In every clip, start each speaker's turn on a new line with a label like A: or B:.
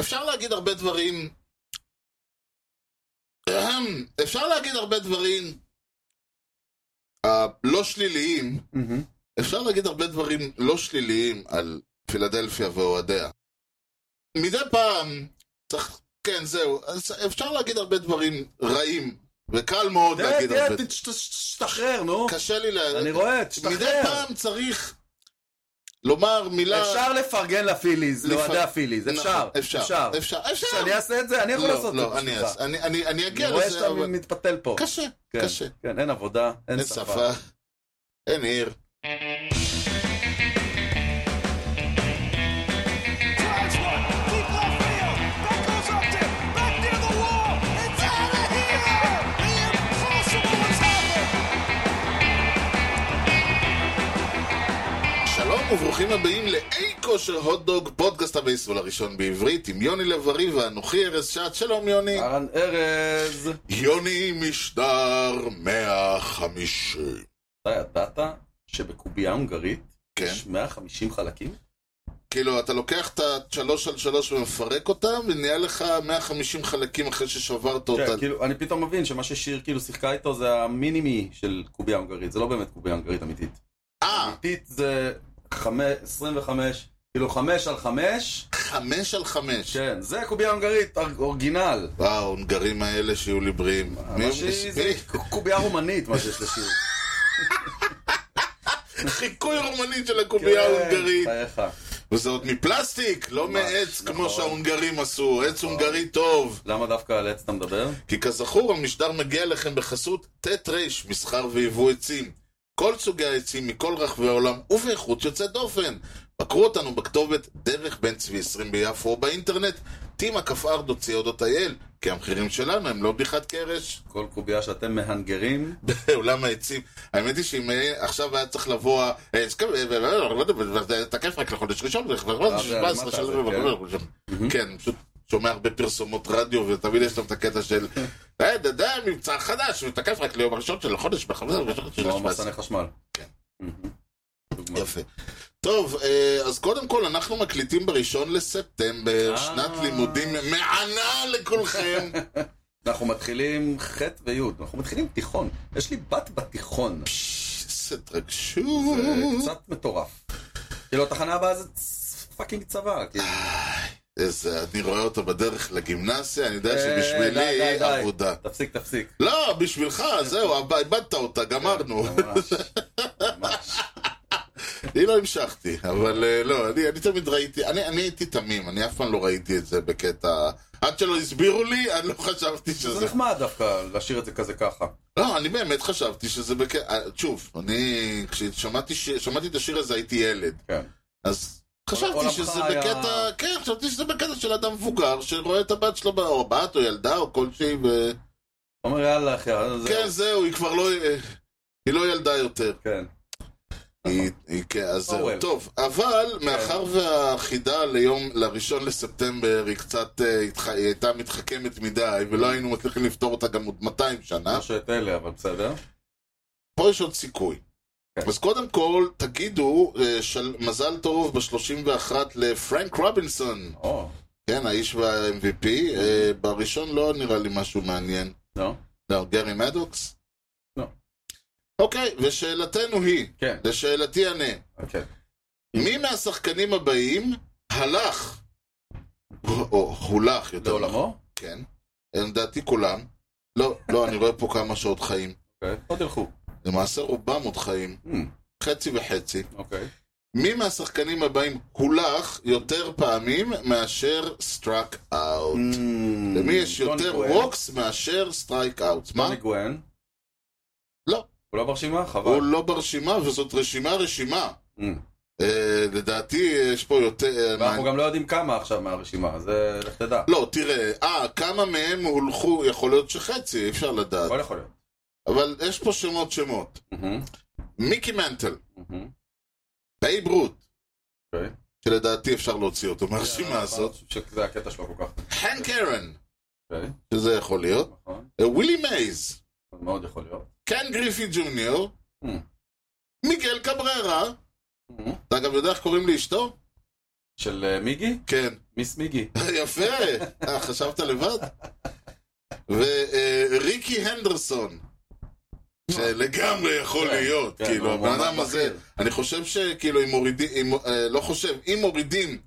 A: אפשר להגיד הרבה דברים... אהם, אפשר להגיד הרבה דברים אה, לא שליליים,
B: מהמם.
A: אפשר להגיד הרבה דברים לא שליליים על פילדלפיה ואוהדיה. מדי פעם, צריך, כן זהו, אז אפשר להגיד הרבה דברים רעים, וקל מאוד
B: תראה,
A: להגיד הרבה...
B: תראה, תש- תש- תשתחרר, נו.
A: קשה לי ל...
B: אני רואה,
A: מדי
B: תשתחרר.
A: פעם צריך לומר מילה...
B: אפשר לפרגן לפיליז,
A: לפ-
B: לאוהדי הפיליז,
A: נכון,
B: אפשר,
A: אפשר,
B: אפשר.
A: אפשר, אפשר.
B: שאני אעשה את זה? אני יכול
A: לא,
B: לעשות את
A: לא,
B: זה
A: אני
B: בשבילך.
A: אעשה- אני- אני אני אגיע
B: אני רואה
A: לזה, אבל
B: שאתה מתפתל פה.
A: קשה,
B: כן,
A: קשה.
B: כן, אין עבודה, אין
A: אין
B: שפה.
A: שפה, אין עיר.
C: Drives one, deep left field. That goes up to back near the wall. It's out of here. The impossible has happened.
A: שלום וברוכים הבאים לאי כושר הוטדוג, פודקאסט הבייסבול הראשון בעברית, עם יוני לב-ארי ואנוכי ארז שעד. שלום יוני.
B: אהרן ארז,
A: יוני משדר 150.
B: אתה ידעת שבקובייה הונגרית
A: כן.
B: יש 150 חלקים?
A: כאילו, אתה לוקח את השלוש על שלוש ומפרק אותם, ונהיה לך 150 חלקים אחרי ששברת אותה.
B: כן, כאילו, אני פתאום מבין שמה ששיר כאילו שיחקה איתו זה המינימי של קובייה הונגרית, זה לא באמת קובייה הונגרית אמיתית.
A: אה,
B: אמיתית זה חמש- 25, כאילו 5 על 5,
A: חמש על חמש.
B: כן, זה קובייה הונגרית אור- אורגינל.
A: וואו, ההונגרים האלה שיהיו לי בריאים. מי
B: אה, מה
A: הם?
B: שהיא זה קובייה רומנית, מה שיש לשיר.
A: חיקוי רומנית של הקובייה ההונגרית.
B: כן, חייך.
A: וזה עוד מפלסטיק, לא
B: ממש,
A: מעץ כמו
B: נכון.
A: שההונגרים עשו. עץ הונגרי טוב.
B: למה דווקא על עץ אתה מדבר?
A: כי כזכור, המשדר מגיע אליכם בחסות ט' ר' מסחר ויבוא עצים. כל סוגי העצים מכל רחבי העולם ובאיכות יוצאת דופן. בקרו אותנו בכתובת דרך בן צבי 20 ביפו או באינטרנט, טימה כפארדו co.il, כי המחירים שלנו הם לא בדיחת קרש.
B: כל קובייה שאתם מהנגרים,
A: בעולם העצים. האמת היא שאם אה, עכשיו היה צריך לבוא... ה- אה, הסכם, אה, אה, אה, אה, זה תקף רק לחודש ראשון,
B: אה,
A: לחודש
B: זה
A: 17
B: למטה,
A: של... כן, פשוט שומע הרבה פרסומות רדיו, ותמיד יש להם את הקטע של... אה, דה, דה, מבצע חדש, הוא תקף רק ליום הראשון של החודש, בחודש הראשון של
B: כמו
A: 17.
B: מחסני חשמל.
A: כן.
B: מהמם. דוגמה.
A: יפה. טוב, אה, אז קודם כל אנחנו מקליטים בראשון לספטמבר,
B: אה.
A: שנת לימודים מענה לכולכם.
B: אנחנו מתחילים ח' וי', אנחנו מתחילים תיכון. יש לי בת בתיכון.
A: איזה
B: זה
A: התרגשות.
B: קצת מטורף. כאילו, התחנה הבאה זה צ- פאקינג צבא. כאילו.
A: אה. איזה, אני רואה אותו בדרך לגימנסיה, אני יודע
B: אה, די, די,
A: שבשבילי
B: די.
A: עבודה.
B: תפסיק, תפסיק.
A: לא, בשבילך, זהו, הב- איבדת אותה, גמרנו.
B: ממש. ממש.
A: אני לא המשכתי, אבל אה, לא, אני אני תמיד ראיתי, אני אני הייתי תמים, אני אף פעם לא ראיתי את זה בקטע... עד שלא הסבירו לי, אני לא חשבתי
B: זה נכון.
A: שזה...
B: נחמד דווקא להשאיר את זה כזה ככה.
A: לא, אני באמת חשבתי שזה בקטע... אה, שוב, אני... כששמעתי ש- שמעתי את השיר הזה הייתי ילד,
B: כן.
A: אז...
B: עולמך
A: חשבתי שזה
B: היה-
A: בקטע, כן, חשבתי שזה בקטע של אדם מבוגר שרואה את הבת שלו, או בת או ילדה או כלשהי, ו...
B: אומר יאללה אחי, אז זהו.
A: כן, זהו, היא כבר לא... היא לא ילדה יותר.
B: כן. נכון.
A: היא, היא, כן, אז
B: Oh
A: זהו.
B: well.
A: טוב,
B: כן.
A: אבל מאחר והחידה ליום, לראשון לספטמבר, היא קצת, אה, התח- היא הייתה מתחכמת מדי, ולא היינו מצליחים לפתור אותה גם עוד 200 שנה,
B: משהו את לא אלה, אבל בסדר.
A: פה יש עוד סיכוי.
B: כן.
A: אז קודם כל, תגידו אה, של מזל טוב ב-31 לפרנק רובינסון,
B: או,
A: כן, האיש וה-MVP, אה, בראשון לא נראה לי משהו מעניין.
B: לא?
A: לא, גרי מדוקס?
B: לא.
A: אוקיי, ושאלתנו היא,
B: כן.
A: לשאלתי ענה,
B: אוקיי.
A: מי מהשחקנים הבאים הלך, או הולך יותר נכון,
B: לעולמו?
A: כן, הם לדעתי כולם, לא, לא, אני רואה פה כמה שעוד חיים,
B: אוקיי. עוד ילכו.
A: למעשה רובם עוד חיים,
B: Hmm,
A: חצי וחצי,
B: אוקיי.
A: מי מהשחקנים הבאים הולך יותר פעמים מאשר סטראק אאוט? למי יש
B: Mm, Hmm, טוני
A: יותר
B: גואן.
A: ווקס מאשר סטרייק אאוט? מה?
B: טוני גואן?
A: לא.
B: הוא לא ברשימה? חבל.
A: הוא לא ברשימה, וזאת רשימה רשימה.
B: Hmm.
A: אה, לדעתי יש פה יותר...
B: ואנחנו גם לא יודעים כמה עכשיו מהרשימה, זה לך תדע.
A: לא, תראה, אה, כמה מהם הולכו, יכול להיות שחצי, אי אפשר לדעת.
B: הכל יכול להיות. Hmm,
A: אבל יש פה שמות שמות.
B: מהמם,
A: מיקי מנטל,
B: מהמם,
A: בייב רות,
B: אוקיי.
A: שלדעתי אפשר להוציא אותו מהרשימה
B: אה,
A: הזאת.
B: שזה הקטע שלו כל כך.
A: חן קרן,
B: אוקיי,
A: שזה יכול להיות.
B: נכון.
A: אה, ווילי מייז,
B: מאוד יכול להיות.
A: קן גריפי ג'וניור,
B: Mm.
A: מיגל קבררה,
B: מהמם.
A: אתה גם יודע איך קוראים לאשתו?
B: Hmm. של אה, מיגי?
A: כן.
B: מיס מיגי.
A: יפה, אה, חשבת לבד? וריקי הנדרסון, שלגמרי יכול
B: כן,
A: להיות,
B: כן,
A: כאילו,
B: הוא
A: הבן
B: מועמד
A: אדם הזה,
B: בכיר.
A: אני חושב שכאילו אם מורידים, אם, אה, לא חושב, אם מורידים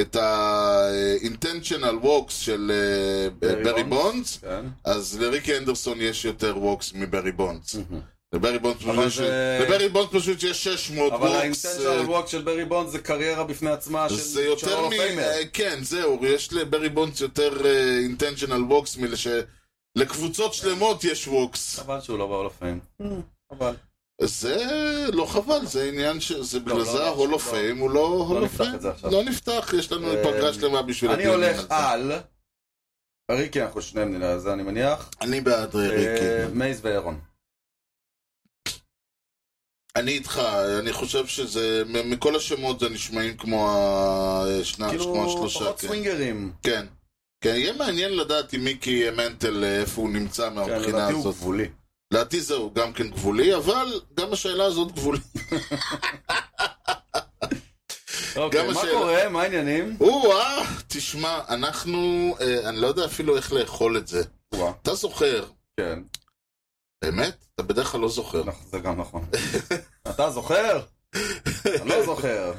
A: את ה-intentional walks של אה,
B: ברי
A: ברי
B: בונדס.
A: בונדס,
B: כן.
A: אז לריקי הנדרסון יש יותר walks מברי בונדס.
B: Mm-hmm.
A: לברי בונדס
B: Mm. אבל
A: פשוט יש-
B: זה-
A: לברי בונדס פשוט יש 600
B: אבל
A: walks. אה,
B: האינטנשיונל ווק של ברי בונד זה קריירה בפני עצמה של
A: זה יותר
B: של
A: מ...
B: הפיימר.
A: אה, כן, זהו, יש לברי בונדס יותר אינטנשיונל ווקס מלש... לקבוצות שלמות יש ווקס.
B: חבל שהוא לא בהול הפיים. חבל.
A: זה לא חבל, זה עניין ש... זה בגלל
B: לא,
A: זה
B: לא,
A: ההול
B: לא.
A: אוף פיים הוא לא הול אוף
B: נפתח
A: פיים.
B: את זה עכשיו.
A: לא נפתח, יש לנו
B: אה,
A: פגרה שלמה בשביל
B: אני
A: הדיון
B: הולך אה.
A: הזה.
B: על... ריקי, אנחנו שניהם נראה על זה, אני מניח.
A: אני בעד
B: אה,
A: ריקי.
B: מייז ואירון.
A: אני איתך, אני חושב שזה... מ- מכל השמות זה נשמעים כמו השניים,
B: כאילו,
A: כמו השלושה.
B: פחות
A: אה, כן.
B: סווינגרים.
A: כן. כן, יהיה מעניין לדעת עם מיקי מנטל אה, איפה הוא נמצא
B: כן,
A: מהבחינה
B: לדעתי הוא
A: הזאת.
B: גבולי.
A: לדעתי זהו גם כן גבולי, אבל גם השאלה הזאת גבולית.
B: אוקיי, מה
A: השאלה-
B: קורה? מה העניינים?
A: או-אה, אה, תשמע, אנחנו, אה, אני לא יודע אפילו איך לאכול את זה.
B: וואה,
A: אתה זוכר,
B: כן,
A: באמת? אתה בדרך כלל לא זוכר.
B: נכ- זה גם נכון. אתה זוכר? אני לא זוכר.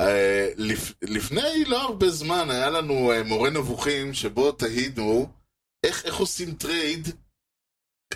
A: אה, לפ- לפני לא הרבה זמן היה לנו אה, מורה נבוכים שבו תהינו איך איך עושים טרייד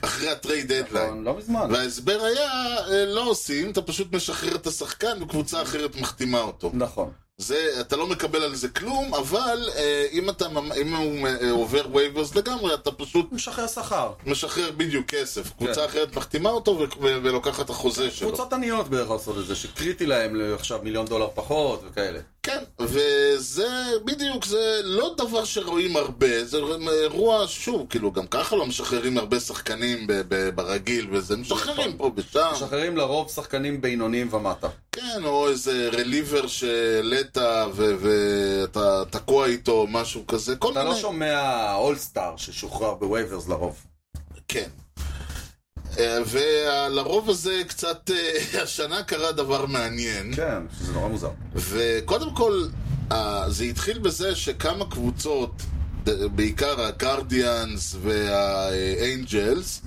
A: אחרי הטרייד דדליין.
B: נכון, לא מזמן.
A: וההסבר היה, אה, לא עושים, אתה פשוט משחרר את השחקן וקבוצה אחרת מחתימה אותו.
B: נכון.
A: זה, אתה לא מקבל על זה כלום, אבל אה, אם, אתה, ממ- אם הוא אה, עובר וייברס לגמרי, אתה פשוט
B: הוא משחרר שכר.
A: משחרר בדיוק כסף. קבוצה
B: כן.
A: אחרת מחתימה אותו ו- ו- ולוקחת את החוזה שלו.
B: קבוצות עניות בערך לעשות את זה, שקריטי להם ל- עכשיו מיליון דולר פחות וכאלה.
A: כן, וזה בדיוק, זה לא דבר שרואים הרבה, זה אירוע, שוב, כאילו, גם ככה לא משחררים הרבה שחקנים ב- ב- ברגיל, וזה משחררים
B: נכון.
A: פה ושם.
B: משחררים לרוב שחקנים בינוניים ומטה.
A: כן, או איזה רליבר שהעלית ו- ואתה תקוע איתו, משהו כזה, כל
B: אתה
A: מיני.
B: לא שומע אולסטאר ששוחרר בווייברס לרוב.
A: כן. אה, ולרוב הזה קצת, אה, השנה קרה דבר מעניין.
B: כן, שזה נורא מוזר.
A: וקודם כל, אה, זה התחיל בזה שכמה קבוצות, ד- בעיקר הגרדיאנס והאנג'לס,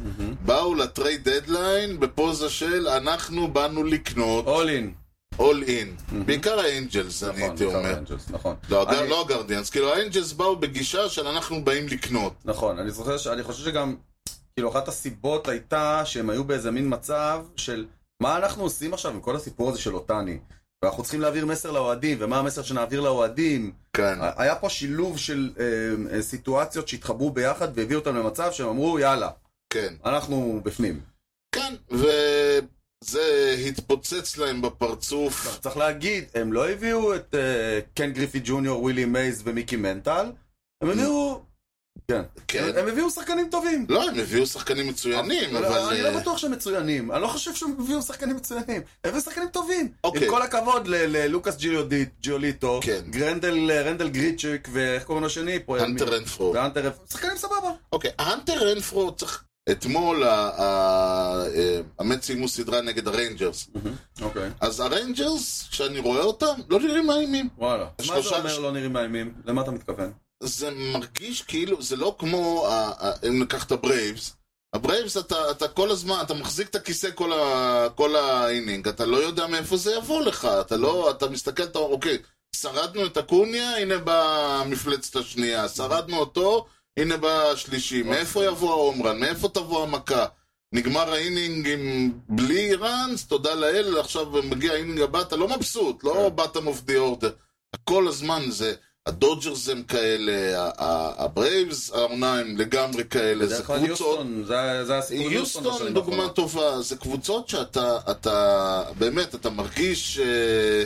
A: באו לטרייד דדליין בפוזה של אנחנו באנו לקנות
B: אולין.
A: אול אין. בעיקר האנג'לס, אני הייתי אומר.
B: נכון.
A: לא, הג-
B: אני-
A: לא הגרדיאנס, כאילו האנג'לס באו בגישה של אנחנו באים לקנות.
B: נכון, אני זוכר, ש... אני חושב שגם, כאילו אחת הסיבות הייתה שהם היו באיזה מין מצב של מה אנחנו עושים עכשיו עם כל הסיפור הזה של אותני. ואנחנו צריכים להעביר מסר לאוהדים, ומה המסר שנעביר לאוהדים.
A: כן.
B: היה פה שילוב של אה, אה, סיטואציות שהתחברו ביחד והביאו אותם למצב שהם אמרו, יאללה,
A: כן.
B: אנחנו בפנים.
A: כן, וזה התפוצץ להם בפרצוף.
B: צריך להגיד, הם לא הביאו את אה, קן גריפי ג'וניור, ווילי מייז ומיקי מנטל, הם הביאו... כן.
A: כן.
B: הם הביאו שחקנים טובים.
A: לא, הם הביאו שחקנים מצוינים,
B: לא,
A: אבל...
B: אני לא
A: אה,
B: בטוח שהם מצוינים, אני לא חושב שהם הביאו שחקנים מצוינים, הם הביאו שחקנים טובים.
A: אוקיי.
B: עם כל הכבוד ל- ללוקאס ג'יולידי- ג'יוליטו,
A: כן.
B: גרנדל, אה, רנדל גריצ'יק, ואיך קוראים לו השני? פה,
A: הנטר רנפרו.
B: והנטר רנפ- שחקנים סבבה.
A: אוקיי, הנטר רנפרו צריך... אתמול ה- ה- אה, המט סיימו סדרה נגד הריינג'רס.
B: אוקיי.
A: אז הריינג'רס, כשאני רואה אותם, לא נראים מאיימים.
B: וואלה. מה
A: שלושה-
B: זה אומר לא נראים מאיימים? למה אתה מתכוון?
A: זה מרגיש כאילו, זה לא כמו, ה- ה- אם ניקח את הברייבס, הברייבס אתה, אתה כל הזמן, אתה מחזיק את הכיסא כל, ה, כל האינינג, אתה לא יודע מאיפה זה יבוא לך, אתה לא, אתה מסתכל, אתה אומר, אוקיי, שרדנו את הקוניה, הנה באה המפלצת השנייה, שרדנו אותו, הנה בא השלישי, מאיפה יבוא העומרן, מאיפה תבוא המכה? נגמר האינינג עם בלי ראנס, תודה לאל, עכשיו מגיע האינינג הבא, אתה לא מבסוט, לא bottom of the order. כל הזמן זה, הדודג'רס הם כאלה, ה- ה- הברייבס העונה הם לגמרי כאלה, זה
B: בדרך כלל
A: קבוצות...
B: יוסטון, זה זה הסיפור עם
A: יוסטון נכון.
B: בשנים
A: דוגמה
B: האחרונות.
A: טובה, זה קבוצות שאתה, אתה, באמת, אתה מרגיש, אה,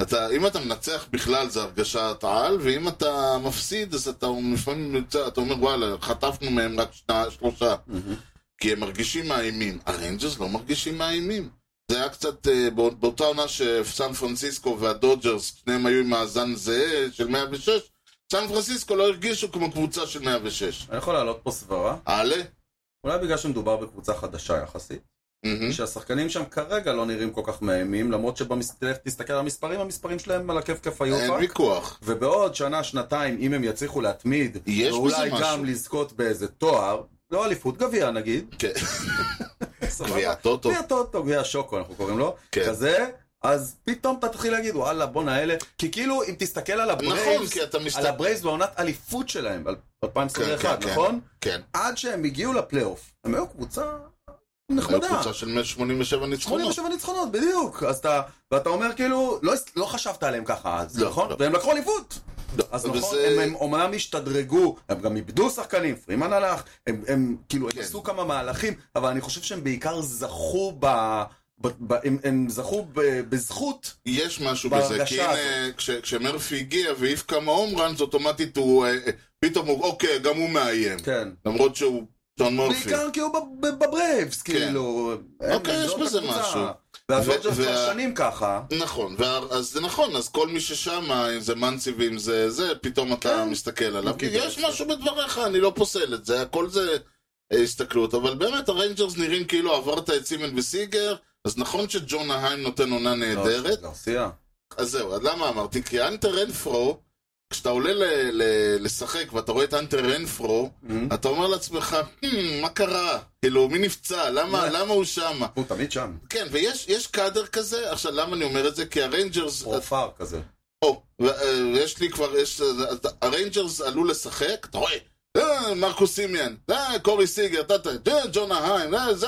A: אתה, אם אתה מנצח בכלל זה הרגשת על, ואם אתה מפסיד אז אתה לפעמים נמצא, אתה אומר וואלה, חטפנו מהם רק שני, שלושה,
B: מהמם.
A: כי הם מרגישים מאיימים. הריינג'רס לא מרגישים מאיימים. זה היה קצת, אה, בא- באותה עונה שסן פרנסיסקו והדודג'רס, שניהם היו עם מאזן זהה של 106, סן פרנסיסקו לא הרגישו כמו קבוצה של 106.
B: אני יכול להעלות פה סברה,
A: הלאה? Mm-hmm.
B: אולי בגלל שמדובר בקבוצה חדשה יחסית.
A: מהמם.
B: שהשחקנים שם כרגע לא נראים כל כך מאיימים, למרות שתסתכל על המספרים, המספרים שלהם על הכיף כיף
A: אין
B: היופק.
A: ויכוח.
B: ובעוד שנה, שנתיים, אם הם יצליחו להתמיד,
A: יש
B: ואולי
A: בזה
B: גם
A: משהו.
B: לזכות באיזה תואר, לא אליפות, גביע נגיד,
A: כן.
B: סבבה?
A: גביע הטוטו.
B: גביע טוטו, גביע שוקו אנחנו קוראים לו,
A: כן.
B: כזה, אז פתאום אתה תתחיל להגיד, וואלה, בואנה אלה, כי כאילו, אם תסתכל על
A: נכון,
B: הברייבס,
A: כי אתה
B: על
A: מסתכל...
B: הברייבס בעונת אליפות שלהם, על 2021,
A: כן, כן,
B: נכון?
A: כן.
B: עד שהם הגיעו לפלייאוף, הם היו קבוצה
A: היו
B: נחמדה.
A: קבוצה של 187 ניצחונות.
B: 87 ניצחונות, בדיוק. אז אתה, ואתה אומר כאילו, לא, הס- לא חשבת עליהם ככה אז,
A: לא,
B: נכון?
A: לא.
B: והם לקחו אליפות. אז
A: וזה-
B: נכון, הם- הם אומנם השתדרגו, הם גם איבדו שחקנים, פרימן הלך, הם- הם כאילו, הם
A: כן.
B: עשו כמה מהלכים, אבל אני חושב שהם בעיקר זכו ב... ב- ב- הם- הם זכו ב- בזכות,
A: יש משהו
B: בהרגשה
A: בזה, כי הנה, כש- כשמרפי הגיע והעיף כמה הום ראנס, אוטומטית הוא... אה, אה, פתאום הוא, אוקיי, גם הוא מאיים.
B: כן,
A: למרות שהוא שון מורפי.
B: בעיקר כי הוא ב- ב- בברייבס, כאילו, הם-
A: כן. אוקיי,
B: הם
A: יש
B: זאת
A: בזה
B: הקבוצה.
A: משהו.
B: והדודג'רס
A: וה-
B: כבר שנים ככה,
A: נכון, וה- אז זה נכון, אז כל מי ששם, אם זה מנסי ואם זה זה, פתאום אתה
B: כן.
A: מסתכל עליו.
B: אוקיי,
A: יש
B: בעצם.
A: משהו בדבריך, אני לא פוסל את זה, הכל זה אה, הסתכלות, אבל באמת הריינג'רס נראים כאילו עברת את סימן וסיגר, אז נכון שג'ון ההיים נותן עונה
B: לא,
A: נהדרת,
B: גרסיה.
A: אז זהו, אז למה אמרתי? כי אנטר רנפרו, כשאתה עולה ל- ל- לשחק ואתה רואה את אנטר רנפרו, אתה אומר לעצמך, "Hmm, מה קרה? כאילו, מי נפצע? למה, למה הוא שמה?
B: הוא תמיד שם,
A: כן, ויש יש קאדר כזה, עכשיו למה אני אומר את זה? כי הריינג'רס,
B: פרופר כזה.
A: או, ו- אה, יש לי כבר, יש, אה, הריינג'רס עלו לשחק, אתה רואה, אה, מרקוס סימיאן, אה, קורי סיגר, טה, טה, אה, ג'ונה היים, אה, זה,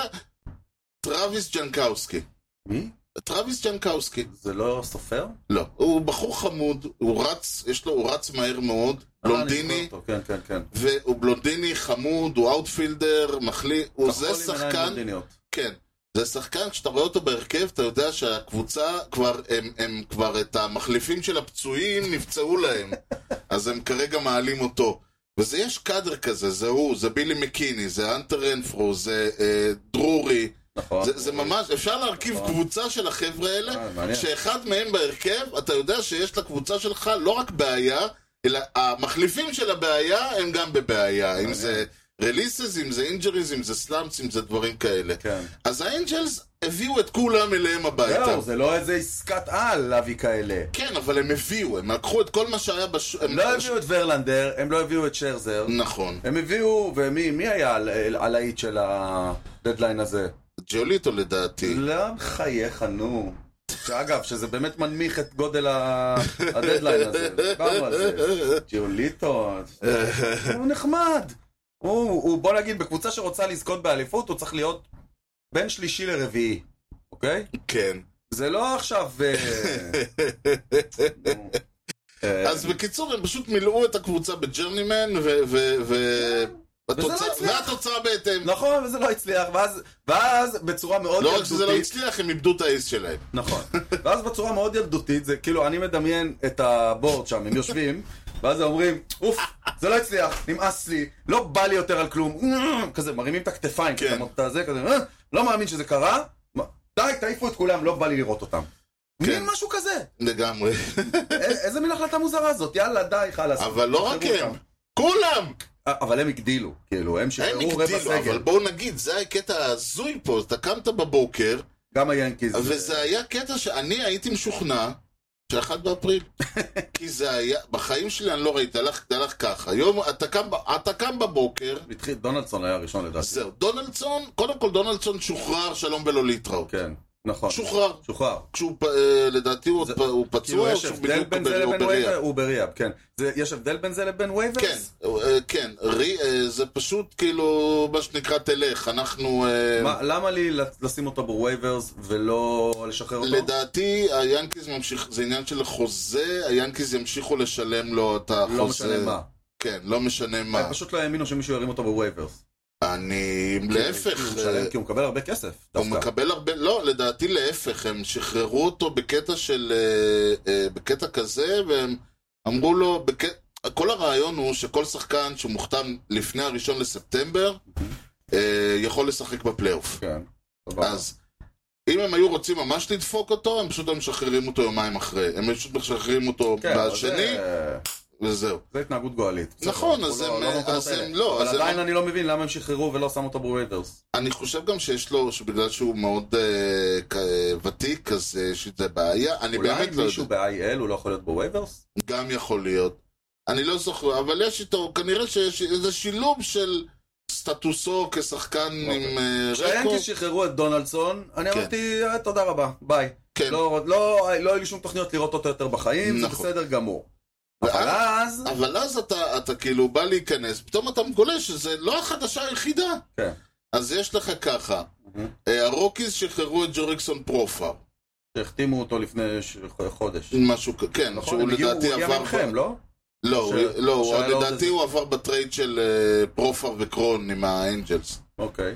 A: טרוויס ג'נקאוסקי,
B: מי?
A: טרוויס ג'נקאוסקי,
B: זה לא סופר?
A: לא, הוא בחור חמוד, הוא רץ, יש לו, הוא רץ מהר מאוד,
B: אה, אני
A: בלונדיני,
B: זוכר אותו, כן, כן, כן.
A: והוא בלונדיני חמוד, הוא אאוטפילדר, מחליט, הוא
B: כחול
A: זה
B: עם עיניים
A: שחקן,
B: בלונדיניות.
A: כן. זה שחקן, כשאתה רואה אותו בהרכב, אתה יודע שהקבוצה כבר, הם, הם כבר את המחליפים של הפצועים נפצעו להם. אז הם כרגע מעלים אותו. וזה יש קאדר כזה, זה הוא, זה בילי מקיני, זה אנטר רנפרו, זה אה, דרורי.
B: נכון.
A: זה, זה ממש, אפשר להרכיב
B: נכון.
A: קבוצה של החבר'ה האלה,
B: אה, מעניין.
A: שאחד מהם בהרכב, אתה יודע שיש לקבוצה שלך לא רק בעיה, אלא המחליפים של הבעיה הם גם בבעיה. אם
B: מעניין.
A: זה
B: אה.
A: רליסס, אם זה אינג'ריז, אם זה סלאמפס, אם זה דברים כאלה.
B: כן.
A: אז האנג'לס הביאו את כולם אליהם הביתה.
B: זהו, זה לא איזה עסקת על להביא כאלה.
A: כן, אבל הם הביאו, הם לקחו את כל מה שהיה בש...
B: הם לא הביאו את ורלנדר, הם לא הביאו את שרזר.
A: נכון.
B: הם הביאו, ומי מי היה על- על- הלהיט של הדדליין הזה?
A: ג'וליטו לדעתי.
B: לא, בחייך, נו. שאגב, שזה באמת מנמיך את גודל ה- הדדליין הזה. דיברנו על לא, זה. ג'וליטו, הוא נחמד. הוא, הוא, בוא נגיד, בקבוצה שרוצה לזכות באליפות, הוא צריך להיות בין שלישי לרביעי, אוקיי?
A: כן.
B: זה לא עכשיו... אה, נו, אה,
A: אז בקיצור, הם פשוט מילאו את הקבוצה בג'רנימן, ו... ו- ו-
B: וזה לא
A: התוצאה-
B: הצליח.
A: והתוצאה בהתאם.
B: נכון, וזה לא הצליח, ואז, ואז בצורה מאוד
A: לא רק שזה לא הצליח, הם איבדו את האייס שלהם.
B: נכון. ואז בצורה מאוד ילדותית, זה כאילו, אני מדמיין את הבורד שם, הם יושבים, ואז הם אומרים, אוף, זה לא הצליח, נמאס לי, לא בא לי יותר על כלום, כזה, מרימים את הכתפיים,
A: כן.
B: כזה, אתה זה, כזה, "אה, לא מאמין שזה קרה, מה- די, תעיפו את כולם, לא בא לי לראות אותם.
A: כן.
B: מין משהו כזה.
A: לגמרי.
B: א- איזה מין החלטה מוזרה זאת, יאללה, די, חלאס.
A: אבל לא רק
B: שחררו
A: הם.
B: אותם.
A: כולם!
B: א- אבל הם הגדילו, כאילו, הם
A: הם
B: שחררו רבע
A: הגדילו, אבל
B: סגל.
A: בואו נגיד, זה הקטע ההזוי פה, אתה קמת בבוקר,
B: גם היאנקיז.
A: וזה היה קטע שאני הייתי משוכנע שאחד באפריל. כי זה היה, בחיים שלי אני לא ראיתי, הלך, זה הלך ככה. היום אתה קם, ב- אתה קם בבוקר,
B: התחיל- דונלדסון היה הראשון לדעתי.
A: זהו, דונלדסון, קודם כל דונלדסון שוחרר, שלום ולא להתראות.
B: כן, נכון.
A: שוחרר.
B: שוחרר.
A: כשהוא, פ- אה, לדעתי הוא,
B: זה-
A: פ- הוא
B: כאילו
A: פצוע,
B: יש
A: שהוא
B: הבדל
A: בדיוק
B: בין זה
A: ב- הוא
B: לבין
A: בריאה.
B: וייבר? הוא בריאב, כן. זה- יש הבדל בין זה לבין וייברס?
A: כן, אה, כן, רי- אה, זה פשוט כאילו, מה שנקרא, תלך, אנחנו... אה,
B: מה- למה לי לשים אותו בווייברס ולא לשחרר אותו?
A: לדעתי היאנקיז ממשיך, זה עניין של חוזה, היאנקיז ימשיכו לשלם לו את החוזה.
B: לא משנה מה.
A: כן, לא משנה מה.
B: הם פשוט לא האמינו שמישהו ירים אותו בווייברס.
A: אני,
B: כי הוא
A: להפך,
B: כאילו משלם-
A: אה,
B: כי הוא מקבל הרבה כסף.
A: הוא
B: דווקא.
A: מקבל הרבה, לא, לדעתי להפך, הם שחררו אותו בקטע של, אה, אה, בקטע כזה, והם אמרו לו, בק- כל הרעיון הוא שכל שחקן שמוכתם לפני הראשון לספטמבר,
B: אוקיי.
A: אה, יכול לשחק בפלייאוף.
B: כן. סבבה.
A: אז אם הם היו רוצים ממש לדפוק אותו, הם פשוט היו משחררים אותו יומיים אחרי. הם פשוט משחררים אותו
B: כן, אבל
A: בשני,
B: זה-
A: וזהו.
B: זה התנהגות גואלית. בסדר,
A: נכון,
B: אנחנו
A: אז
B: לא-
A: הם-
B: לא במקומות
A: אז הם-
B: האלה.
A: לא, אז
B: אבל
A: הם-
B: עדיין אני לא מבין למה הם שחררו ולא שמו אותו בריידרס.
A: אני חושב גם שיש לו, שבגלל שהוא מאוד אה, כ- אה, ותיק, אז אה, יש איזה בעיה. אני
B: אולי
A: באמת לא יודע.
B: מישהו ב-IL הוא לא יכול להיות בווייברס?
A: גם יכול להיות. אני לא זוכר, אבל יש איתו, כנראה שיש איזה שילוב של סטטוסו כשחקן
B: אוקיי.
A: עם אה, רקורד.
B: כשהיאנקיס שחררו את דונלדסון, אני
A: כן.
B: אמרתי, "אה, תודה רבה, ביי.
A: כן,
B: לא לא- לא היו לי שום תוכניות לראות אותו יותר בחיים, זה
A: נכון.
B: בסדר גמור.
A: ואז-
B: אבל אז...
A: אבל אז אתה, אתה כאילו בא להיכנס, פתאום אתה מגולה שזה לא החדשה היחידה.
B: כן.
A: אז יש לך ככה, אה, הרוקיז שחררו את ג'וריקסון פרופר.
B: שהחתימו אותו לפני ש- חודש.
A: משהו, כ- כן,
B: נכון?
A: שהוא
B: הם הגיעו-
A: לדעתי
B: הוא
A: עבר...
B: הגיע מכם, לא?
A: לא, הוא-
B: ש-
A: לא, הוא-
B: שהיה לו עוד
A: לדעתי
B: איזה-
A: הוא עבר בטרייד של אה, פרופר וקרון עם האנג'לס.
B: אוקיי.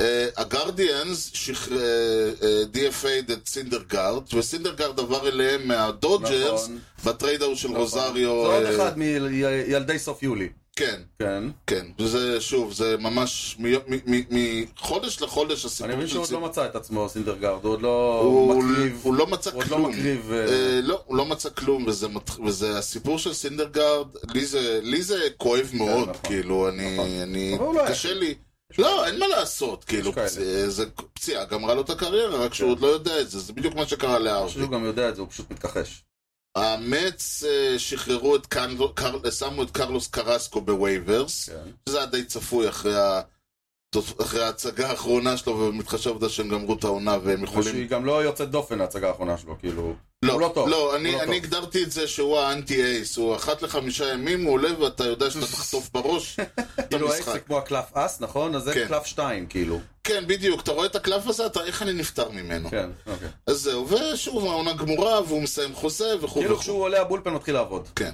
A: אה, הגרדיאנס אה, DFA'd את סינדרגארד, וסינדרגארד עבר אליהם מהדודג'רס
B: נכון,
A: בטרייד ההוא של
B: נכון.
A: רוזריו.
B: זה עוד
A: אה,
B: אחד מילדי סוף יולי.
A: כן,
B: כן.
A: כן. וזה, שוב, זה ממש מ- מ- מ- מחודש לחודש הסיפור
B: אני מבין שהוא עוד
A: סינ-
B: לא מצא את עצמו, סינדרגרד, הוא עוד לא
A: הוא-
B: מקריב.
A: הוא לא מצא
B: הוא עוד לא
A: כלום.
B: מקריב. אה,
A: אה, לא, הוא לא מצא כלום, וזה, מת- וזה הסיפור של סינדרגרד, לי זה, לי זה כואב מאוד,
B: נכון.
A: כאילו, אני,
B: נכון.
A: אני,
B: אבל הוא לא
A: קשה
B: היחיד.
A: לי, לא, אין מה לעשות, כאילו,
B: כאלה.
A: פצ- אה, זה פציעה גמרה לו את הקריירה, רק שהוא
B: כן.
A: עוד לא יודע את זה, זה בדיוק מה שקרה
B: אני חושב
A: לארווי.
B: שהוא גם יודע את זה, הוא פשוט מתכחש.
A: המץ אה, שחררו את קנלו, קר, שמו את קרלוס קרסקו בווייברס,
B: כן.
A: שזה היה די צפוי אחרי ה... אחרי ההצגה האחרונה שלו, ומתחשב בזה שהם גמרו את העונה והם יכולים...
B: שהיא גם לא יוצאת דופן ההצגה האחרונה שלו, כאילו... הוא לא טוב, הוא
A: לא, אני,
B: לא
A: אני
B: טוב.
A: הגדרתי את זה שהוא האנטי אייס, הוא אחת לחמישה ימים, הוא עולה ואתה יודע שאתה תחטוף בראש את
B: כאילו האקס זה
A: המשחק.
B: כמו הקלף אס, נכון? אז זה
A: כן.
B: קלף שתיים, כאילו.
A: כן, בדיוק, אתה רואה את הקלף הזה, אתה, איך אני נפטר ממנו.
B: כן, אוקיי.
A: אז זהו, ושוב, העונה גמורה, והוא מסיים חוזה וכו'
B: כאילו
A: וכו'.
B: כשהוא עולה הבולפן מתחיל לעבוד.
A: כן.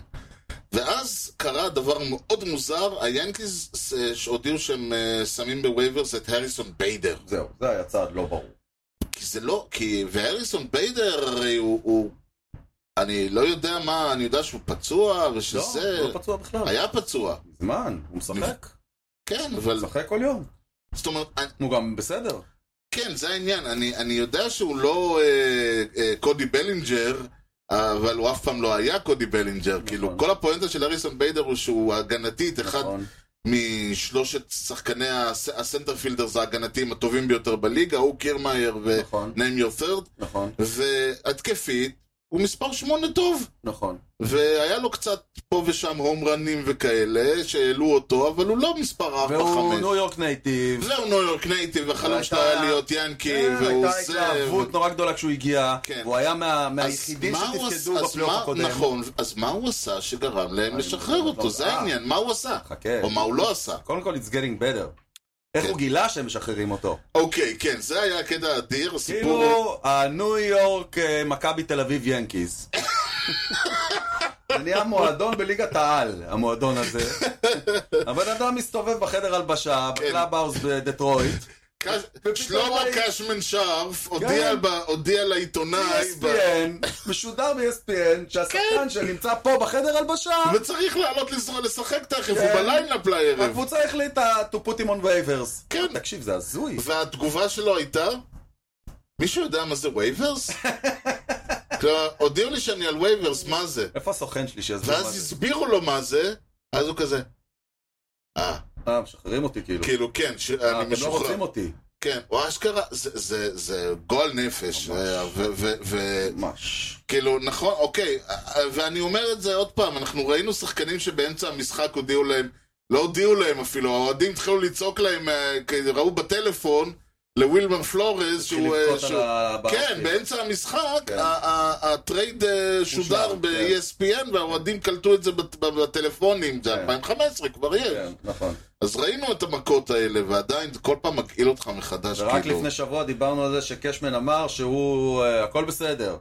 A: ואז קרה דבר מאוד מוזר, היאנקיז אה, הודיעו שהם אה, שמים בווייברס את הריסון ביידר.
B: זהו, זה היה צעד לא ברור.
A: כי זה לא, כי, והריסון ביידר הרי הוא, הוא, אני לא יודע מה, אני יודע שהוא פצוע,
B: לא,
A: ושזה,
B: הוא לא פצוע בכלל.
A: היה פצוע.
B: מזמן, הוא משחק. נכון.
A: כן, אבל...
B: משחק כל יום.
A: זאת אומרת, אני-
B: הוא גם בסדר.
A: כן, זה העניין. אני, אני יודע שהוא לא אה, אה, קודי בלינג'ר, אה, אבל הוא אף פעם לא היה קודי בלינג'ר.
B: נכון.
A: כאילו, כל הפואנטה של אריסון ביידר הוא שהוא הגנתית, אחד
B: נכון.
A: משלושת שחקני הס, הסנטרפילדרס ההגנתיים הטובים ביותר בליגה, הוא קירמאייר ו-name
B: נכון,
A: your third,
B: נכון,
A: והתקפית, הוא מספר שמונה טוב.
B: נכון.
A: והיה לו קצת פה ושם הום רנים וכאלה, שהעלו אותו, אבל הוא לא מספר ארבע,
B: והוא
A: חמש.
B: ניו יורק נייטיב.
A: זהו ניו יורק נייטיב, החלום
B: והייתה-
A: שלו היה להיות ינקי,
B: לא, כן,
A: והוא
B: הייתה התלהבות נורא גדולה כשהוא הגיע.
A: כן.
B: הוא היה מה-
A: אז
B: מהיחידים
A: מה הוא
B: שתפקדו
A: עשה- אז
B: בפלייאוף
A: מה-
B: הקודם.
A: נכון, אז מה הוא עשה שגרם להם
B: אני
A: לשחרר
B: לא
A: אותו? זה
B: יודע.
A: העניין, מה הוא עשה?
B: חכה.
A: או מה הוא לא עשה?
B: קודם כל, it's getting better. איך
A: כן.
B: הוא גילה שהם משחררים אותו?
A: אוקיי, כן, זה היה הקטע האדיר, הסיפור... הוא-
B: כאילו, הניו יורק, אה, מכבי תל אביב ינקיז. זה נהיה מועדון בליגת העל, המועדון הזה. הבן אדם מסתובב בחדר הלבשה,
A: כן.
B: בקלאבהאוס בדטרויט.
A: קש-
B: ופתאום
A: שלמה
B: ראיתי-
A: קשמן שרף הודיע
B: כן.
A: ב- הודיע
B: E
A: לעיתונאי... ב-
B: ESPN, משודר ב-ESPN, שהשחקן
A: כן.
B: שנמצא פה בחדר הלבשה,
A: וצריך לעלות לזרוע- לשחק תכף, הוא
B: כן.
A: בליינאפ לערב.
B: הקבוצה החליטה to put him on waivers.
A: כן.
B: תקשיב, זה הזוי.
A: והתגובה שלו הייתה, מישהו יודע מה זה וייברס? כלומר, הודיעו לי שאני על וייברס, מה זה?
B: איפה הסוכן שלי שיסביר מה
A: ואז
B: זה?
A: הסבירו לו מה זה, אז הוא כזה, אה,
B: אה, משחררים אותי כאילו.
A: כאילו, כן, ש-
B: אה,
A: אני
B: אתם לא
A: משוחרר.
B: רוצים אותי.
A: כן, הוא אשכרה, זה- זה זה גועל נפש,
B: ממש.
A: וכאילו,
B: ממש.
A: נכון, אוקיי, אה, אה, ואני אומר את זה עוד פעם, אנחנו ראינו שחקנים שבאמצע המשחק הודיעו להם, לא הודיעו להם אפילו, האוהדים התחילו לצעוק להם, אה, כי ראו בטלפון, לווילמן פלורז,
B: התחיל
A: שהוא... אה,
B: לבכות על
A: שהוא-
B: ה-
A: כן,
B: בארטיק.
A: באמצע המשחק,
B: כן.
A: ה- ה- הטרייד אה, שודר
B: הושלם,
A: ב-ESPN, והאוהדים קלטו את זה בת- בטלפונים, זה
B: כן.
A: 2015, כבר יש.
B: כן, נכון.
A: אז ראינו את המכות האלה, ועדיין זה כל פעם מגעיל אותך מחדש,
B: ורק
A: כאילו.
B: לפני שבוע דיברנו על זה שקשמן אמר שהוא, אה, הכל בסדר.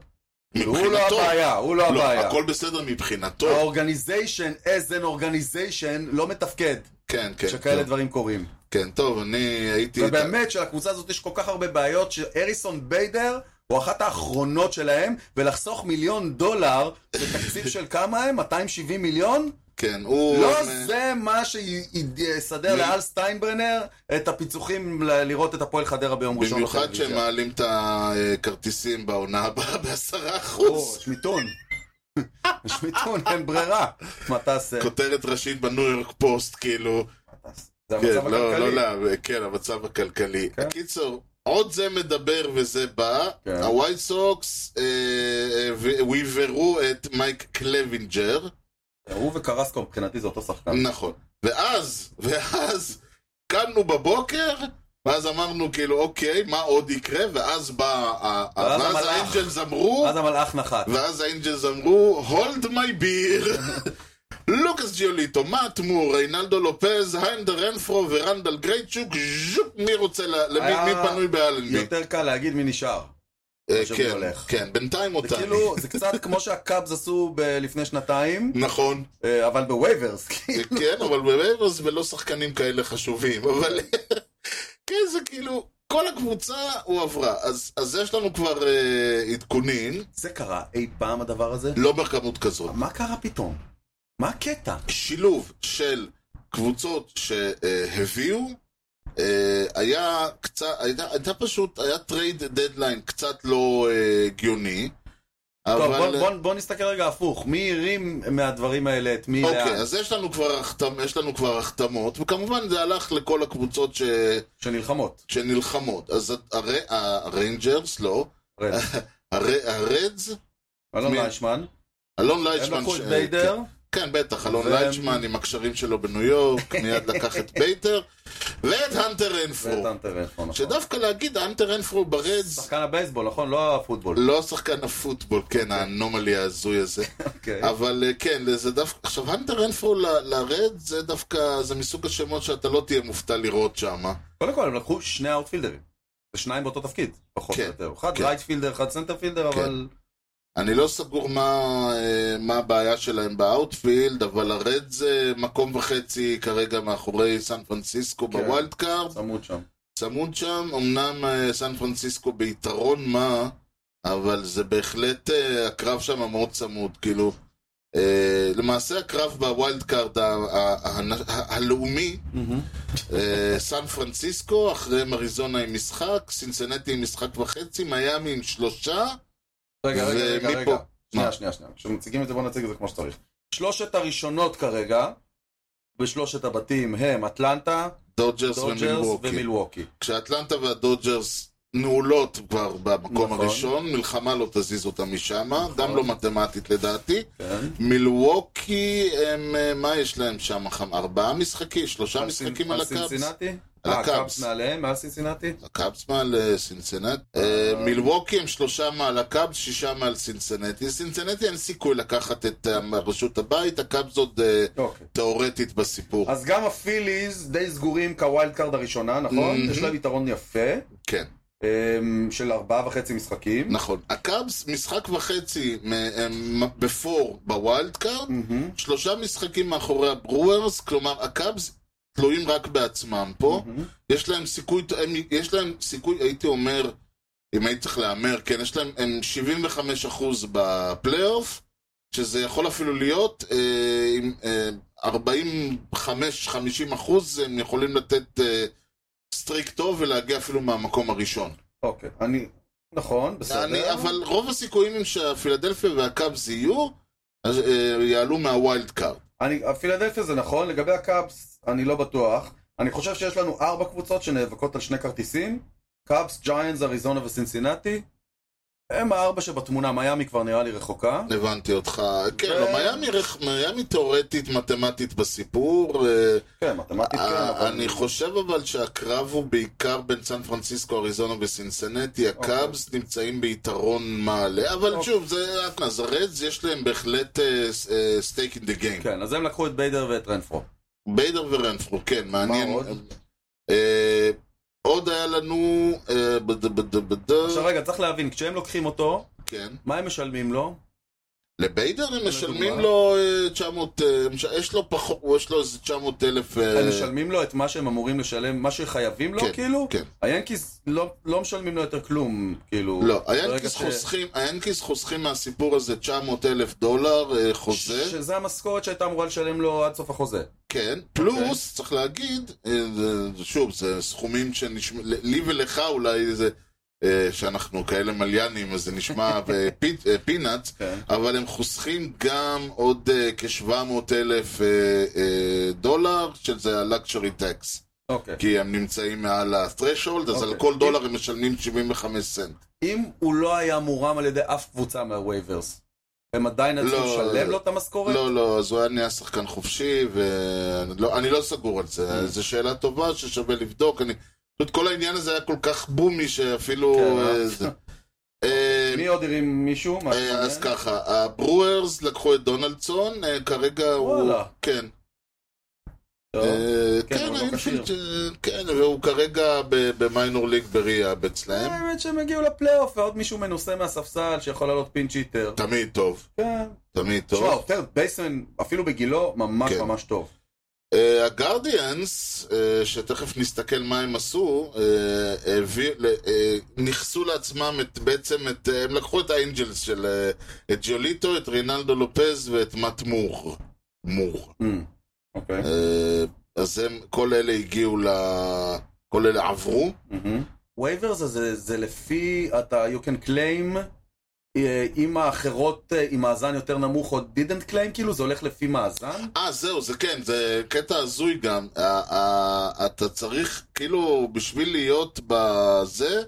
B: הוא לא
A: מבחינתו.
B: הבעיה, הוא לא
A: לא,
B: הבעיה.
A: הכל בסדר מבחינתו.
B: האורגניזיישן, as an organization, לא מתפקד
A: כן, כן.
B: כשכאלה
A: טוב.
B: דברים קורים.
A: כן, טוב, אני הייתי...
B: ובאמת שלקבוצה הזאת יש כל כך הרבה בעיות שאריסון ביידר הוא אחת האחרונות שלהם, ולחסוך מיליון דולר בתקציב של כמה הם? 270 מיליון?
A: כן, הוא...
B: לא
A: אה,
B: זה מה שיסדר
A: מי?
B: לאל סטיינברנר את הפיצוחים ל- לראות את הפועל חדרה ביום ראשון.
A: במיוחד
B: בטלוויזיה.
A: שהם מעלים את הכרטיסים בעונה הבאה בעשרה
B: או,
A: אחוז.
B: יש מיתון. יש מיתון, אין ברירה. מה תעשה?
A: כותרת ראשית בניו יורק פוסט, כאילו,
B: מה תעשה? זה
A: כן,
B: המצב
A: לא, לא,
B: הכלכלי.
A: לא, כן, המצב הכלכלי.
B: כן.
A: קיצור, עוד זה מדבר וזה בא, אה,
B: כן.
A: הווייט סוקס ויברו את מייק קלווינג'ר, לא.
B: הוא וקרסקו מבחינתי זה אותו שחקן.
A: נכון. ואז, ואז, קמנו בבוקר, ואז אמרנו כאילו, אוקיי, מה עוד יקרה? ואז בא, ה- ה-
B: ואז
A: ואז
B: המלאך.
A: האנג'לס אמרו,
B: אז המלאך נחת.
A: ואז האנג'לס אמרו, hold my beer. לוקאס ג'יוליטו, מאט מור, ריינלדו לופז, היינדר רנפרו ורנדל גרייצ'וק, ז'ופ, מי רוצה, ל- למי
B: היה
A: מי פנוי באלנבי?
B: אה, יותר קל להגיד מי נשאר.
A: אה,
B: מאשר מי
A: כן,
B: הולך.
A: כן, בינתיים
B: זה
A: אותה.
B: כאילו, זה קצת כמו שהקאבס עשו ב- לפני שנתיים,
A: נכון,
B: אה, אבל בווייברס. כאילו.
A: כן, אבל בווייברס ולא שחקנים כאלה חשובים, אבל כן, זה כאילו, כל הקבוצה הועברה, אז אז יש לנו כבר אה, עדכונים,
B: זה קרה אי פעם הדבר הזה?
A: לא בכמות כזאת.
B: מה קרה פתאום? מה הקטע?
A: שילוב של קבוצות שהביאו, אה, היה קצת, הייתה, הייתה פשוט, היה טרייד דדליין קצת לא אה, הגיוני,
B: טוב,
A: אבל...
B: בוא- בוא- בוא נסתכל רגע הפוך. מי הרים מהדברים האלה את מי
A: אוקיי,
B: לאן?
A: אז יש לנו, כבר החתמ... יש לנו כבר החתמות, וכמובן זה הלך לכל הקבוצות ש...
B: שנלחמות.
A: שנלחמות. אז את- הר... הריינג'רס, לא,
B: רד.
A: הר... הרדס,
B: אלון
A: מי?
B: ליישמן.
A: אלון
B: הם
A: לייצ'מן,
B: לקחו את
A: ש-
B: ביידר.
A: כן, בטח, אלון
B: ו-
A: לייצ'מן עם הקשרים שלו בניו יורק, מיד לקח את בייטר, ואת הנטר אנפרו.
B: ואת אנטר רנפרו, נכון.
A: שדווקא להגיד, האנטר הנפרו ברדס,
B: שחקן הבייסבול, נכון? לא הפוטבול.
A: לא שחקן הפוטבול, כן, האנומלי ההזוי הזה.
B: אוקיי.
A: אבל אה, כן, זה דווקא... עכשיו, האנטר הנפרו לרד, זה דווקא, זה מסוג השמות שאתה לא תהיה מופתע לראות שם.
B: קודם כל, הם לקחו שני האוטפילדרים. זה שניים באותו תפקיד, פחות או
A: כן,
B: יותר. אחד
A: כן.
B: רייטפילדר, אחד סנטרפילדר,
A: כן.
B: אבל...
A: אני לא סגור מה, אה, מה הבעיה שלהם באאוטפילד, אבל הרד זה מקום וחצי כרגע מאחורי סן פרנסיסקו
B: כן.
A: בווילד קארד.
B: צמוד שם.
A: צמוד שם, אמנם אה, סן פרנסיסקו ביתרון מה, אבל זה בהחלט, אה, הקרב שם מאוד צמוד, כאילו. אה, למעשה הקרב בווילד קארד ה- ה- ה- ה- הלאומי, אה, סן פרנסיסקו, אחרי מריזונה עם משחק, סינצנטי עם משחק וחצי, מיאמי עם שלושה,
B: רגע, רגע, רגע,
A: ומפה-
B: רגע. שנייה,
A: מה?
B: שנייה, שנייה. כשמציגים את זה, בואו נציג את זה כמו שצריך. שלושת הראשונות כרגע, בשלושת הבתים, הם אטלנטה,
A: דודג'רס
B: דודג'רס
A: ומילווקי.
B: ומילווקי.
A: כשאטלנטה והדודג'רס נעולות כבר במקום
B: נכון.
A: הראשון, מלחמה לא תזיז אותם משם, גם לא מתמטית לדעתי.
B: כן.
A: מילווקי, הם, אה, מה יש להם שם? חמ- ארבעה משחקים? שלושה
B: על סינ-
A: משחקים על הקאבס?
B: סינצינטי?
A: על
B: אה,
A: הקאבס.
B: הקאבס מעליהם, מעל סינצינטי?
A: הקאבס מעל אה, סינצנט. אה, מילווקי הם שלושה מעל הקאבס, שישה מעל סינצנטי. סינצנטי אין סיכוי לקחת את אה, רשות הבית, הקאבס עוד אה,
B: אוקיי.
A: תאורטית בסיפור.
B: אז גם הפיליז די סגורים כווילד קארד הראשונה, נכון?
A: Mhm.
B: יש להם יתרון יפה,
A: כן,
B: אמ, של ארבעה וחצי משחקים.
A: נכון. הקאבס משחק וחצי מ- הם בפור בווילד קארד,
B: Mhm.
A: שלושה משחקים מאחורי הברוארס, כלומר הקאבס תלויים רק בעצמם פה.
B: Mhm.
A: יש להם סיכוי, הם, יש להם סיכוי, הייתי אומר, אם הייתי צריך להמר, כן, יש להם, הם 75% בפלייאוף, שזה יכול אפילו להיות, אה, עם, אה, 45-50% הם יכולים לתת אה, סטריק טוב ולהגיע אפילו מהמקום הראשון.
B: אוקיי, אני... נכון, בסדר.
A: אני, אבל רוב הסיכויים הם שהפילדלפיה והקאבס יהיו, אז אה, יעלו מהווילד קארד.
B: אני, הפילדלפיה זה נכון, לגבי הקאבס אני לא בטוח. אני חושב שיש לנו ארבע קבוצות שנאבקות על שני כרטיסים. קאבס, ג'יינס, אריזונה וסינסינטי. הם הארבע שבתמונה, מיאמי כבר נראה לי רחוקה.
A: הבנתי אותך. כן,
B: ו-
A: לא, מיאמי רכ- מיאמי תאורטית מתמטית בסיפור. אה,
B: כן, מתמטית כן,
A: אה,
B: אבל...
A: אני חושב אבל שהקרב הוא בעיקר בין סן פרנסיסקו, אריזונה וסינסנטי. הקאבס נמצאים ביתרון מעלה, אבל
B: אוקיי.
A: שוב, זה אז הרדס יש להם בהחלט אה, סטייק אין דה גיים.
B: כן, אז הם לקחו את ביידר ואת רנפרו.
A: ביידר ורנפרו, כן, מעניין.
B: מה עוד?
A: אה, עוד היה לנו... אה, בד- בד- בד-
B: עכשיו רגע, צריך להבין, כשהם לוקחים אותו,
A: כן.
B: מה הם משלמים לו?
A: לביידר הם משלמים
B: לדוגמה.
A: לו אה, 900... אה, מש- יש לו פחות, יש לו איזה 900 אלף... אה,
B: הם משלמים לו את מה שהם אמורים לשלם, מה שחייבים לו,
A: כן,
B: כאילו?
A: כן.
B: היאנקיז לא לא משלמים לו יותר כלום, כאילו.
A: לא,
B: ברגע
A: היאנקיס
B: ש-
A: חוסכים, היאנקיס חוסכים מהסיפור הזה 900 אלף דולר אה, חוזה,
B: שזה המשכורת שהייתה אמורה לשלם לו עד סוף החוזה.
A: כן,
B: אוקיי.
A: פלוס, צריך להגיד, אה, זה- שוב, זה סכומים שנשמע, לי ולך אולי זה אה, שאנחנו כאלה מליינים, אז זה נשמע אה, פי- אה, פינאץ,
B: כן.
A: אבל הם חוסכים גם עוד אה, כ-700 אלף אה, אה, דולר, שזה ה-luxury tax,
B: אוקיי.
A: כי הם נמצאים מעל ה-threshold, אז
B: אוקיי.
A: על כל דולר הם משלמים 75 סנט.
B: אם הוא לא היה מורם על ידי אף קבוצה מהווייברס, הם עדיין היו צריכים
A: לא,
B: לשלם
A: לא.
B: לו את המשכורת?
A: לא, לא, אז הוא היה נהיה שחקן חופשי, ואני לא, אני לא סגור על
B: כן.
A: זה. זו שאלה טובה ששווה לבדוק. אני... פשוט כל העניין הזה היה כל כך בומי שאפילו...
B: כן, אה?
A: אה, זה- אה,
B: מי עוד הרים מישהו? מה,
A: אה, אז
B: מעניין?
A: ככה, הברוארס לקחו את דונלדסון, אה, כרגע הוא...
B: וואלה.
A: כן.
B: טוב.
A: אה,
B: כן,
A: כן,
B: הוא לא
A: אני
B: כשיר.
A: חושב ש... כן, והוא כרגע ב- במיינור ליג בריאב אצלהם.
B: אה, האמת שהם הגיעו לפלייאוף, ועוד מישהו מנוסה מהספסל שיכול לעלות פינצ' היטר.
A: תמיד טוב,
B: כן.
A: תמיד
B: תשמע,
A: טוב.
B: אופטר בייסמן, אפילו בגילו, ממש
A: כן.
B: ממש טוב.
A: אה, הגרדיאנס, אה, שתכף נסתכל מה הם עשו, אה, הביא- ל- אה, נכסו לעצמם את, בעצם את, אה, הם לקחו את האנג'לס של, אה, את ג'וליטו, את רינלדו לופז ואת מאט מור. מור.
B: Mm, אוקיי.
A: אה, אז הם, כל אלה הגיעו ל... כל אלה עברו.
B: מהמם. וייברס Mm-hmm. זה- זה לפי, אתה, you can claim, אה, אם האחרות אה, עם מאזן יותר נמוך או didn't claim, כאילו זה הולך לפי מאזן?
A: אה, זהו, זה כן, זה קטע הזוי גם. ה- ה- אתה צריך, כאילו, בשביל להיות בזה,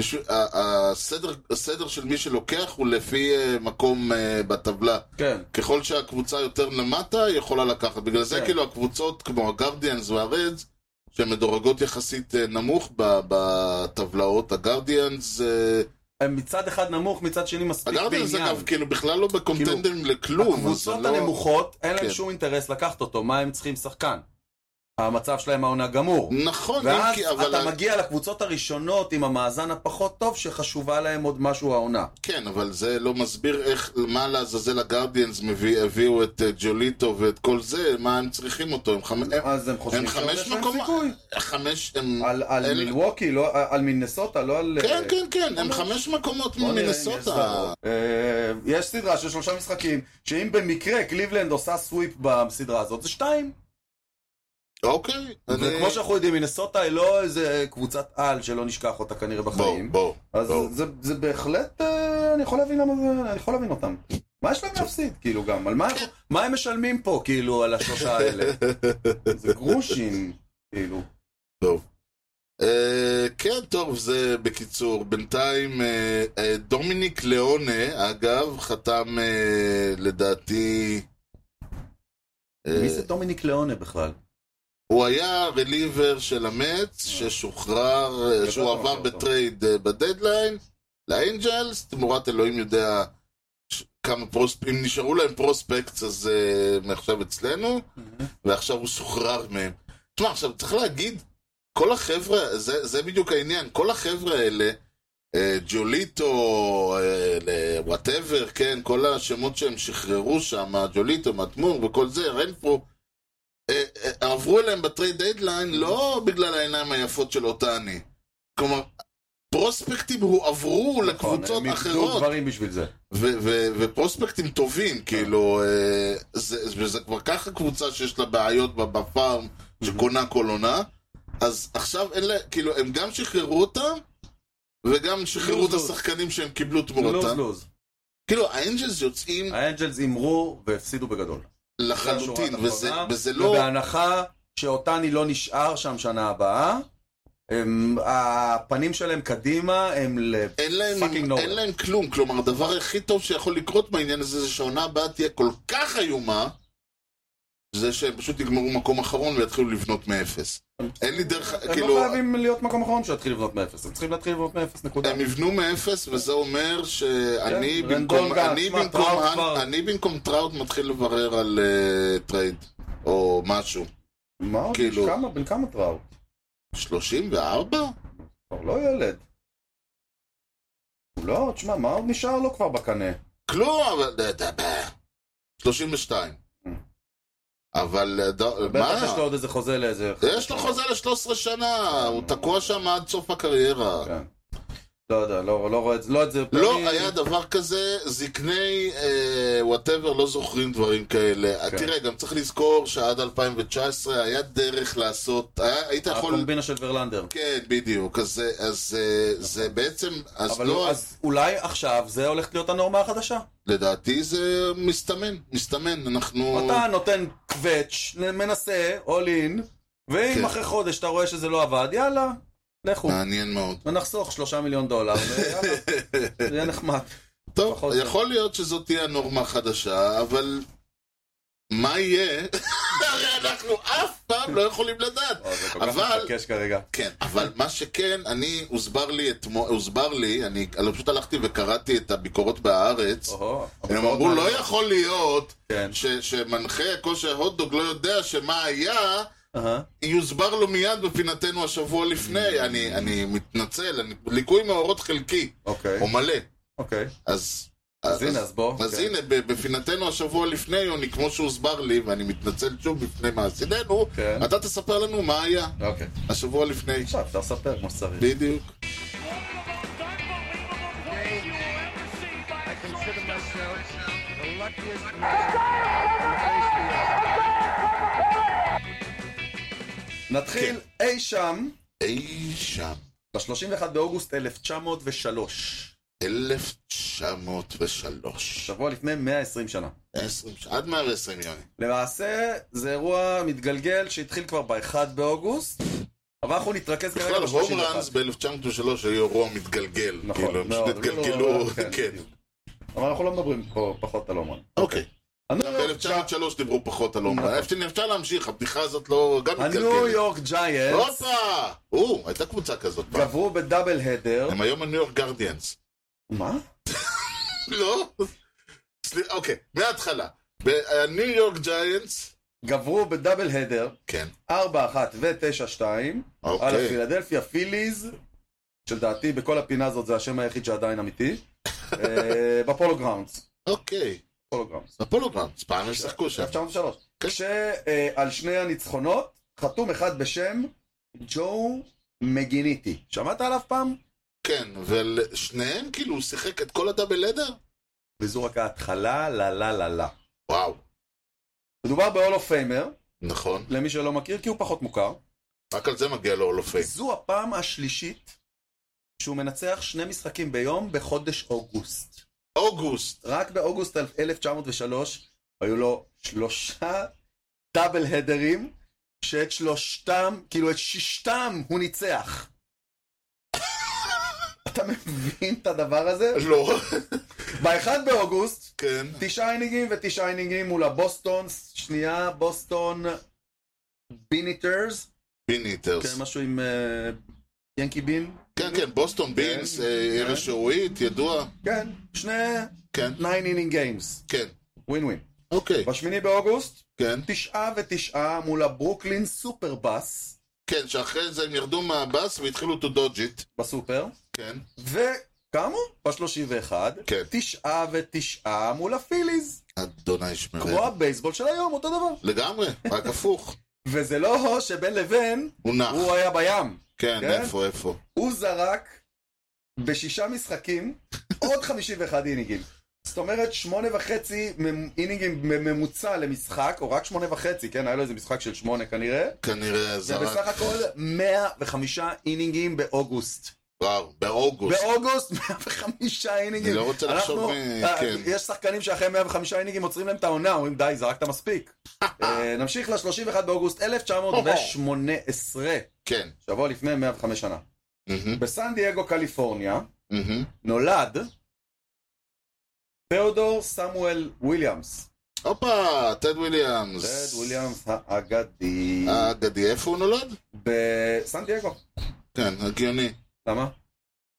A: בשביל- ה- הסדר, הסדר של מי שלוקח הוא לפי אה, מקום אה, בטבלה.
B: כן.
A: ככל שהקבוצה יותר למטה, היא יכולה לקחת. בגלל זה,
B: כן.
A: כאילו, הקבוצות כמו הגרדיאנס והרדס, שהן מדורגות יחסית אה, נמוך ב- בטבלאות, הגרדיאנס... אה,
B: הם מצד אחד נמוך, מצד שני מספיק
A: הגרדיאנס,
B: בעניין.
A: אגב, כאילו, בכלל לא בקונטנדרים לכלום. אז
B: הקבוצות
A: זה לא-
B: הנמוכות, אין להם
A: כן.
B: שום אינטרס לקחת אותו, מה הם צריכים שחקן? המצב שלהם העונה גמור.
A: נכון, אם
B: ואז
A: כי- אבל...
B: אתה מגיע לקבוצות הראשונות עם המאזן הפחות טוב, שחשובה להם עוד משהו העונה.
A: כן, אבל זה לא מסביר איך, מה לעזאזל הגרדיאנס מביא, הביאו את אה, ג'וליטו ואת כל זה, מה הם צריכים אותו, הם, חמ... הם,
B: אה, אז הם חושבים
A: הם חמש
B: שיש להם
A: מקומות,
B: סיכוי.
A: חמש, הם,
B: על- על
A: אין-
B: מילווקי, לא- על מינסוטה, לא על...
A: כן,
B: אה,
A: כן, כן, הם חמש מקומות
B: בוא נראה אם יש
A: ממינסוטה,
B: סדרות. אה, יש סדרה של שלושה משחקים, שאם במקרה קליבלנד עושה סוויפ בסדרה הזאת, זה שתיים.
A: אוקיי,
B: וכמו שאנחנו יודעים, מינסוטה היא לא איזה קבוצת על שלא נשכח אותה כנראה
A: בואו,
B: בחיים.
A: בואו,
B: אז
A: בואו.
B: זה, זה בהחלט, אה, אני יכול להבין למה זה, אני יכול להבין אותם. מה יש להם להפסיד, כאילו גם? על מה, הם- מה הם משלמים פה, כאילו, על השלושה האלה? זה גרושים, כאילו.
A: טוב. אה, כן, טוב, זה בקיצור. בינתיים, אה, אה, דומיניק ליאונה, אגב, חתם אה, לדעתי... אה,
B: מי זה דומיניק ליאונה בכלל?
A: הוא היה רליבר של המץ, ששוחרר,
B: גדול
A: שהוא
B: אתה
A: עבר
B: מכיר אותו.
A: בטרייד אה, בדדליין לאנג'לס, תמורת אלוהים יודע ש- כמה פרוספ... אם נשארו להם פרוספקטס, אז אה, מעכשיו אצלנו, ועכשיו הוא שוחרר מהם. תשמע, עכשיו צריך להגיד, כל החבר'ה, זה, זה בדיוק העניין, כל החבר'ה האלה, אה, ג'וליטו, וואטאבר, כן, כל השמות שהם שחררו שם, ג'וליטו, מטמור וכל זה, רנפרו, אה, אה, עברו אליהם בטרייד דיידליין לא בגלל העיניים היפות של אותני. כלומר, פרוספקטים הועברו לקבוצות
B: נכון, הם איבדו
A: אחרות.
B: דברים בשביל זה.
A: ו- ו- ופרוספקטים טובים, כאילו, אה, זה, זה, זה כבר ככה קבוצה שיש לה בעיות ב- בפארם שקונה כל עונה, אז עכשיו אין לה, כאילו, הם גם שחררו אותם, וגם שחררו את
B: לוז-לוז.
A: השחקנים שהם קיבלו
B: לוז
A: תמורתם.
B: לוז.
A: כאילו, האנג'לס יוצאים
B: האנג'לס הימרו והפסידו בגדול.
A: לחלוטין,
B: לשורה
A: וזה,
B: התחתונה,
A: וזה לא...
B: ובהנחה שאותני לא נשאר שם שנה הבאה, הם- הפנים שלהם קדימה הם ל...
A: אין
B: fucking
A: להם,
B: nowhere.
A: אין להם כלום, כלומר הדבר הכי טוב שיכול לקרות בעניין הזה זה שהעונה הבאה תהיה כל כך איומה זה שהם פשוט יגמרו מקום אחרון ויתחילו לבנות מאפס. אין לי דרך,
B: הם
A: כאילו...
B: לא חייבים להיות מקום אחרון שיתחיל לבנות מאפס, הם צריכים להתחיל לבנות מאפס, נקודה.
A: הם יבנו מאפס, וזה אומר שאני
B: כן,
A: במקום,
B: רנדון גל,
A: אני,
B: שמע,
A: במקום,
B: טראוט
A: האן-
B: כבר.
A: אני במקום טראוט מתחיל לברר על אה, טרייד, או משהו.
B: מה עוד?
A: כאילו-
B: כמה, בן כמה טראוט?
A: 34?
B: כבר לא ילד. הוא לא, תשמע, מה עוד נשאר לו כבר בקנה?
A: כלום, אבל... דה, דה, דה. 32.
B: Mm.
A: אבל... אה, ד-
B: בטח יש לו
A: מה?
B: עוד איזה חוזה לאיזה...
A: יש לו חוזה ל-13 שנה, הוא תקוע שם עד סוף הקריירה.
B: כן. לא יודע, לא, לא רואה את זה, לא את זה.
A: לא
B: אני-
A: היה דבר כזה, זקני וואטאבר לא זוכרים דברים כאלה.
B: כן.
A: תראה, גם צריך לזכור שעד 2019 היה דרך לעשות, היה- היית יכול...
B: הקומבינה של ורלנדר.
A: כן, בדיוק. אז, אה, אז אה, זה בעצם, אז
B: נכון. אבל
A: לא,
B: לא, אז אולי עכשיו זה הולך להיות הנורמה החדשה.
A: לדעתי זה מסתמן, מסתמן. אנחנו...
B: אתה נותן קווץ', מנסה, all in,
A: כן. אה.
B: ואם אחרי חודש אתה רואה שזה לא עבד, יאללה, לכו.
A: מעניין מאוד.
B: ונחסוך שלושה מיליון דולר, ויאללה, זה יהיה נחמד.
A: טוב,
B: פחות-
A: יכול להיות שזאת תהיה הנורמה החדשה, אבל מה יהיה? הרי אנחנו אף פעם לא יכולים לדעת.
B: וואו, זה כל כך
A: אבל-
B: מתבקש כרגע.
A: כן, אבל מה שכן, אני, הוסבר לי אתמול, הוסבר לי, אני אני פשוט הלכתי וקראתי את הביקורות בהארץ,
B: אוהו,
A: הם
B: הביקורת
A: אמרו, לא
B: מעניינת."
A: יכול להיות
B: כן.
A: ש- שמנחה כושר הוטדוג לא יודע שמה היה,
B: אהה.
A: יוסבר לו מיד בפינתנו השבוע
B: Mm.
A: לפני. אני אני מתנצל, אני- ליקוי מאורות חלקי,
B: אוקיי,
A: או מלא.
B: אוקיי.
A: אז...
B: אז הנה, אז בוא.
A: אז
B: כן.
A: הנה, ב- בפינתנו השבוע לפני, יוני, כמו שהוסבר לי, ואני מתנצל שוב בפני מעשינינו,
B: כן.
A: אתה תספר לנו מה היה
B: אוקיי.
A: השבוע לפני.
B: עכשיו, אפשר לספר כמו שצריך.
A: בדיוק.
D: I consider myself the luckiest man.
B: נתחיל
A: כן.
B: אי שם,
A: אי שם,
B: ב-31 באוגוסט 1903.
A: 1903.
B: שבוע לפני 120 שנה.
A: 20, עד 120 יוני.
B: כן, למעשה, זה אירוע מתגלגל שהתחיל כבר ב-1 באוגוסט, אבל אנחנו נתרכז כרגע
A: בכלל, הום ראנס
B: ב-31.
A: ב-1903 היו אירוע מתגלגל.
B: נכון,
A: כאילו, הם פשוט
B: מאוד,
A: התגלגלו,
B: כאילו, כן,
A: כן.
B: בדיוק. אבל אנחנו לא מדברים פה פחות על הומרן.
A: אוקיי. גם
B: הניו יורק ג'א-
A: ב-1903 דיברו פחות על הום
B: נכון.
A: ראנס. אפשר להמשיך, הבדיחה הזאת לא... גם
B: הניו
A: מתגלגלת.
B: יורק ג'יינטס
A: הופה! או, הייתה קבוצה כזאת פעם.
B: גברו בדאבל הדר.
A: הם היום הניו יורק גרדיאנס.
B: מה?
A: לא? סליחה, אוקיי, מההתחלה. הניו יורק ג'יינטס,
B: גברו בדאבל הדר,
A: כן,
B: 4-1 ו-9-2, על
A: אוקיי.
B: הפילדלפיה פיליז, שלדעתי בכל הפינה הזאת זה השם היחיד שעדיין אמיתי, אה, בפולו גראונדס.
A: אוקיי.
B: פולו גראונדס.
A: הפולוגרמס, פעם הם שיחקו שם.
B: 1903.
A: כן.
B: כשעל שני הניצחונות חתום אחד בשם ג'ו מגיניטי. שמעת עליו פעם?
A: כן, אבל שניהם כאילו, הוא שיחק את כל הדאבל הדר?
B: וזו רק ההתחלה, לה לה לה לה.
A: וואו,
B: מדובר ב-all of famer,
A: נכון.
B: למי שלא מכיר, כי הוא פחות מוכר.
A: כן. רק על זה מגיע לו אולופי.
B: זו הפעם השלישית שהוא מנצח שני משחקים ביום בחודש אוגוסט.
A: אוגוסט.
B: רק באוגוסט 1903 היו לו שלושה דאבל הדרים, שאת שלושתם, כאילו את שישתם הוא ניצח. אתה מבין את הדבר הזה?
A: לא,
B: ב-1 באוגוסט,
A: כן.
B: תשעה אינינגים ותשעה אינינגים מול הבוסטון, שנייה, בוסטון ביניטרס,
A: ביניטרס.
B: כן, משהו עם אה, ינקי בין,
A: כן, כן, בוסטון בינס,
B: כן,
A: אה,
B: כן.
A: עיר השעועית, ידוע.
B: כן, שני
A: כן,
B: 9 אינינג גיימס,
A: כן.
B: ווין ווין.
A: אוקיי,
B: בשמיני באוגוסט,
A: כן.
B: תשעה ותשעה מול הברוקלין סופרבאס
A: כן, שאחרי זה הם ירדו מהבאס והתחילו to dodge it.
B: בסופר,
A: כן.
B: וכאמור, ב-31,
A: כן.
B: תשעה ותשעה מול הפיליז,
A: אדוני שמרנו.
B: כמו הבייסבול של היום, אותו דבר.
A: לגמרי, רק הפוך.
B: וזה לא שבין לבין
A: הוא נח.
B: הוא היה בים,
A: כן,
B: כן?
A: איפה, איפה.
B: הוא זרק בשישה משחקים עוד 51 אינינגים. זאת אומרת, שמונה וחצי ממ- אינינגים בממוצע למשחק, או רק שמונה וחצי, כן? היה לו איזה משחק של שמונה כנראה.
A: כנראה
B: זה
A: זרק.
B: בסך הכל 105 אינינגים באוגוסט.
A: וואו, באוגוסט.
B: באוגוסט 105 אינינגים.
A: אני לא רוצה לחשוב
B: אנחנו-
A: מ-
B: אה,
A: כן.
B: יש שחקנים שאחרי 105 אינינגים עוצרים להם את העונה, אומרים די, זרקת מספיק. אה, נמשיך ל-31 באוגוסט 1918,
A: כן.
B: שבוע לפני 105 שנה.
A: מהמם,
B: בסן דייגו, קליפורניה,
A: מהמם.
B: נולד תיאודור סמואל וויליאמס.
A: הופה, טד וויליאמס.
B: זה וויליאמס האגדי.
A: האגדי, איפה הוא נולד?
B: בסן דייגו.
A: כן, הגיוני.
B: למה?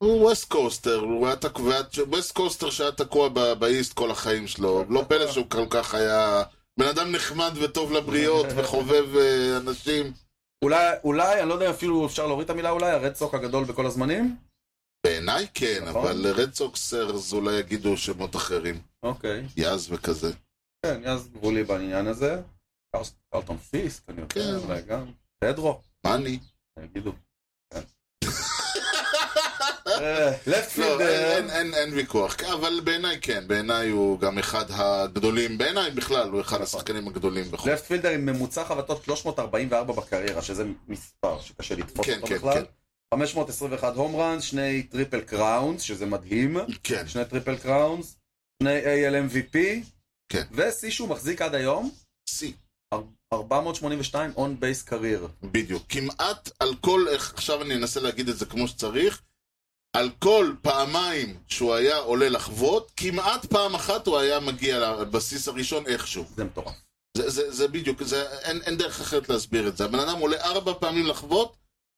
A: הוא ווסט קוסטר, הוא היה תקוע, ווסט קוסטר שהיה תקוע ב- באיסט כל החיים שלו. לא פלא שהוא כל כך היה... בן אדם נחמד וטוב לבריות וחובב אה, אנשים.
B: אולי, אולי, אני לא יודע אפילו אפשר להוריד את המילה אולי, הרד סוק הגדול בכל הזמנים?
A: בעיניי כן,
B: נכון.
A: אבל רד סוקסרס אולי יגידו שמות אחרים.
B: אוקיי.
A: יאז וכזה.
B: כן, אז גבולי בעניין הזה. קר- קרלטון פיסק, אני
A: כן.
B: יודע, אולי גם. פדרו, כן.
A: מאני.
B: יגידו.
A: לא,
B: לפטפילד...
A: אין- אין- אין- אין ויכוח, אבל בעיניי כן, בעיניי הוא גם אחד הגדולים, בעיניי בכלל הוא אחד השחקנים הגדולים בכל
B: לפט פילדר עם ממוצע חבטות 344 בקריירה, שזה מספר שקשה לתפוס
A: כן,
B: אותו
A: כן,
B: בכלל.
A: כן.
B: 521 הום ראנס, שני טריפל קראונס, שזה מדהים.
A: כן,
B: שני טריפל קראונס, שני AL MVP.
A: כן.
B: ושיא שהוא מחזיק עד היום,
A: שיא,
B: 482 און בייס קרייר.
A: בדיוק. כמעט על כל, איך- עכשיו אני אנסה להגיד את זה כמו שצריך, על כל פעמיים שהוא היה עולה לחוות, כמעט פעם אחת הוא היה מגיע לבסיס הראשון איכשהו.
B: זה מטורף.
A: זה, זה, זה בדיוק, זה, אין, אין דרך אחרת להסביר את זה. הבן אדם עולה ארבע פעמים לחוות,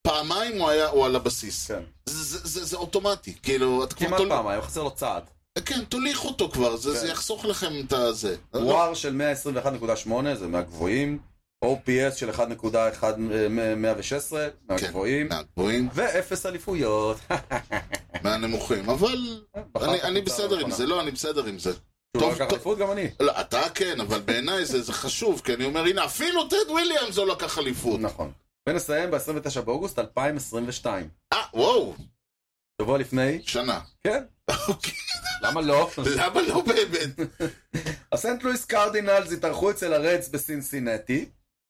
A: פעמיים הוא היה, הוא על הבסיס.
B: כן.
A: זה, זה, זה, זה אוטומטי, כאילו, את כבר...
B: כמעט
A: תול-
B: פעמיים, חסר לו צעד.
A: כן, תוליך אותו כבר, זה,
B: כן.
A: זה יחסוך לכם את הזה. לא,
B: וואר של 121.8, זה מהגבוהים. OPS של 1.116,
A: כן,
B: מהגבוהים.
A: מהגבוהים,
B: ואפס אליפויות.
A: מהנמוכים, אבל אני, אני בסדר עם זה, לא, אני בסדר עם זה.
B: טוב,
A: טוב,
B: לקח
A: טוב.
B: אליפות גם אני.
A: לא, אתה כן, אבל בעיניי זה, זה חשוב, כי אני אומר, הנה, אפילו טד וויליאמס לא לקח אליפות.
B: נכון. ונסיים ב-29 באוגוסט 2022.
A: אה, וואו,
B: שבוע לפני,
A: שנה.
B: כן,
A: אוקיי,
B: למה לא?
A: למה לא באמת?
B: הסנט לואיס קרדינלס התארחו אצל הרדס בסינסינטי,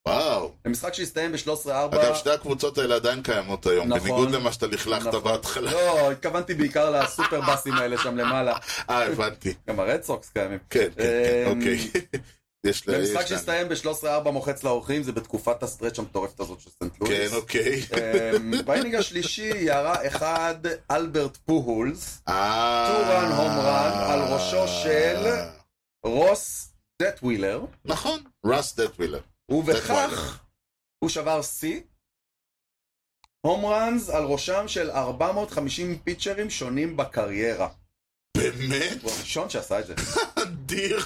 A: וואו.
B: למשחק שהסתיים ב-13-4.
A: אגב, שתי הקבוצות האלה עדיין קיימות היום,
B: נכון.
A: בניגוד למה שאתה לכלכת בהתחלה.
B: לא, התכוונתי בעיקר לסופרבאסים האלה שם למעלה.
A: אה, הבנתי.
B: גם הרד סוקס קיימים.
A: כן, כן, כן,
B: אמ,
A: אוקיי. יש לה...
B: במשחק
A: יש לה-
B: שהסתיים ב-13-4 מוחץ לאורחים, זה בתקופת הסטרץ' המטורפת הזאת של סנט
A: כן,
B: לואיס.
A: אוקיי.
B: אמ, באינינג השלישי ירה אחד אלברט פוהולס,
A: אה...
B: טורן הום רן על ראשו של- רוס דטווילר,
A: נכון, רס דטווילר.
B: ובכך הוא שבר שיא. הום ראנס על ראשם של 450 פיצ'רים שונים בקריירה.
A: באמת?
B: הוא הראשון שעשה את זה.
A: אדיר.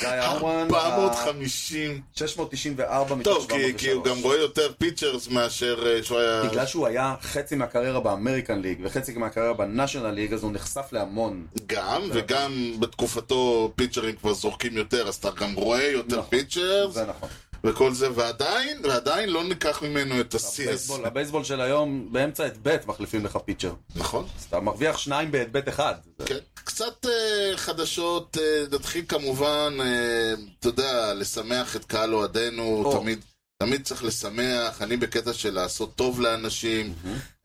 B: זה היה הום ראנס ה-
A: 450.
B: 694 מתוך
A: טוב, כי- כי הוא
B: 703.
A: גם רואה יותר פיצ'רס מאשר אה, שהוא היה...
B: בגלל שהוא היה חצי מהקריירה באמריקן ליג וחצי מהקריירה בנאשונל ליג, אז הוא נחשף להמון.
A: גם,
B: כן.
A: וגם בתקופתו פיצ'רים כבר זורקים יותר, אז אתה גם רואה יותר
B: נכון.
A: פיצ'רס
B: זה נכון.
A: וכל זה, ועדיין, ועדיין לא ניקח ממנו את השיא הזה.
B: הבייסבול- הבייסבול של היום, באמצע את ב' מחליפים לך פיצ'ר.
A: נכון?
B: אז אתה מרוויח שניים בעת ב' אחד. זה-
A: כן. קצת אה, חדשות, אה, נתחיל כמובן, אה, אתה יודע, לשמח את קהל אוהדינו,
B: או.
A: תמיד, תמיד צריך לשמח, אני בקטע של לעשות טוב לאנשים,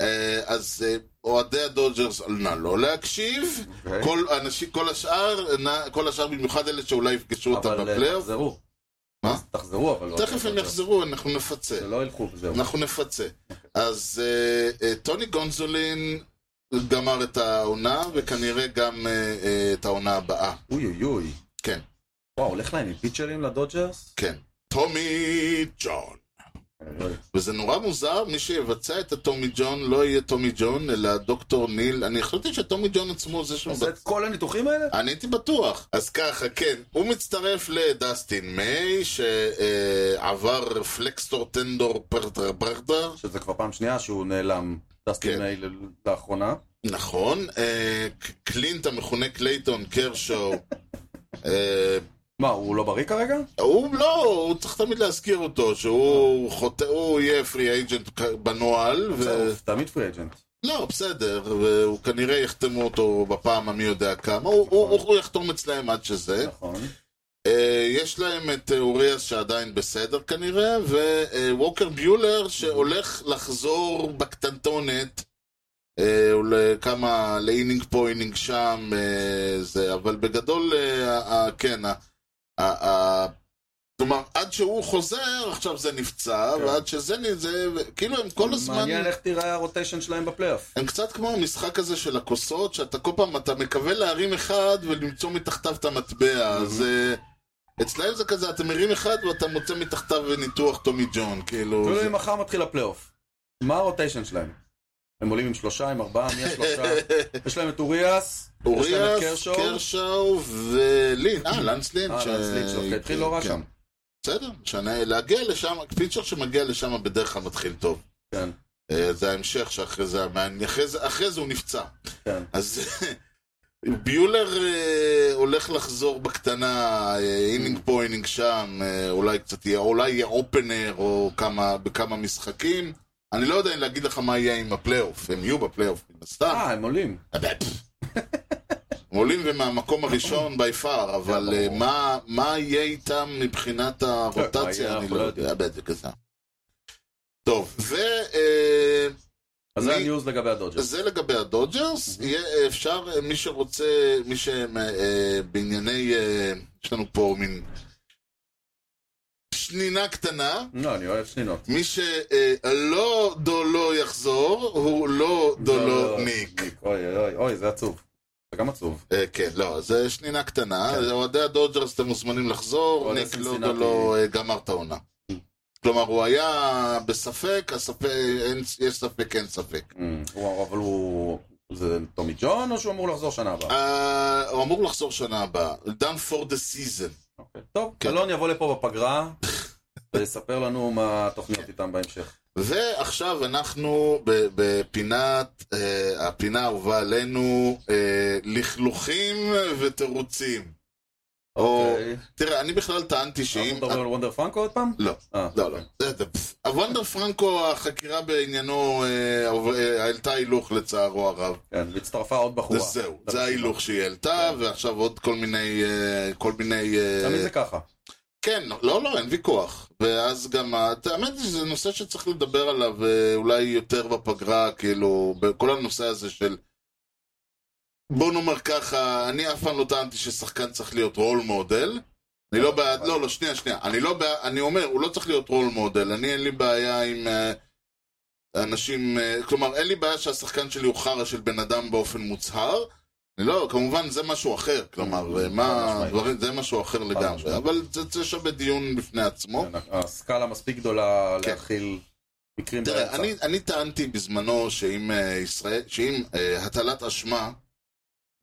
A: אה, אז אה, אוהדי הדודג'רס, נא לא להקשיב,
B: אוקיי.
A: כל האנשים- כל השאר, נא- כל השאר במיוחד אלה שאולי יפגשו אותם
B: אבל אה,
A: בפלייאוף,
B: תחזרו.
A: מה?
B: תחזרו, אבל לא.
A: תכף הם יחזרו, נכון. אנחנו נפצה.
B: שלא ילכו, זהו.
A: אנחנו נפצה. אז אה, אה, טוני גונזולין גמר את העונה, וכנראה גם אה, אה, את העונה הבאה.
B: אוי אוי אוי.
A: כן,
B: וואו, הולך להם עם פיצ'רים לדודג'רס? לא
A: כן. טומי ג'ון. וזה נורא מוזר, מי שיבצע את הטומי ג'ון לא יהיה טומי ג'ון, אלא דוקטור ניל. אני חשבתי שטומי ג'ון עצמו זה שהוא...
B: עושה את כל הניתוחים האלה?
A: אני הייתי בטוח. אז ככה, כן, הוא מצטרף לדסטין מיי, שעבר פלקסטור טנדור פרטר פרטר.
B: שזה כבר פעם שנייה שהוא נעלם. דסטין
A: כן.
B: מיי לאחרונה.
A: נכון, אה, ק- קלינט המכונה קלייטון קרשו, אה,
B: מה, הוא לא בריא כרגע?
A: הוא לא, הוא צריך תמיד להזכיר אותו, שהוא חוטא, הוא יהיה פרי אייג'נט כ- בנוהל, ו...
B: הוא תמיד פרי אג'נט.
A: לא, בסדר, והוא כנראה יחתמו אותו בפעם המי יודע כמה, הוא, הוא, הוא, הוא יחתום אצלהם עד שזה.
B: נכון.
A: אה, יש להם את אה, אוריאס שעדיין בסדר כנראה, וווקר ביולר שהולך לחזור בקטנטונת אה, לכמה, לאינינג פה, אינינג שם, אה, זה, אבל בגדול, אה, ה- ה- כן, ה- ה- ה- כלומר, עד שהוא חוזר, עכשיו זה נפצע,
B: כן.
A: ועד שזה, נ- זה, ו- כאילו הם כל הזמן...
B: מעניין איך תיראה הרוטיישן שלהם בפלייאוף.
A: הם קצת כמו המשחק הזה של הכוסות, שאתה כל פעם, אתה מקווה להרים אחד ולמצוא מתחתיו את המטבע, אז אה, אצלהם זה כזה, אתה מרים אחד ואתה מוצא מתחתיו ניתוח טומי ג'ון, כאילו...
B: אפילו
A: זה-
B: אם מחר מתחיל הפלייאוף. מה הרוטיישן שלהם? הם עולים עם שלושה, עם ארבעה, מי השלושה? יש להם את אוריאס, יש להם את
A: אוריאס,
B: קרשו.
A: קרשאו ולין, אה, לנס לין.
B: אה,
A: ש-
B: לנס לין, שאוקיי, התחיל לא רע
A: כן.
B: שם.
A: בסדר, שנה, להגיע לשם, פיצ'ר שמגיע לשם בדרך כלל מתחיל טוב.
B: כן,
A: אה, זה ההמשך שאחרי זה, המעניין- אחרי זה- אחרי זה הוא נפצע.
B: כן.
A: אז ביולר אה, הולך לחזור בקטנה, אה, אינינג פה, אינינג שם, אה, אולי קצת יהיה, אולי יהיה אופנר או כמה, בכמה משחקים. אני לא יודע אם להגיד לך מה יהיה עם הפלייאוף, הם יהיו בפלייאוף, מן הסתם.
B: אה, הם עולים.
A: הם עולים ומהמקום הראשון בי פאר, אבל אה, מה- מה יהיה איתם מבחינת
B: מה יהיה,
A: הרוטציה, אני
B: אנחנו
A: לא
B: לא
A: יודע, בדיוק כזה. טוב, אה, וזה
B: אז זה
A: מי-
B: הניוז לגבי הדודג'רס.
A: לגבי הדודג'רס, יהיה אה, אפשר, אה, מי שרוצה, מי שבענייני, אה, יש לנו פה מין שנינה קטנה,
B: לא, אני אוהב שנינות.
A: מי שלא דולו יחזור, הוא לא דולוניק.
B: אוי אוי אוי, אוי, זה עצוב. זה גם עצוב.
A: אה, כן, לא, זה שנינה קטנה.
B: כן.
A: אוהדי הדודג'רס, אתם מוזמנים לחזור.
B: אוהדי
A: ניק
B: סינסינטי.
A: לודולו אה, גמר את העונה. כלומר, הוא היה בספק, הספק, אין, יש ספק, אין ספק.
B: אמ, הוא- אבל הוא... זה טומי ג'ון או שהוא אמור לחזור שנה הבאה?
A: אה, הוא אמור לחזור שנה הבאה. done for the season.
B: אוקיי. טוב,
A: כן.
B: אלון יבוא לפה בפגרה ויספר לנו מה התוכניות איתם בהמשך.
A: ועכשיו אנחנו ב- בפינת, אה, הפינה האהובה עלינו, אה, לכלוכים ותירוצים. או,
B: אוקיי.
A: תראה, אני בכלל טענתי
B: אנחנו
A: שאם...
B: מדברים על וונדר פרנקו עוד פעם?
A: לא.
B: אה,
A: לא, לא.
B: אוקיי.
A: זה- זה- פס. הוונדר פרנקו, החקירה בעניינו אה, עוב- אה, העלתה הילוך לצערו הרב.
B: כן, והצטרפה עוד בחורה.
A: וזהו, זה ההילוך שהיא העלתה, ועכשיו עוד כל מיני... אה, כל מיני... אה,
B: כן. תמיד זה ככה.
A: כן, לא, לא, אין ויכוח. ואז גם, ה- האמת היא שזה נושא שצריך לדבר עליו אה, אולי יותר בפגרה, כאילו, בכל הנושא הזה של... בוא נאמר ככה, אני אף פעם לא טענתי ששחקן צריך להיות רול מודל. אני לא בעד, לא, לא, שנייה, שנייה. אני לא בעד, אני אומר, הוא לא צריך להיות רול מודל. אני אין לי בעיה עם אה, אנשים, אה, כלומר, אין לי בעיה שהשחקן שלי הוא חרא של בן אדם באופן מוצהר. אני לא, כמובן זה משהו אחר, כלומר, אה,
B: חד
A: מה,
B: משמעית.
A: דברים, זה משהו אחר לגמרי,
B: משמעית.
A: אבל זה- זה שווה דיון בפני עצמו.
B: כן, הסקאלה מספיק גדולה
A: כן.
B: להכיל מקרים
A: תראה,
B: באמצע.
A: אני- אני טענתי בזמנו שאם אה, ישראל, שאם אה, הטלת אשמה,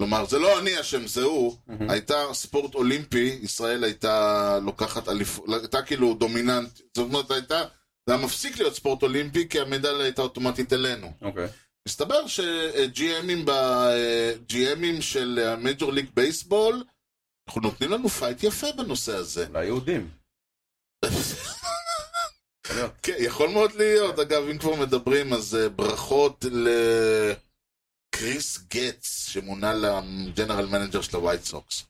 A: כלומר, זה לא אני אשם, זה הוא,
B: מהמם.
A: הייתה ספורט אולימפי, ישראל הייתה לוקחת אליפות, הייתה כאילו דומיננט, זאת אומרת, הייתה, זה היה מפסיק להיות ספורט אולימפי, כי המדליה הייתה אוטומטית אלינו.
B: אוקיי.
A: מסתבר שג'י.אמים אה, ג'י.אמים של אה, המייג'ור ליג בייסבול, אנחנו נותנים לנו פייט יפה בנושא הזה.
B: אולי יהודים.
A: כן, יכול מאוד להיות. אגב, אם כבר מדברים, אז אה, ברכות לקריס גץ, שמונה לג'נרל מנג'ר של הווייט סוקס.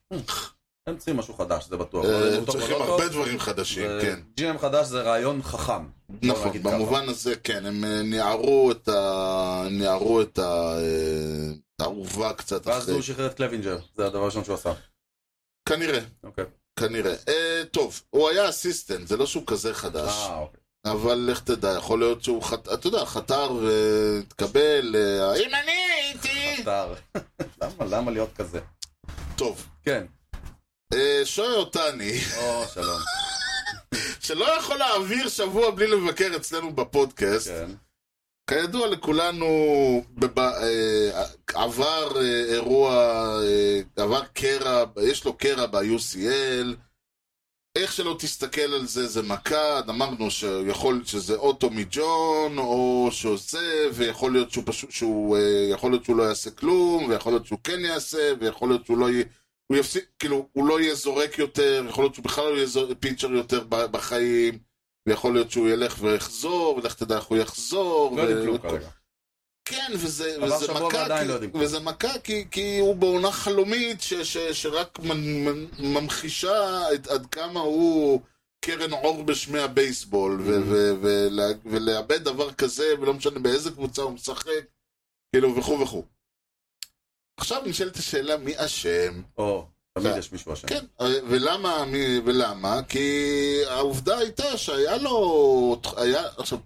B: הם צריכים משהו חדש, זה בטוח.
A: אה,
B: לא יודעים טוב או
A: צריכים
B: לא טוב,
A: הרבה דברים חדשים,
B: זה-
A: כן.
B: GM חדש זה רעיון חכם. בוא
A: נכון,
B: נגיד ככה.
A: במובן הזה, כן, הם אה, ניערו את ה... ניערו את ה... אה, את הערובה קצת
B: ואז
A: אחרי.
B: הוא שחרר את קלווינג'ר, זה הדבר הראשון שהוא עשה.
A: כנראה,
B: אוקיי.
A: כנראה. אה, טוב, הוא היה אסיסטנט, זה לא שהוא כזה חדש.
B: אה, אוקיי.
A: אבל לך תדע, יכול להיות שהוא חת... אתה יודע, חתר והתקבל... אה, אם אני הייתי...
B: חתר. למה, למה להיות כזה?
A: טוב.
B: כן.
A: אה, שוי אותני,
B: או, שלום.
A: שלא יכול להעביר שבוע בלי לבקר אצלנו בפודקאסט,
B: כן.
A: כידוע לכולנו, בב... אה, עבר אה, אירוע, אה, עבר קרע, יש לו קרע ב-UCL, איך שלא תסתכל על זה, זה מכה, אמרנו שיכול להיות שזה או טומי ג'ון, או שזה, ויכול להיות שהוא פשוט, שהוא, אה, יכול להיות שהוא לא יעשה כלום, ויכול להיות שהוא כן יעשה, ויכול להיות שהוא לא יהיה, הוא יפסיק, כאילו, הוא לא יהיה זורק יותר, יכול להיות שהוא בכלל לא יהיה זור- פיצ'ר יותר ב- בחיים. ויכול להיות שהוא ילך ויחזור, ולך תדע איך הוא יחזור.
B: לא יודעים
A: ו-
B: כלום כרגע.
A: כן, וזה,
B: עבר
A: וזה
B: שבוע
A: מכה,
B: ועדיין
A: כי,
B: לא יודעים כלום.
A: וזה מכה כי, כי הוא בעונה חלומית ש, ש, שרק מנ, מנ, ממחישה את, עד כמה הוא קרן עור בשמי הבייסבול,
B: Mm-hmm.
A: ו, ו, ולה, ולאבד דבר כזה, ולא משנה באיזה קבוצה הוא משחק, כאילו וכו' וכו'. עכשיו נשאלת השאלה מי אשם,
B: או, תמיד
A: כן.
B: יש מישהו אשם.
A: כן, ולמה, מי- ולמה? כי העובדה הייתה שהיה לו, היה, עכשיו,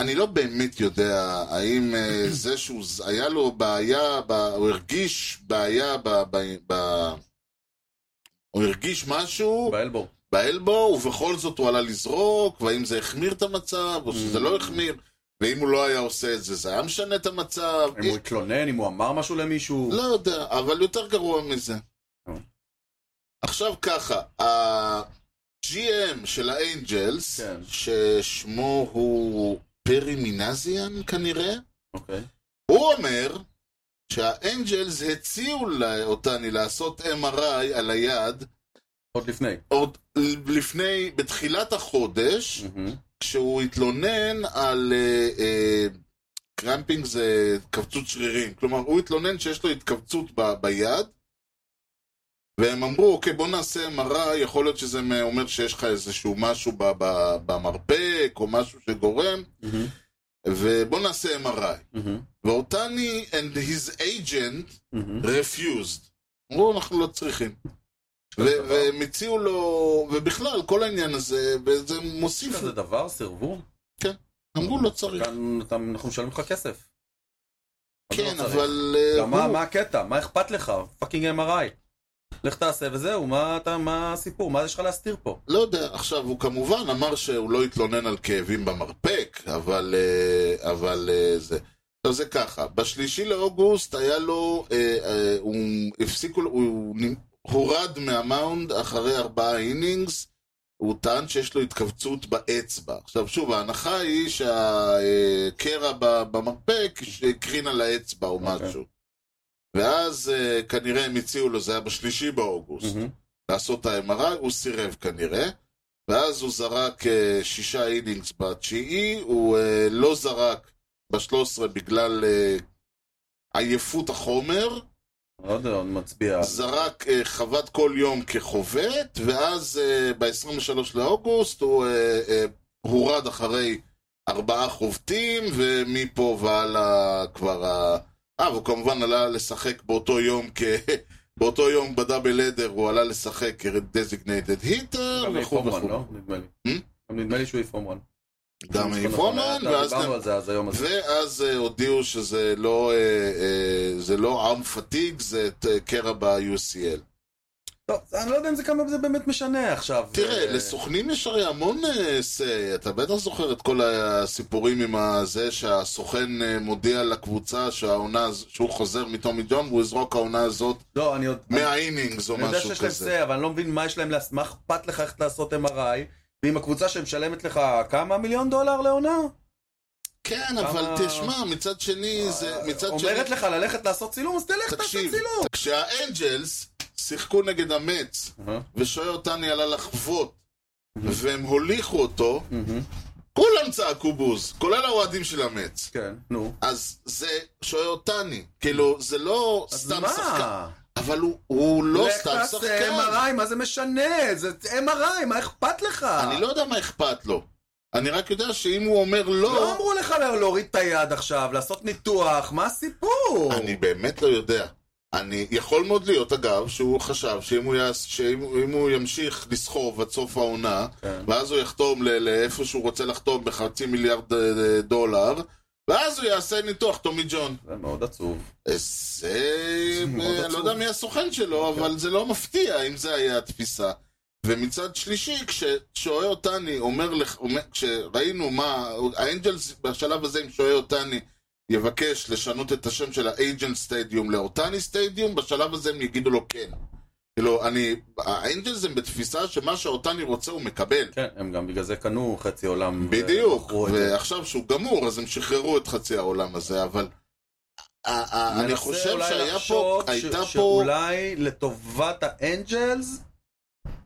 A: אני לא באמת יודע האם אה, זה שהוא, ז- היה לו בעיה, ב- הוא הרגיש בעיה, ב- ב- ב- הוא הרגיש משהו
B: באלבור.
A: באלבו, ובכל זאת הוא עלה לזרוק, והאם זה החמיר את המצב, או שזה לא
B: Mm.
A: החמיר, ואם הוא לא היה עושה את זה, זה היה משנה את המצב.
B: אם הוא התלונן, אם הוא אמר משהו למישהו.
A: לא יודע, אבל יותר גרוע מזה.
B: נו.
A: עכשיו ככה, ה-GM של האנג'לס,
B: כן.
A: ששמו הוא פרי מינזיאן כנראה,
B: אוקיי.
A: הוא אומר שהאנג'לס הציעו לה- אותני לעשות MRI על היד
B: עוד לפני.
A: עוד לפני, בתחילת החודש,
B: Mm. מהמם.
A: שהוא התלונן על אה, אה, קרמפינג זה התכווצות שרירים. כלומר, הוא התלונן שיש לו התכווצות ב, ביד, והם אמרו, אוקיי, בוא נעשה MRI, יכול להיות שזה מ- אומר שיש לך איזשהו משהו ב, ב, במרפק, או משהו שגורם, ובוא נעשה MRI. ואותני and his agent refused. אמרו, אנחנו לא צריכים. ו- והם הציעו לו, ובכלל, כל העניין הזה, וזה מוסיף,
B: כזה דבר, סירבו?
A: אמרו, לא צריך.
B: כאן אתה- אנחנו משלמים לך כסף. אז לא
A: כן,
B: צריך.
A: אבל... אה,
B: גם מה
A: הוא-
B: מה הקטע? מה אכפת לך? פאקינג MRI. לך תעשה וזהו, מה אתה- מה הסיפור? מה יש לך להסתיר פה?
A: לא יודע, עכשיו, הוא כמובן אמר שהוא לא התלונן על כאבים במרפק, אבל, אה, אבל אה, זה... עכשיו זה ככה, בשלישי לאוגוסט היה לו, אה, אה, הוא הפסיקו, הוא, הוא נ- הורד מהמאונד אחרי ארבעה אינינגס, הוא טען שיש לו התכווצות באצבע. עכשיו שוב, ההנחה היא שהקרע ב- במרפק הקרין על האצבע או
B: אוקיי.
A: משהו. ואז אה, כנראה הם הציעו לו, זה היה בשלישי באוגוסט. לעשות את ה-MRI, הוא סירב כנראה. ואז הוא זרק אה, שישה אינינגס בתשיעי, הוא אה, לא זרק ב-13 בגלל אה, עייפות החומר,
B: לא יודע, אני מצביע.
A: זרק אה, חוות כל יום כחובט, ואז אה, ב-23 לאוגוסט הוא אה, אה, הורד אחרי ארבעה חובטים, ומפה והלאה כבר ה... אה, והוא כמובן עלה לשחק באותו יום כ... באותו יום בדאבל אדר הוא עלה לשחק כ-designated hitter
B: גם
A: וכו'
B: איפום רן,
A: וכו'.
B: לא? נדמה לי.
A: Hmm?
B: גם נדמה לי שהוא איפום רן.
A: גם איפרומן, ואז...
B: נכון, דיברנו על זה אז היום הזה.
A: ואז אה, הודיעו שזה לא, אה, אה, זה לא עם פתיג, זה אה, קרע ב-UCL.
B: טוב, אני לא יודע אם זה כמה זה באמת משנה עכשיו.
A: תראה,
B: אה,
A: לסוכנים יש הרי המון אה, say. אתה בטח זוכר את כל הסיפורים עם הזה שהסוכן אה, מודיע לקבוצה שהעונה, הז- שהוא חוזר מטומי ג'ון והוא יזרוק העונה הזאת
B: לא, אני עוד...
A: מהאינינגס או
B: אני יודע
A: משהו
B: שיש להם
A: כזה.
B: זה, אבל אני לא מבין מה יש להם, לעשות, מה אכפת לך ללכת לעשות MRI, ועם הקבוצה שמשלמת לך כמה מיליון דולר לעונה?
A: כן, אבל
B: כמה- אה,
A: תשמע, מצד שני אה, זה... מצד שני...
B: אומרת לך ללכת לעשות צילום, אז תלך תעשה
A: תקשיב,
B: צילום.
A: כשהאנג'לס שיחקו נגד המץ
B: אה,
A: ושויה אותני עלה לחוות והם הוליכו אותו, כולם צעקו בוז, כולל האוהדים של המץ.
B: כן, נו.
A: אז זה שויה אותני, כאילו זה לא
B: אז
A: סתם
B: מה?
A: שחקן, אבל הוא, הוא לא
B: לך
A: סתם
B: תעשה
A: שחקן,
B: MRI, מה זה משנה? זה MRI, מה אכפת לך?
A: אני לא יודע מה אכפת לו, אני רק יודע שאם הוא אומר
B: לא
A: לא,
B: אמרו לך לה- להוריד את היד עכשיו, לעשות ניתוח, מה הסיפור?
A: אני באמת לא יודע. אני יכול מאוד להיות, אגב, שהוא חשב שאם הוא, יעש, שאם, אם הוא ימשיך לסחוב עד סוף העונה,
B: כן.
A: ואז הוא יחתום ל- לאיפה שהוא רוצה לחתום בחצי מיליארד אה, דולר, ואז הוא יעשה ניתוח, טומי ג'ון.
B: זה מאוד עצוב.
A: זה...
B: מאוד
A: אני לא
B: עצוב. כן.
A: יודע מי הסוכן שלו, אבל זה לא מפתיע אם זה היה התפיסה. ומצד שלישי, כששואה אותני אומר לך, אומר- כשראינו מה, האנג'לס בשלב הזה עם שואה אותני יבקש לשנות את השם של האג'נט סטדיום לאותני סטדיום, בשלב הזה הם יגידו לו כן. כאילו, אני, האנג'לס הם בתפיסה שמה שאותני רוצה הוא מקבל.
B: כן, הם גם בגלל זה קנו חצי עולם.
A: בדיוק,
B: ומכרו את זה.
A: ועכשיו שהוא גמור, אז הם שחררו את חצי העולם הזה, אבל... ה- ה- אני
B: מנסה
A: חושב
B: אולי
A: שהיה פה,
B: לחשוב
A: הייתה פה,
B: ש- שאולי לטובת האנג'לס,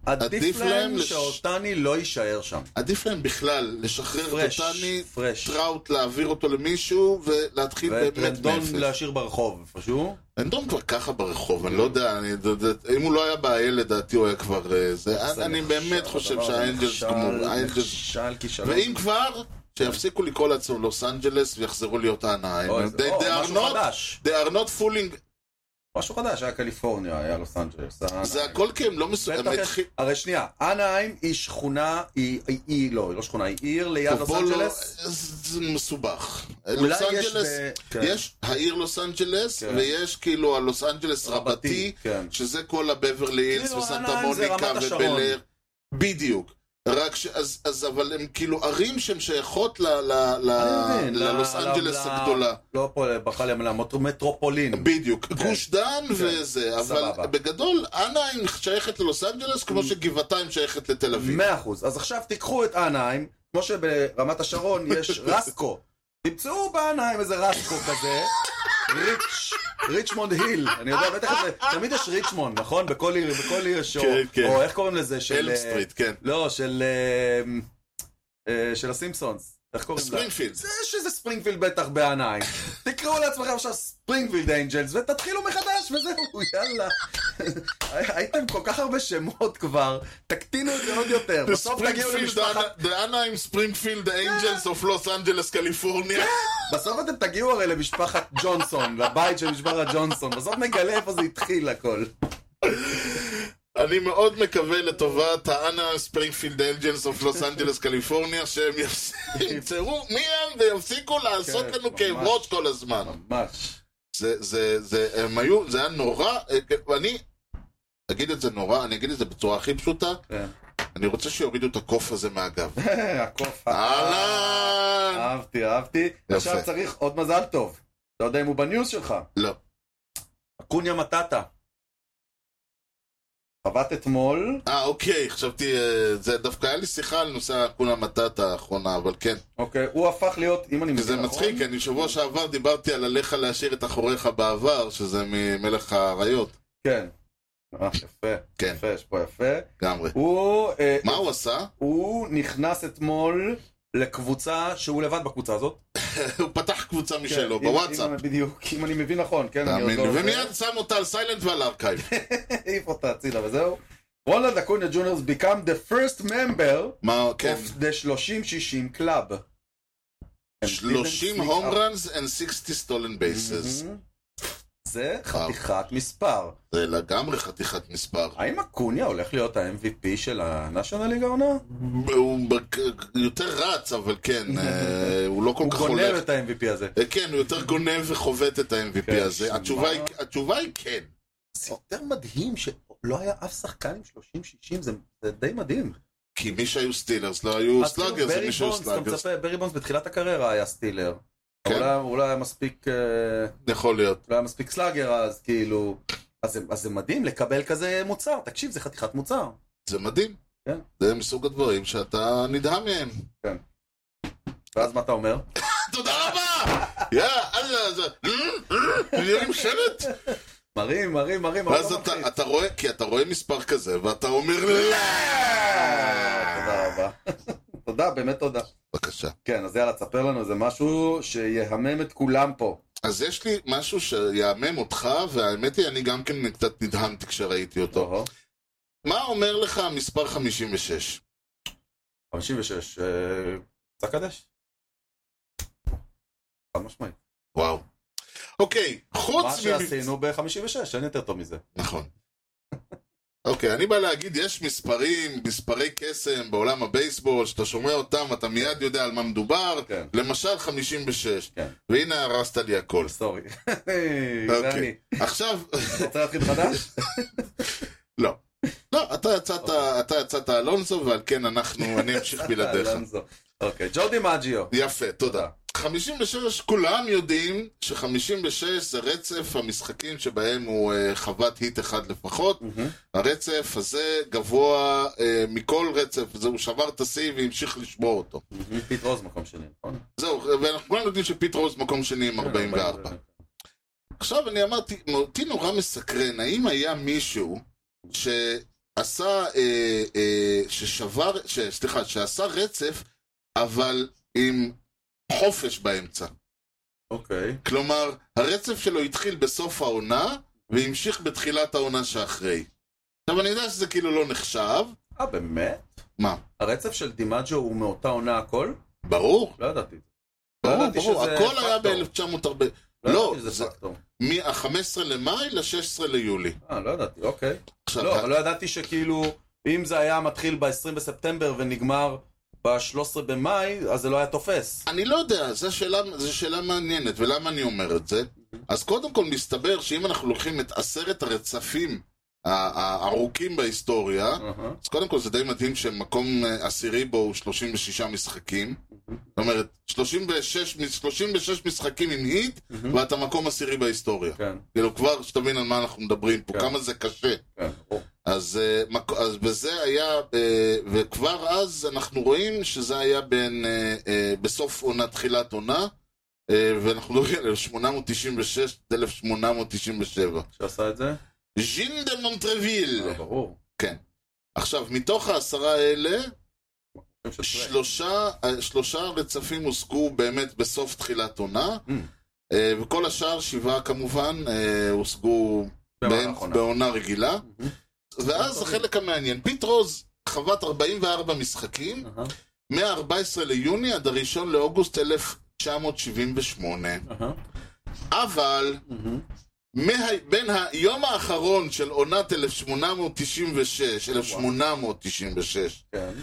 B: עדיף
A: עדיף
B: להם
A: להם לש-
B: שאותני לא יישאר שם.
A: עדיף להם בכלל לשחרר את
B: פרש,
A: דותני,
B: פרש.
A: טראוט להעביר אותו למישהו, ולהתחיל
B: ואת
A: באמת
B: רנדון
A: מאפס.
B: להשאיר ברחוב, איפשהו.
A: רנדון כבר ככה ברחוב, אני לא יודע, אני- זה- זה- אם הוא לא היה בעיה לדעתי הוא היה כבר... אה, זה-
B: זה
A: אני
B: נכשל,
A: באמת חושב
B: הדבר הזה
A: שהאנג'לס
B: נכשל,
A: גמור, האנג'לס
B: נכשל כישלון.
A: ואם כבר, שיפסיקו לקרוא לעצמם לוס אנג'לס ויחזרו להיות אנהיים.
B: אוי,
A: They-
B: זה- או,
A: they are
B: משהו
A: not-
B: חדש.
A: They are not fooling
B: משהו חדש, היה קליפורניה, היה לוס אנג'לס. היה
A: זה
B: אנהיים.
A: הכל כי הם לא מסוגלים.
B: בטח
A: הם
B: יש-
A: התחיל-
B: הרי שנייה, אנהיים היא שכונה, היא, היא- היא לא, היא לא שכונה, היא עיר ליד לוס
A: בוא לא-
B: אנג'לס.
A: זה מסובך.
B: אולי
A: לוס
B: יש
A: אנג'לס,
B: ב- כן.
A: יש העיר לוס אנג'לס,
B: כן.
A: ויש כאילו הלוס אנג'לס
B: רבתי,
A: רבתי,
B: כן.
A: שזה כל הבברלי הילס
B: כאילו,
A: וסנטה
B: אנהיים זה
A: מוניקה
B: רמת השרון.
A: ובלר. בדיוק. רק ש... אז, אז אבל הם כאילו ערים שהן שייכות ל... ל... ל...
B: אני מבין,
A: כן, ללוס
B: ל-
A: אנג'לס
B: ל-
A: הגדולה.
B: לא פה, בחר להם למטרופולין.
A: בדיוק, גוש דן
B: כן.
A: וזה,
B: סבבה.
A: אבל בגדול, אנהיים שייכת ללוס אנג'לס כמו שגבעתיים שייכת לתל אביב.
B: מאה אחוז. אז עכשיו תיקחו את אנהיים, כמו שברמת השרון יש רסקו. תמצאו באנהיים איזה רסקו כזה. ריץ', ריצ'מונד היל. אני יודע, בטח זה, תמיד יש ריצ'מונד, נכון? בכל עיר, בכל עיר יש... או-
A: כן, כן.
B: אה, או איך קוראים לזה? לא, של...
A: אלם סטריט, כן.
B: לא, של... אה, אה, של הסימפסונס. איך קוראים לה?
A: ספרינגפילד.
B: זה שזה ספרינגפילד בטח בעיניי. תקראו לעצמכם עכשיו ספרינגפילד אנג'לס ותתחילו מחדש וזהו, יאללה. הייתם כל כך הרבה שמות כבר, תקטינו את זה עוד יותר. בסוף תגיעו למשפחת...
A: דאנה עם ספרינגפילד,
B: כן.
A: האנג'לס אוף לוס אנג'לס, קליפורניה.
B: בסוף אתם תגיעו הרי למשפחת ג'ונסון, לבית של משפחת ג'ונסון. בסוף נגלה איפה זה התחיל הכל.
A: אני מאוד מקווה לטובת האנה ספרינגפילד אנג'לס אוף לוס אנג'לס קליפורניה שהם יפס- ימצאו מי הם ויפסיקו לעשות
B: כן,
A: לנו כאב
B: ממש.
A: ראש כל הזמן.
B: ממש.
A: זה, זה, זה, הם היו, זה היה נורא, אה, ואני אגיד את זה נורא, אני אגיד את זה בצורה הכי פשוטה,
B: כן.
A: אני רוצה שיורידו את הקוף הזה מהגב.
B: הקוף.
A: אהלן!
B: אהבתי, אהבתי. עכשיו צריך עוד מזל טוב. אתה יודע אם הוא בניוז שלך.
A: לא.
B: קוניה מטאטה. חבט אתמול,
A: אה, אוקיי, חשבתי, אה, זה דווקא היה לי שיחה על נושא הקונה מטאטה האחרונה, אבל כן.
B: אוקיי, הוא הפך להיות, אם
A: כי
B: אני מבין
A: זה
B: נכון,
A: מצחיק, כן. כי אני שבוע שעבר דיברתי על עליך להשאיר את אחוריך בעבר, שזה ממלך האריות,
B: כן. אה, יפה,
A: כן.
B: יפה, יש פה יפה.
A: לגמרי.
B: הוא, אה,
A: מה הוא עשה?
B: הוא נכנס אתמול לקבוצה שהוא לבד בקבוצה הזאת.
A: הוא פתח קבוצה משלו,
B: כן, אם-
A: בוואטסאפ.
B: אם- בדיוק, אם אני מבין נכון, כן, אני עוד
A: תאמין
B: לא...
A: לי, ומיד שם אותה על סיילנט ועל ארכייב.
B: העיף אותה הצידה וזהו. רונלד אקוניה ג'וניורס become the first member
A: מה, כן.
B: of the 30-60 קלאב. כן,
A: 30 home runs and 60 stolen
B: Mm-hmm.
A: bases.
B: אה, זה חתיכת מספר.
A: זה לגמרי חתיכת מספר.
B: האם אקוניה הולך להיות ה-MVP של ה-National League העונה?
A: הוא בק- יותר רץ, אבל כן, אה, הוא לא כל
B: הוא
A: כך
B: גונב
A: הולך.
B: את ה-MVP הזה.
A: אה, כן, הוא יותר גונב וחובט את ה-MVP
B: כן,
A: הזה.
B: שמע.
A: התשובה היא- התשובה היא כן.
B: זה יותר מדהים שלא לא היה אף שחקן עם 30-60, זה זה די מדהים.
A: כי מי שהיו סטילרס לא היו
B: אז כאילו,
A: סלאגרס,
B: ברי
A: ומי שהיו
B: בונדס, אתה
A: סלאגרס.
B: מצפה, ברי בונדס בתחילת הקריירה היה סטילר.
A: כן.
B: אולי- אולי היה מספיק... אה,
A: יכול להיות.
B: לא היה מספיק סלאגר אז, כאילו... אז זה, אז זה מדהים לקבל כזה מוצר, תקשיב, זה חתיכת מוצר.
A: זה מדהים.
B: כן.
A: זה מסוג הדברים שאתה נדהם מהם.
B: ואז מה אתה אומר?
A: תודה רבה! יא, אללה, זה... אה, נהיה עם שלט?
B: מרים, מרים, מרים,
A: ואז
B: העולם
A: אתה-
B: מחליט.
A: אתה רואה, כי אתה רואה מספר כזה, ואתה אומר לא!
B: אה, תודה רבה. תודה, באמת תודה.
A: בבקשה.
B: כן, אז יאללה, תספר לנו איזה משהו שיהמם את כולם פה.
A: אז יש לי משהו שיעמם אותך, והאמת היא, אני גם כן קצת נדהמתי כשראיתי אותו.
B: אוהו.
A: מה אומר לך המספר 56?
B: 56, אה, פסק קדש? חד משמעית.
A: וואו. אוקיי, חוץ
B: מה
A: ממ-
B: שעשינו ב-56, אין יותר טוב מזה.
A: נכון. אוקיי, אני בא להגיד, יש מספרים, מספרי קסם בעולם הבייסבול, שאתה שומע אותם, אתה מיד יודע על מה מדובר.
B: כן.
A: למשל 56.
B: כן.
A: והנה הרסת לי הכל.
B: סורי. זה
A: אוקיי.
B: אני.
A: עכשיו,
B: רוצה להתחיל חדש?
A: לא. לא, אתה יצאת,
B: אוקיי.
A: אתה יצאת אלונזו, ועל כן אנחנו, אני אמשיך בלעדיך.
B: אלונזו. אוקיי, ג'ורדי מג'יו.
A: יפה, תודה.
B: תודה.
A: 56, כולם יודעים ש-56 זה רצף המשחקים שבהם הוא אה, חוות היט אחד לפחות.
B: מהמם.
A: הרצף הזה גבוה אה, מכל רצף, זה, הוא שבר את השיא והמשיך לשבור אותו.
B: פיט רוז מקום שני, נכון?
A: זהו, ואנחנו כולנו יודעים שפיט רוז מקום שני
B: כן,
A: עם 44. עכשיו אני אמרתי, אותי נורא מסקרן, האם היה מישהו שעשה, אה, אה, ששבר, ש, סליחה, שעשה רצף, אבל עם חופש באמצע.
B: אוקיי.
A: כלומר, הרצף שלו התחיל בסוף העונה, והמשיך בתחילת העונה שאחרי. עכשיו אני יודע שזה כאילו לא נחשב,
B: אה, באמת?
A: מה?
B: הרצף של דימג'ו הוא מאותה עונה הכל?
A: ברור,
B: לא ידעתי. לא
A: ברור,
B: ידעתי
A: ברור,
B: שזה
A: הכל היה
B: פקטור.
A: ב-1940, לא,
B: לא ידעתי שזה
A: זה-
B: פקטור.
A: מ-15 למאי ל-16 ליולי.
B: אה, לא ידעתי, אוקיי.
A: עכשיו,
B: לא, אבל לא ידעתי שכאילו, אם זה היה מתחיל ב-20 בספטמבר ונגמר ב-13 במאי, אז זה לא היה תופס.
A: אני לא יודע, זו שאלה, זו שאלה מעניינת, ולמה אני אומר את זה? אז קודם כל מסתבר שאם אנחנו לוקחים את עשרת הרצפים ה- ה- הארוכים בהיסטוריה,
B: אהה.
A: אז קודם כל זה די מדהים שמקום אה, עשירי בו הוא 36 משחקים. זאת אומרת, 36, מ- 36 משחקים עם היט,
B: Mm-hmm.
A: ואתה מקום עשירי בהיסטוריה.
B: כן,
A: כאילו כבר שתבין על מה אנחנו מדברים פה,
B: כן.
A: כמה זה קשה.
B: כן. או,
A: אז, אה, מק- אז בזה היה, אה, וכבר אז אנחנו רואים שזה היה בין, אה, אה, בסוף עונה, תחילת עונה, אה, ואנחנו מדברים על 1896 1897.
B: שעשה את זה?
A: אה.
B: לא
A: ז'ין דה מונטרוויל.
B: אה, ברור.
A: עכשיו, מתוך העשרה האלה, שלושה, אה, שלושה רצפים הושגו באמת בסוף תחילת עונה,
B: Mm.
A: אה, וכל השאר, שבעה כמובן, אה, הושגו
B: במהלך
A: באמצע-
B: עונה.
A: בעונה רגילה. ואז החלק המעניין, פיט רוז חוות 44 משחקים,
B: אהה,
A: מה-14 ליוני עד הראשון לאוגוסט 1978.
B: אהה,
A: אבל
B: אהה.
A: מה... בין היום האחרון של עונת 1896, 1896,
B: כן.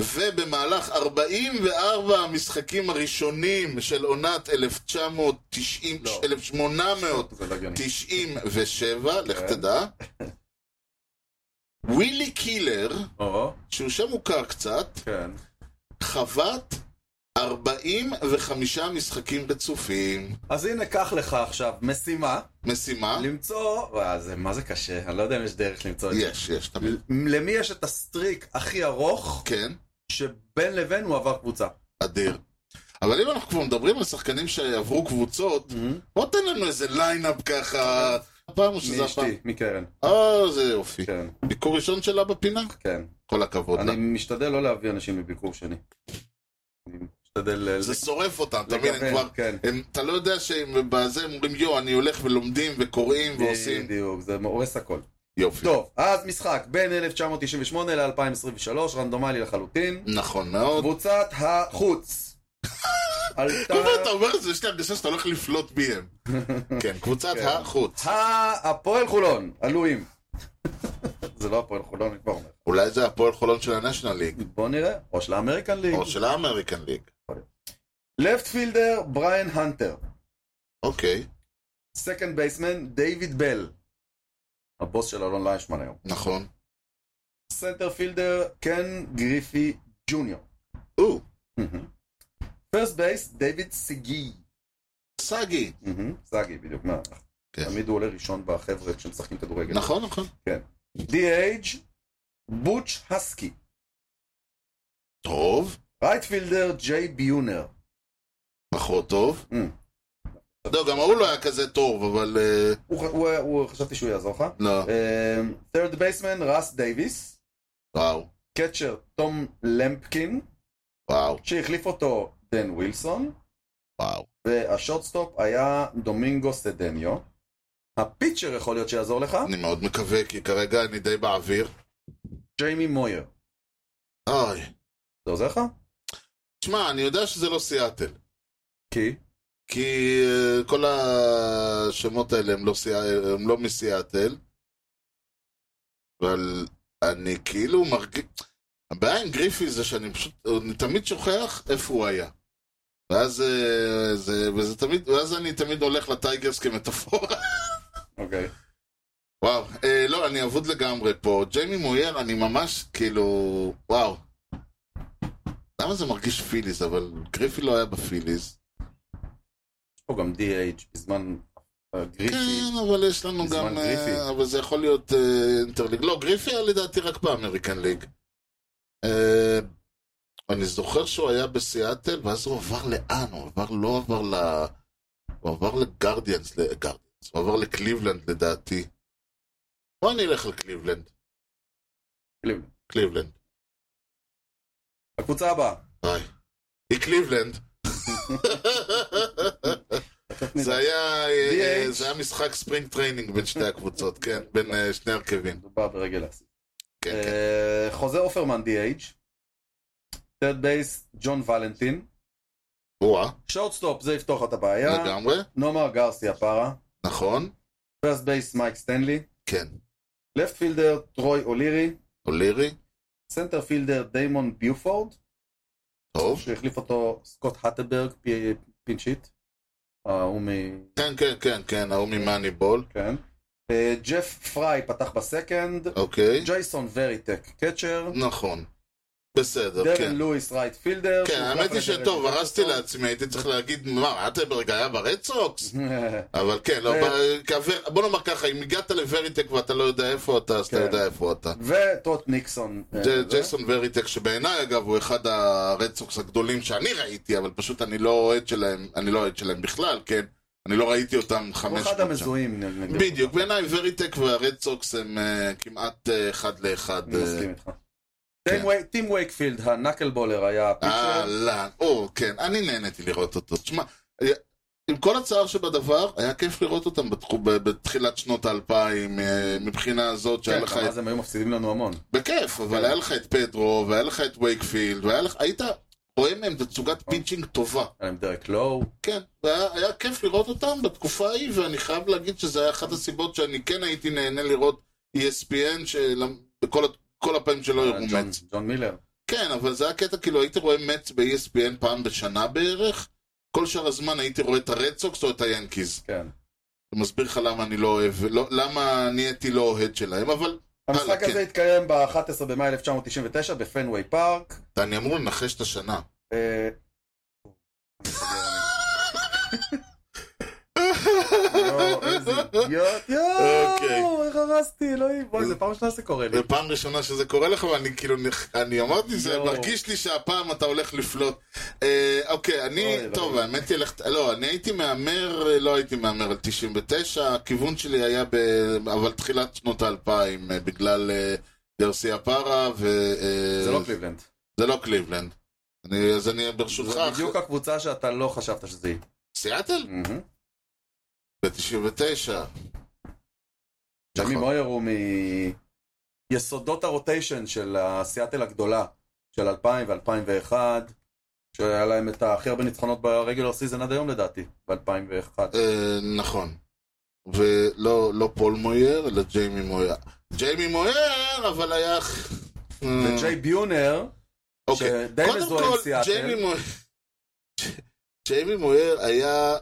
A: ובמהלך 44 המשחקים הראשונים של עונת 1990,
B: לא.
A: 1897,
B: זה לא הגיוני.
A: לך
B: כן.
A: תדע, ווילי קילר,
B: או,
A: שהוא שם מוכר קצת,
B: כן.
A: חוות 45 משחקים רצופים.
B: אז הנה, קח לך עכשיו משימה,
A: אה? משימה?
B: למצוא... וואי, זה מה זה קשה, אני לא יודע אם יש דרך למצוא את זה.
A: יש, יש, תמיד.
B: למי יש את הסטריק הכי ארוך
A: כן,
B: שבין לבין הוא עבר קבוצה?
A: אדיר. אבל אם אנחנו כבר מדברים על שחקנים שעברו קבוצות,
B: Mm-hmm.
A: בוא תן לנו איזה ליינאפ ככה. הפעם או שזה הפעם?
B: מאשתי, מקרן.
A: אה, זה יופי.
B: כן,
A: ביקור ראשון שלה בפינה?
B: כן.
A: כל הכבוד לה.
B: אני משתדל לא להביא אנשים לביקור שני. אני משתדל... ל-
A: זה שורף אותם, אתה מבין? הם
B: לגוון,
A: כבר...
B: כן.
A: הם- אתה לא יודע שהם בזה הם אומרים יו, אני הולך ולומדים וקוראים ועושים.
B: בדיוק, זה הורס הכל.
A: יופי.
B: אה, טוב, אז משחק בין 1998 ל-2023, רנדומלי לחלוטין.
A: נכון מאוד.
B: קבוצת החוץ. עלתה...
A: אבל אתה אומר את זה, יש לי הרגשה שאתה הולך לפלוט ביהם. כן, קבוצת
B: כן.
A: החוץ.
B: ה- הפועל חולון, עלויים. זה לא הפועל חולון, אני כבר אומר.
A: אולי זה הפועל חולון של הנשנל ליג,
B: בוא נראה, או של האמריקן ליג.
A: או של האמריקן ליג.
B: לפט פילדר, בריאן הנטר.
A: אוקיי,
B: סקנד בייסמן, דיוויד בל. הבוס של אלון ליישמן היום.
A: נכון.
B: סנטר פילדר, קן גריפי ג'וניור.
A: או,
B: פרסט בייס, דיוויד סיגי.
A: סגי.
B: מהמם, סגי, בדיוק. מה?
A: כן.
B: תמיד הוא עולה ראשון בחבר'ה כשמשחקים כדורגל.
A: נכון, נכון.
B: DH, בוטש הסקי.
A: טוב,
B: רייטפילדר, ג'יי ביונר.
A: פחות נכון, טוב.
B: Mm.
A: לא, גם ההוא לא היה כזה טוב, אבל... אה,
B: הוא- הוא- הוא- חשבתי שהוא יעזור לך. אמ,
A: לא,
B: third baseman, רס דייוויס.
A: וואו,
B: קצ'ר, תום למפקין,
A: וואו,
B: שהחליף אותו דן ווילסון.
A: וואו.
B: והשורטסטופ היה דומינגו סדניו. הפיצ'ר יכול להיות שיעזור לך,
A: אני מאוד מקווה, כי כרגע אני די באוויר.
B: ג'יימי מויר.
A: אוי.
B: זה עוזר לך?
A: תשמע, אני יודע שזה לא סיאטל.
B: כי?
A: כן. כי אה, כל השמות האלה הם לא, סיא- הם לא מסיאטל, אבל אני כאילו מרגיש... הבעיה עם גריפי זה שאני פשוט, אני תמיד שוכח איפה הוא היה. ואז, אה, זה, וזה תמיד, ואז אני תמיד הולך לטייגרס כמטאפורה.
B: אוקיי.
A: וואו, אה, לא, אני אבוד לגמרי פה. ג'יימי מויר, אני ממש כאילו, וואו. למה זה מרגיש פיליז, אבל גריפי לא היה בפיליז.
B: יש פה גם DH בזמן אה, גריפי.
A: כן, אבל יש לנו
B: בזמן
A: גם... אה,
B: גריפי.
A: אבל זה יכול להיות אה, אינטרליג. לא, גריפי היה לדעתי רק באמריקן ליג. אה, אני זוכר שהוא היה בסיאטל, ואז הוא עבר לאן? הוא עבר, לא עבר ל... הוא עבר לגרדיאנס, לגרדיאנס. הוא עבר לקליבלנד לדעתי. בוא נלך על קליבלנד.
B: קליבלנד.
A: קליבלנד.
B: הקבוצה הבאה.
A: ביי. היא קליבלנד. זה היה, אה,
B: DH.
A: זה היה משחק ספרינג טריינינג בין שתי הקבוצות, כן, בין אה, שני הרכבים.
B: מדובר ברגל אסי.
A: כן, כן.
B: אה, חוזה אופרמן DH. third base ג'ון ולנטין.
A: וואה,
B: שורטסטופ זה יפתור לך את הבעיה.
A: לגמרי,
B: נומר גרסיה פארה.
A: נכון,
B: פרסט בייס מייק סטנלי.
A: כן.
B: לפט פילדר טרוי אולירי.
A: אולירי,
B: סנטר פילדר דיימון ביופורד.
A: טוב.
B: שהחליף אותו סקוט האטברג, פי- פינצ'יט. ההוא מ...
A: כן, כן, כן, כן, ההוא ממאניבול,
B: כן. אה, ג'ף פריי פתח בסקנד.
A: אוקיי.
B: ג'ייסון וריטק קצ'ר.
A: נכון. בסדר,
B: דרן
A: כן.
B: לואיס רייט פילדר.
A: כן,
B: שהוחלף
A: האמת היא
B: לדרן
A: שטוב,
B: לואיס
A: הרסתי
B: רייט
A: לעצמי, הייתי צריך להגיד, מה, אטברג היה ברד סוקס?
B: פילדר.
A: אבל כן, לא,
B: אה.
A: ב- כעבר- בוא נאמר ככה, אם הגעת לווריטק ואתה לא יודע איפה אתה, אז אתה
B: כן.
A: יודע איפה אתה.
B: וטוט ניקסון. אה,
A: ג'-
B: זה.
A: ג'ייסון וריטק, שבעיניי אגב הוא אחד הרדסוקס הגדולים שאני ראיתי, אבל פשוט אני לא אוהד שלהם, אני לא אוהד שלהם בכלל, כן? אני לא ראיתי אותם
B: הוא
A: חמש...
B: אחד
A: שנים
B: המזוהים.
A: שם.
B: נגיד.
A: בדיוק, בעיניי וריטק והרדסוקס הם אה, כמעט אה, אחד לאחד.
B: אני
A: אה,
B: מסכים איתך. טים ווי- טים וייקפילד, הנקלבולר
A: אה,
B: היה
A: לא,
B: הפיצ'ר.
A: אהלן, או, כן, אני נהניתי לראות אותו. תשמע, היה- עם כל הצער שבדבר, היה כיף לראות אותם בתחו- ב- בתחילת שנות האלפיים, אה, מבחינה הזאת שהיה
B: כן,
A: לך
B: גם
A: את...
B: אז הם היו מפסידים לנו המון.
A: בכיף, אבל
B: כן.
A: היה לך את פדרו, והיה לך את וייקפילד, והיה לך... היית רואה מהם תצוגת
B: אה.
A: פיצ'ינג טובה.
B: היה להם דרק לואו.
A: כן, והיה היה כיף לראות אותם בתקופה ההיא, ואני חייב להגיד שזה היה
B: אה.
A: אחת הסיבות שאני כן הייתי נהנה לראות E ESPN, שבכל כל הפעמים שלא
B: היה
A: הראו
B: אה, ג'ון-
A: מצ.
B: ג'ון מילר.
A: כן, אבל זה היה קטע, כאילו הייתי רואה מצ ב-ESPN פעם בשנה בערך, כל שאר הזמן הייתי רואה את הרד סוקס או את היאנקיז.
B: כן.
A: זה מסביר לך למה אני לא אוהב, לא, למה נהייתי לא אוהד שלהם, אבל
B: המשחק
A: הלאה, כן.
B: הזה התקיים ב-11 במאי 1999 בפנוויי פארק.
A: אני אמור לנחש את השנה.
B: אה, יואו, לא, אה, איזה אידיוט,
A: אוקיי.
B: יואו, איך הרסתי, אלוהים, בואי, זה פעם ראשונה שזה קורה לי.
A: זו פעם ראשונה שזה קורה לך, ואני כאילו, נח- אני אמרתי, זה
B: יואו.
A: מרגיש לי שהפעם אתה הולך לפלוט. אה, אוקיי, אני,
B: אוי,
A: טוב,
B: אלוהים.
A: האמת היא, הלכת- לא, אני הייתי מהמר, אה, לא הייתי מהמר על 99, הכיוון שלי היה, ב, אבל תחילת שנות האלפיים, אה, בגלל אה, דרסי הפארה, ו... אה,
B: זה לא קליבלנד.
A: זה לא קליבלנד. אני, אז אני ברשותך...
B: זה בדיוק הקבוצה שאתה לא חשבת שזה היא.
A: סיאטל?
B: מהמם.
A: ב-99.
B: ג'מי
A: נכון.
B: מויר הוא מיסודות הרוטיישן של הסיאטל הגדולה, של 2000 ו-2001, שהיה להם את הכי הרבה ניצחונות ברגולר סיזן עד היום לדעתי, ב-2001.
A: אה, נכון. ולא לא פול מויר, אלא ג'יימי מויר. ג'יימי מויר, אבל היה... אה,
B: וג'יי ביונר,
A: אוקיי.
B: שדי
A: קודם
B: מזוהה עם
A: כל,
B: סיאטל,
A: ג'יימי מויר... ג'יימי מויר היה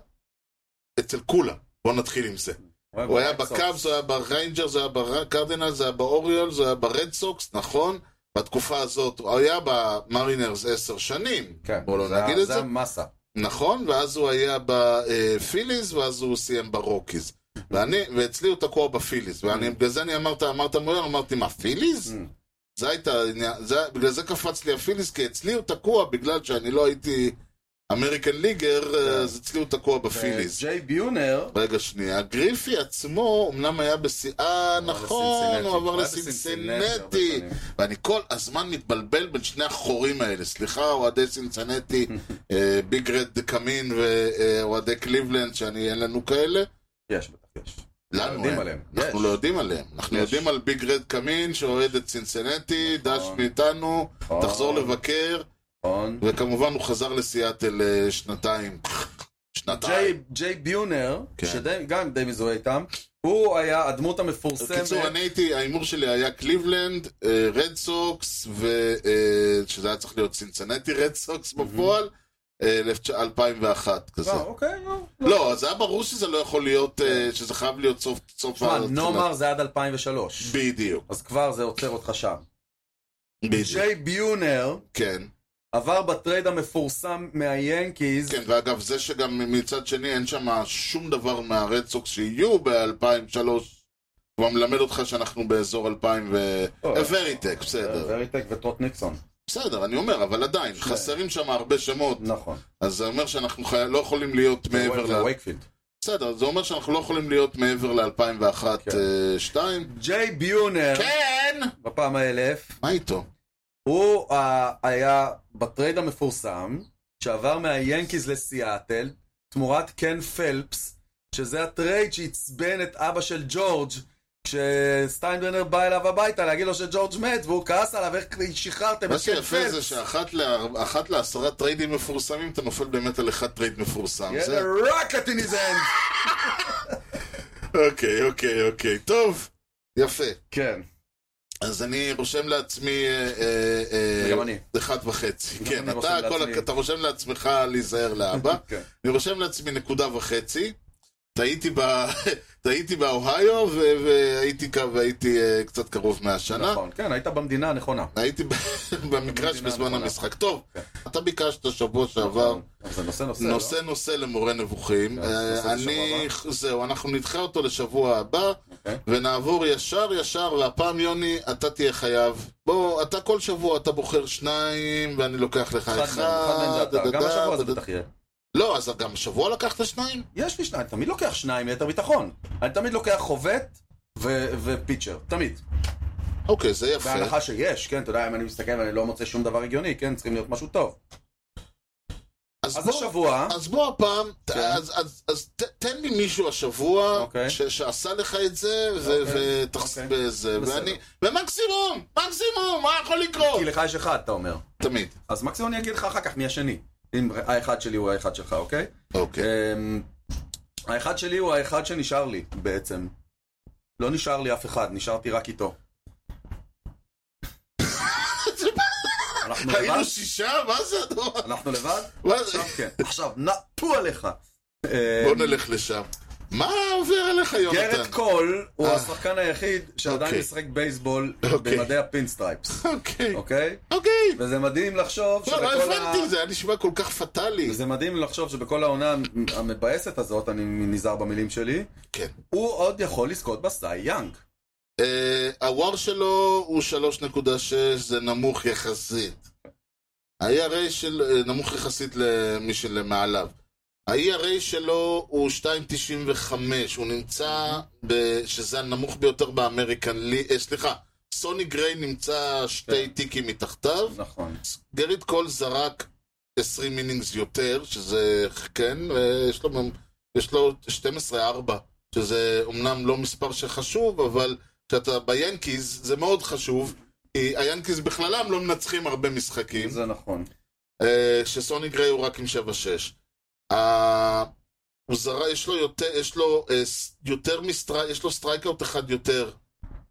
A: אצל כולם. בואו נתחיל עם זה.
B: אוקיי,
A: הוא היה
B: בקאפס.
A: בקאבס, הוא היה בריינג'רס, הוא היה בקרדינלס, הוא היה באוריולס, הוא היה ברד סוקס, נכון? בתקופה הזאת, הוא היה במרינרס עשר שנים,
B: כן,
A: בואו לא
B: זה
A: נגיד
B: ה-
A: את זה,
B: זה המסה.
A: נכון? ואז הוא היה בפיליז, ואז הוא סיים ברוקיז. ואני, ואצלי הוא תקוע בפיליז, ואני, בגלל זה אני אמרת, אמרת מויון, אמרתי, מה, פיליז?
B: Mm.
A: זה הייתה, העניין- זה- בגלל זה קפץ לי הפיליז, כי אצלי הוא תקוע, בגלל שאני לא הייתי אמריקן ליגר, אז אצלי הוא תקוע בפיליז.
B: ג'יי ביונר,
A: רגע שנייה, גריפי עצמו אמנם היה בשיאה, נכון, הוא עבר
B: היה בסינסינטי הרבה
A: לסינסינטי,
B: שנים.
A: ואני כל הזמן מתבלבל בין שני החורים האלה, סליחה, אוהדי סינצנטי, אה, ביג רד קמין ואוהדי קליבלנד, אה, שאני, אין לנו כאלה,
B: יש, בטח יש.
A: לנו
B: יודעים
A: אין,
B: עליהם.
A: אנחנו
B: יש.
A: לא יודעים עליהם, אנחנו
B: יש.
A: יודעים על ביג רד קמין שאוהד את סינצנטי, דש
B: נכון.
A: מאיתנו,
B: נכון.
A: תחזור לבקר,
B: נכון.
A: וכמובן הוא חזר לסיאטל אה, שנתיים, שנתיים.
B: ג'יי- ג'יי ביונר,
A: כן.
B: שגם די מזוהה איתם, הוא היה הדמות המפורסמת.
A: בקיצור, אני הייתי, ההימור שלי היה קליבלנד, אה, רד סוקס, ו- אה, שזה היה צריך להיות צינצנטי רד סוקס בפועל, אה, 2001 כזה.
B: אה, אוקיי, לא. כן.
A: לא, אז היה ברור שזה לא יכול להיות, אה, שזה חייב להיות סוף סוף
B: תשמע,
A: ההתחלה.
B: נומר זה עד 2003.
A: בדיוק,
B: אז כבר זה עוצר אותך שם.
A: בדיוק,
B: ג'יי ביונר
A: כן.
B: עבר בטרייד המפורסם מהיאנקיז.
A: כן, ואגב, זה שגם מצד שני אין שם שום דבר מהרד סוקס שיהיו ב-2003, כבר מלמד אותך שאנחנו באזור 2000 ו...
B: אוי. אה,
A: וריטק, בסדר.
B: וריטק וטרוט ניקסון.
A: בסדר, אני אומר, אבל עדיין, חסרים שם הרבה שמות.
B: נכון.
A: אז זה אומר שאנחנו חי... לא יכולים להיות מעבר ל...
B: ווייקפילד.
A: בסדר, זה אומר שאנחנו לא יכולים להיות מעבר ל-2001-2002.
B: כן. ג'יי ביונר,
A: כן!
B: בפעם האלף,
A: מה איתו?
B: הוא אה, היה בטרייד המפורסם, שעבר מהיאנקיז לסיאטל, תמורת קן פלפס, שזה הטרייד שעצבן את אבא של ג'ורג', כשסטיינברנר בא אליו הביתה להגיד לו שג'ורג' מת, והוא כעס עליו, איך שחררתם
A: מה
B: את קן
A: שיפה זה
B: פלפס?
A: שאחת ל- אחת לעשרה טריידים מפורסמים, אתה נופל באמת על אחד טרייד מפורסם. זה-
B: רק הטיניזנד!
A: אוקיי, אוקיי, אוקיי. טוב, יפה.
B: כן,
A: אז אני רושם לעצמי... אה, אה, אה,
B: וגם אני.
A: אחד וחצי.
B: גם
A: כן,
B: אני
A: אתה
B: רושם
A: כל
B: לעצמי.
A: הכ- אתה רושם לעצמך להיזהר לאבא.
B: כן.
A: אני רושם לעצמי נקודה וחצי. טעיתי, ב... טעיתי באוהיו ו... והייתי, ק- והייתי אה, קצת קרוב מהשנה.
B: נכון, כן, היית במדינה הנכונה.
A: הייתי ב- במגרש
B: במדינה
A: בזמן
B: הנכונה.
A: המשחק. טוב,
B: כן.
A: אתה ביקשת שבוע שעבר
B: נכון. זה נושא נושא, לא?
A: נושא נושא למורה נבוכים.
B: כן,
A: אה,
B: נושא לשבוע
A: אני, זהו, אנחנו נדחה אותו לשבוע הבא
B: אוקיי.
A: ונעבור ישר ישר, והפעם יוני, אתה תהיה חייב. בוא, אתה כל שבוע אתה בוחר שניים ואני לוקח לך
B: אחד מהם, אחד מהם זה
A: אחד.
B: אתה. גם
A: דדדה,
B: השבוע זה
A: דדדה.
B: בטח יהיה.
A: לא, אז גם השבוע לקחת שניים?
B: יש לי שניים, אני תמיד לוקח שניים ליתר ביטחון. אני תמיד לוקח חובט ו- ופיצ'ר, תמיד.
A: אוקיי, זה יפה.
B: בהנחה שיש, כן, אתה יודע, אם אני מסתכל ואני לא מוצא שום דבר הגיוני, כן, צריכים להיות משהו טוב. אז
A: בוא-
B: השבוע,
A: אז בוא הפעם, ת-
B: כן.
A: אז- אז- אז ת- תן לי מישהו השבוע
B: אוקיי.
A: ש- שעשה לך את זה, ו-
B: אוקיי.
A: ותחס...
B: אוקיי.
A: בזה,
B: בסדר.
A: ואני... ומקסימום! מקסימום! מה יכול לקרות?
B: כי לך יש אחד, אתה אומר.
A: תמיד.
B: אז מקסימום אני אגיד לך אחר כך מי השני. אם האחד שלי הוא האחד שלך, אוקיי?
A: אוקיי.
B: אמ, האחד שלי הוא האחד שנשאר לי, בעצם. לא נשאר לי אף אחד, נשארתי רק איתו. אנחנו לבד?
A: היינו שישה? מה זה הדבר?
B: אנחנו לבד?
A: מה זה?
B: אה, עכשיו כן. עכשיו, נפו עליך.
A: בוא
B: אמ,
A: נלך לשם. מה עובר עליך,
B: גרד
A: יונתן?
B: קול הוא
A: אה.
B: השחקן היחיד שעדיין
A: אוקיי.
B: משחק בייסבול
A: אוקיי.
B: במדי הפינסטרייפס,
A: אוקיי.
B: אוקיי?
A: אוקיי.
B: וזה מדהים לחשוב
A: לא, לא
B: שבכל ה-
A: הבנתי, זה היה נשמע כל כך פטאלי.
B: וזה מדהים לחשוב שבכל העונה המבאסת הזאת, אני נזהר במילים שלי,
A: כן.
B: הוא עוד יכול לזכות בסאי יאנג.
A: אה, הוואר שלו הוא 3.6, זה נמוך יחסית. ה-ERA של... אה, נמוך יחסית למי שלמעליו. ה-ERA שלו הוא 2.95, הוא נמצא, ב... שזה הנמוך ביותר באמריקן לי... אה, סליחה, סוני גריי נמצא שתי
B: כן.
A: טיקים מתחתיו.
B: נכון.
A: גריד קול זרק 20 מינינגס יותר, שזה כן, ויש לו, יש לו 12-4, שזה אומנם לא מספר שחשוב, אבל כשאתה ביאנקיז זה מאוד חשוב, כי היאנקיז בכללם לא מנצחים הרבה משחקים,
B: זה נכון.
A: אה, שסוני גריי הוא רק עם 7-6. ה- הוא זרק, יש לו יותר, יש לו אה, ס- יותר מסטרי, יש לו סטרייקאוט אחד יותר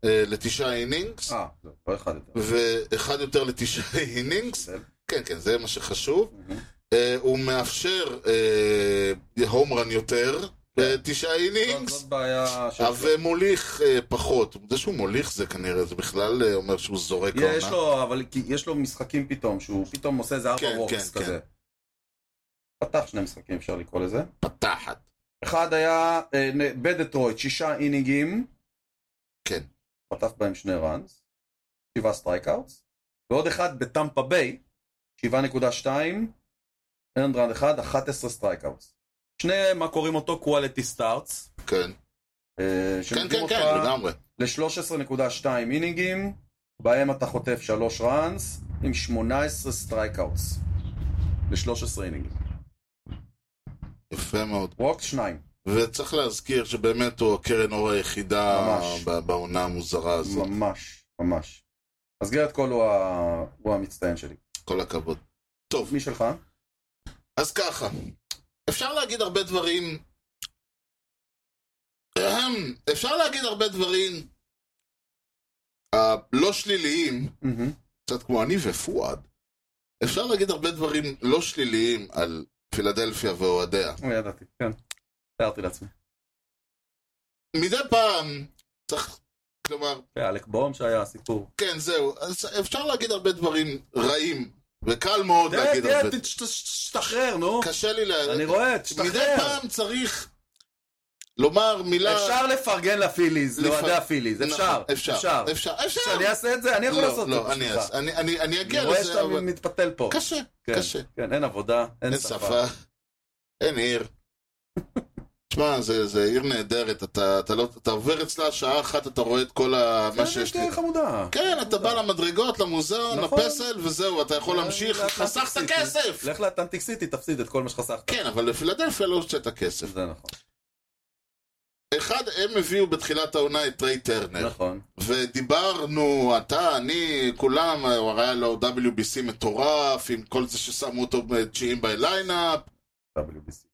A: אה, לתשעה אינינגס,
B: אה, לא, לא אחד יותר.
A: ואחד יותר לתשעה אינינגס,
B: בסדר.
A: כן, כן, זה מה שחשוב.
B: מהמם.
A: אה, הוא מאפשר אה, הום רן
B: כן.
A: יותר, תשעה
B: זאת-
A: אינינגס,
B: זאת בעיה של...
A: ומוליך אה, פחות. זה שהוא מוליך זה כנראה, זה בכלל אה, אומר שהוא זורק
B: יש לו, אבל כי- יש לו משחקים פתאום, שהוא פתאום עושה איזה ארבע
A: כן,
B: וורקס
A: כן,
B: כזה. פתח שני משחקים, אפשר לקרוא לזה.
A: פתחת.
B: אחד היה אה, נ- בדטרויט, שישה אינינגים.
A: כן.
B: חטף בהם שני ראנס, שבעה סטרייקאוטס, ועוד אחד בטמפה ביי, 7.2, ארנד ראנד אחד, 11 סטרייקאוטס. שני, מה קוראים אותו? אה, קואליטי סטארטס.
A: כן, כן, כן, כן, לגמרי.
B: ל-13.2 אינינגים, בהם אתה חוטף 3 ראנס, עם 18 סטרייקאוטס. ל-13 אינינגים.
A: יפה מאוד.
B: ווקס שניים.
A: וצריך להזכיר שבאמת הוא הקרן אור היחידה
B: ממש.
A: ב- בעונה המוזרה הזאת.
B: ממש, ממש. אז גרד קול הוא ה- הוא המצטיין שלי.
A: כל הכבוד. טוב,
B: מי שלך?
A: אז ככה, אפשר להגיד הרבה דברים... אהם, אפשר להגיד הרבה דברים הלא שליליים,
B: מהמם.
A: קצת כמו אני ופואד. אפשר להגיד הרבה דברים לא שליליים על פילדלפיה ואוהדיה.
B: או, ידעתי, כן. תיארתי לעצמי.
A: מדי פעם צריך, כלומר,
B: זה אלק בום שהיה הסיפור.
A: כן, זהו. אז אפשר להגיד הרבה דברים רעים, וקל מאוד להגיד הרבה.
B: תשתחרר, נו.
A: קשה לי ל...
B: אני רואה,
A: מדי
B: תשתחרר.
A: פעם צריך לומר מילה...
B: אפשר לפרגן לפיליז,
A: לפ-
B: לאוהדי הפיליז, אפשר.
A: נכון, אפשר, אפשר, אפשר, אפשר.
B: שאני אעשה את זה, אני יכול
A: לא,
B: לעשות את זה
A: לא, אני
B: בשבילך.
A: אעשה- אני- אני אני אגיע
B: אני רואה
A: לזה,
B: שאתה
A: אבל
B: מתפתל פה.
A: קשה,
B: כן,
A: קשה.
B: כן, אין עבודה, אין
A: אין
B: שפה.
A: שפה, אין עיר. תשמע, זה זה עיר נהדרת, אתה- אתה לא- אתה עובר אצלה שעה אחת, אתה רואה את כל ה- מה שיש לי.
B: כן, חמודה.
A: כן, אתה בא למדרגות, למוזיאון,
B: נכון. אה,
A: לפסל, וזהו, אתה יכול להמשיך,
B: לך לאטלנטיק
A: חסכת
B: סיטי.
A: כסף!
B: לך לאטלנטיק סיטי, תפסיד את כל מה שחסכת.
A: כן, אבל לפילדלפיה לא הוצאת כסף.
B: זה נכון.
A: אחד, הם הביאו בתחילת העונה את טריי טרנר.
B: נכון.
A: ודיברנו, אתה, אני, כולם, הוא היה לו WBC מטורף, עם כל זה ששמו אותו תשיעים בליינאפ,
B: WBC.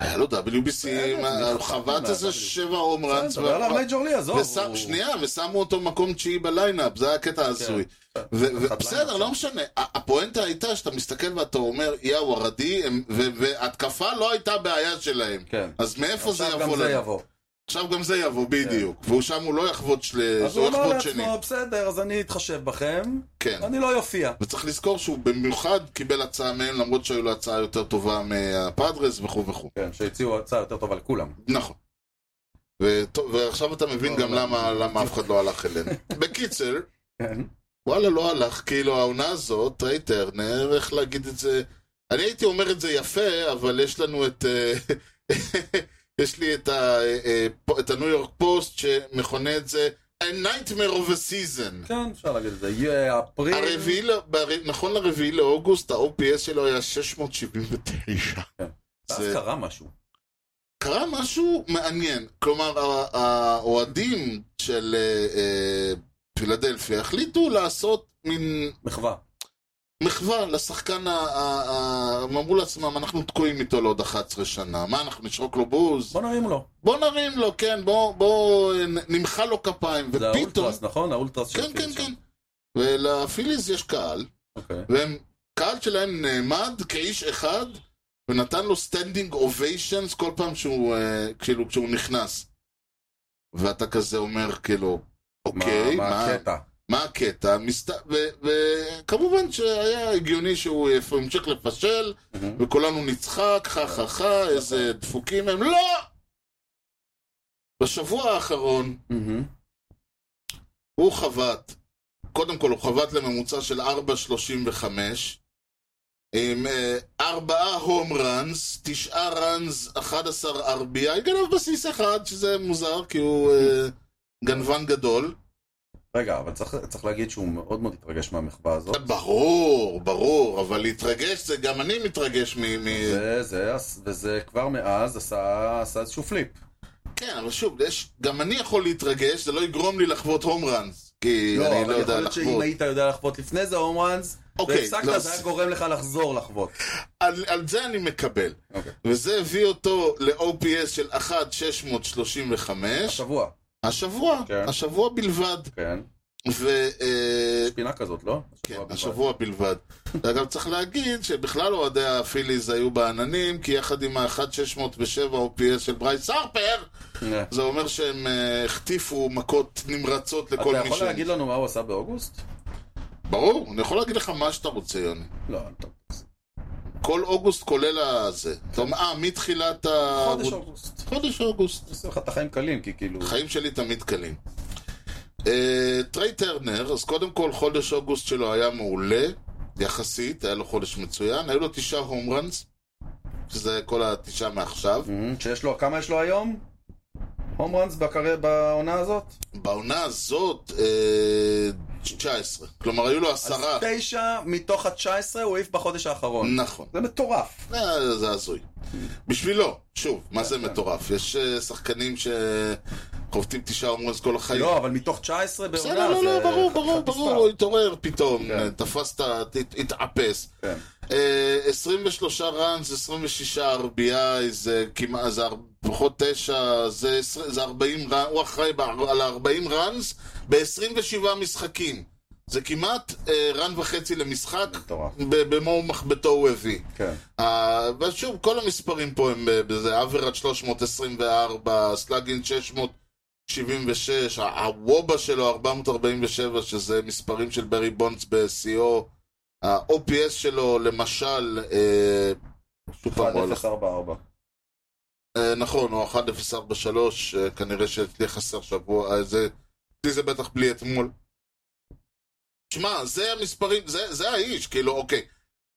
A: היה לו WBC, עם
B: בסדר,
A: ה- חבט
B: מה,
A: איזה
B: WBC.
A: שבע הום ראנס,
B: בסדר, לא, יאללה,
A: ו-
B: מייג'ור לי, עזוב.
A: ושם-
B: הוא-
A: לא שנייה, ושמו אותו מקום תשיעי בליינאפ, זה היה הקטע ההזוי.
B: כן.
A: ו- ו-
B: אחד
A: בסדר,
B: ליינאפ.
A: לא משנה, ה- הפואנטה הייתה שאתה מסתכל ואתה אומר, יא ורדי, הם- ו- והתקפה לא הייתה בעיה שלהם.
B: כן.
A: אז מאיפה זה
B: עכשיו גם
A: יבוא
B: זה
A: לנו?
B: יבוא. כן.
A: עכשיו גם זה יבוא, בדיוק. והוא שם, הוא לא יחבוט של-
B: אז
A: הוא
B: הוא אמר
A: יחבוט שני.
B: לעצמו, בסדר, אז אני אתחשב בכם,
A: כן.
B: אני לא יופיע.
A: וצריך לזכור שהוא במיוחד קיבל הצעה מהם, למרות שהיו לו הצעה יותר טובה מהפאדרס וכו' וכו'.
B: כן, שהציעו הצעה יותר טובה לכולם.
A: נכון. וטוב, ועכשיו אתה מבין
B: לא,
A: גם
B: לא.
A: למה למה אף אחד לא הלך אלינו. בקיצר,
B: כן.
A: וואלה לא הלך, כאילו העונה הזאת, טריי טרנר, איך להגיד את זה? אני הייתי אומר את זה יפה, אבל יש לנו את... אה, יש לי את, ה, אה, אה, פו- את הניו יורק פוסט שמכונה את זה A Nightmare of a Season.
B: כן, אפשר להגיד את זה. יהיה אפריל.
A: הרביעי, ל- בר- נכון לרביעי לאוגוסט, ה-OPS שלו היה 679.
B: ואז
A: זה-
B: כן. קרה משהו.
A: קרה משהו מעניין. כלומר, ה- האוהדים של אה, אה, פילדלפיה החליטו לעשות מין
B: מחווה.
A: מחווה לשחקן, ה- ה- ה- הם אמרו לעצמם, אנחנו תקועים איתו לעוד 11 שנה, מה, אנחנו נשרוק לו בוז?
B: בוא נרים לו.
A: בוא נרים לו, כן, בוא, בוא אה, נ- נמחא לו כפיים,
B: זה
A: ופתאום,
B: האולטרס, נכון? האולטרס
A: כן,
B: שהופיע
A: כן,
B: שם.
A: כן, ולפיליז יש קהל,
B: אוקיי.
A: והם, קהל שלהם נעמד כאיש אחד, ונתן לו סטנדינג אוביישנס כל פעם שהוא, אה, כאילו, כשהוא נכנס. ואתה כזה אומר, כאילו,
B: מה-
A: אוקיי,
B: מה הקטע?
A: מה הקטע? מסת... ו- וכמובן שהיה הגיוני שהוא יפ- ימשיך לפשל,
B: מהמם.
A: וכולנו נצחק, חה חה חה, איזה דפוקים הם. לא! בשבוע האחרון
B: מהמם.
A: הוא חבט, קודם כל הוא חבט לממוצע של 4.35, עם אה, ארבעה הום ראנס, תשעה ראנס, 11 RBI, גנב בסיס אחד, שזה מוזר, כי הוא אה, גנבן גדול.
B: רגע, אבל צריך- צריך להגיד שהוא מאוד מאוד התרגש מהמחווה הזאת.
A: כן, ברור, ברור, אבל להתרגש זה גם אני מתרגש מ... מ...
B: זה- זה עש- וזה כבר מאז עשה עשה איזשהו פליפ.
A: כן, אבל שוב, יש... גם אני יכול להתרגש, זה לא יגרום לי לחוות הום ראנס, כי
B: לא,
A: אני
B: אבל
A: לא
B: יכול
A: יודע
B: להיות שאם
A: לחוות.
B: היית יודע לחוות לפני זה הום ראנס,
A: אוקיי,
B: והפסקת,
A: לא,
B: זה היה
A: אז-
B: גורם לך לחזור לחוות.
A: על, על זה אני מקבל.
B: אוקיי.
A: וזה הביא אותו ל-OPS של 1,635,
B: השבוע,
A: השבוע,
B: כן.
A: השבוע בלבד.
B: כן.
A: ו... אה,
B: יש פינה כזאת, לא?
A: כן,
B: בלבד.
A: השבוע בלבד. אגב, צריך להגיד שבכלל אוהדי הפיליז היו בעננים, כי יחד עם ה-1,607 OPS של ברייס הרפר,
B: אה.
A: זה אומר שהם אה, החטיפו מכות נמרצות לכל
B: אתה
A: מי ש...
B: יכול להגיד לנו מה הוא עשה באוגוסט?
A: ברור, אני יכול להגיד לך מה שאתה רוצה, יוני.
B: לא, טוב.
A: כל אוגוסט כולל הזה. אתה אומר, אה, מתחילת ה...
B: כן. חודש אוגוסט.
A: חודש אוגוסט.
B: עושה לך את החיים קלים, כי כאילו...
A: החיים שלי תמיד קלים. אה, טריי טרנר, אז קודם כל חודש אוגוסט שלו היה מעולה, יחסית, היה לו חודש מצוין, היו לו תשעה הום ראנס, שזה כל התשעה מעכשיו.
B: מהמם, Mm-hmm. שיש לו, כמה יש לו היום? הום ראנס בקרי- בעונה הזאת?
A: בעונה הזאת, אה, 19. כלומר, היו לו עשרה.
B: אז תשע מתוך התשע עשרה הוא העיף בחודש האחרון.
A: נכון.
B: זה מטורף.
A: אה, זה הזוי. בשבילו, שוב, מה זה מטורף? יש אה, שחקנים שחובטים תשעה הומרנס כל החיים.
B: לא, אבל מתוך 19 בעונה
A: בסדר, לא, לא,
B: זה
A: ברור,
B: חתיכה.
A: ברור, ברור, הוא התעורר פתאום,
B: כן.
A: תפס את ה... הת- התאפס.
B: כן.
A: אה, 23 ראנס, 26 RBI, זה כמעט, זה אר- פחות 9, זה עשר- זה 40 ראנס, הוא אחראי ב- על ה-40 ראנס ב-27 משחקים. זה כמעט אה, רן וחצי למשחק,
B: מטורף.
A: ב- במו מחבטו הוא הביא.
B: כן.
A: אה, ושוב, כל המספרים פה הם אה, בזה, אברד 324, סלאגין 676, ה- הוובה שלו 447, שזה מספרים של ברי בונדס בשיאו, ה-OPS שלו למשל, אה, שוב פעם, הוא הלך-
B: 1044.
A: אה, נכון, הוא 1043, אה, כנראה שאצלי חסר שבוע, אה, זה, אצלי זה בטח בלי אתמול. שמע, זה המספרים, זה, זה האיש, כאילו, אוקיי.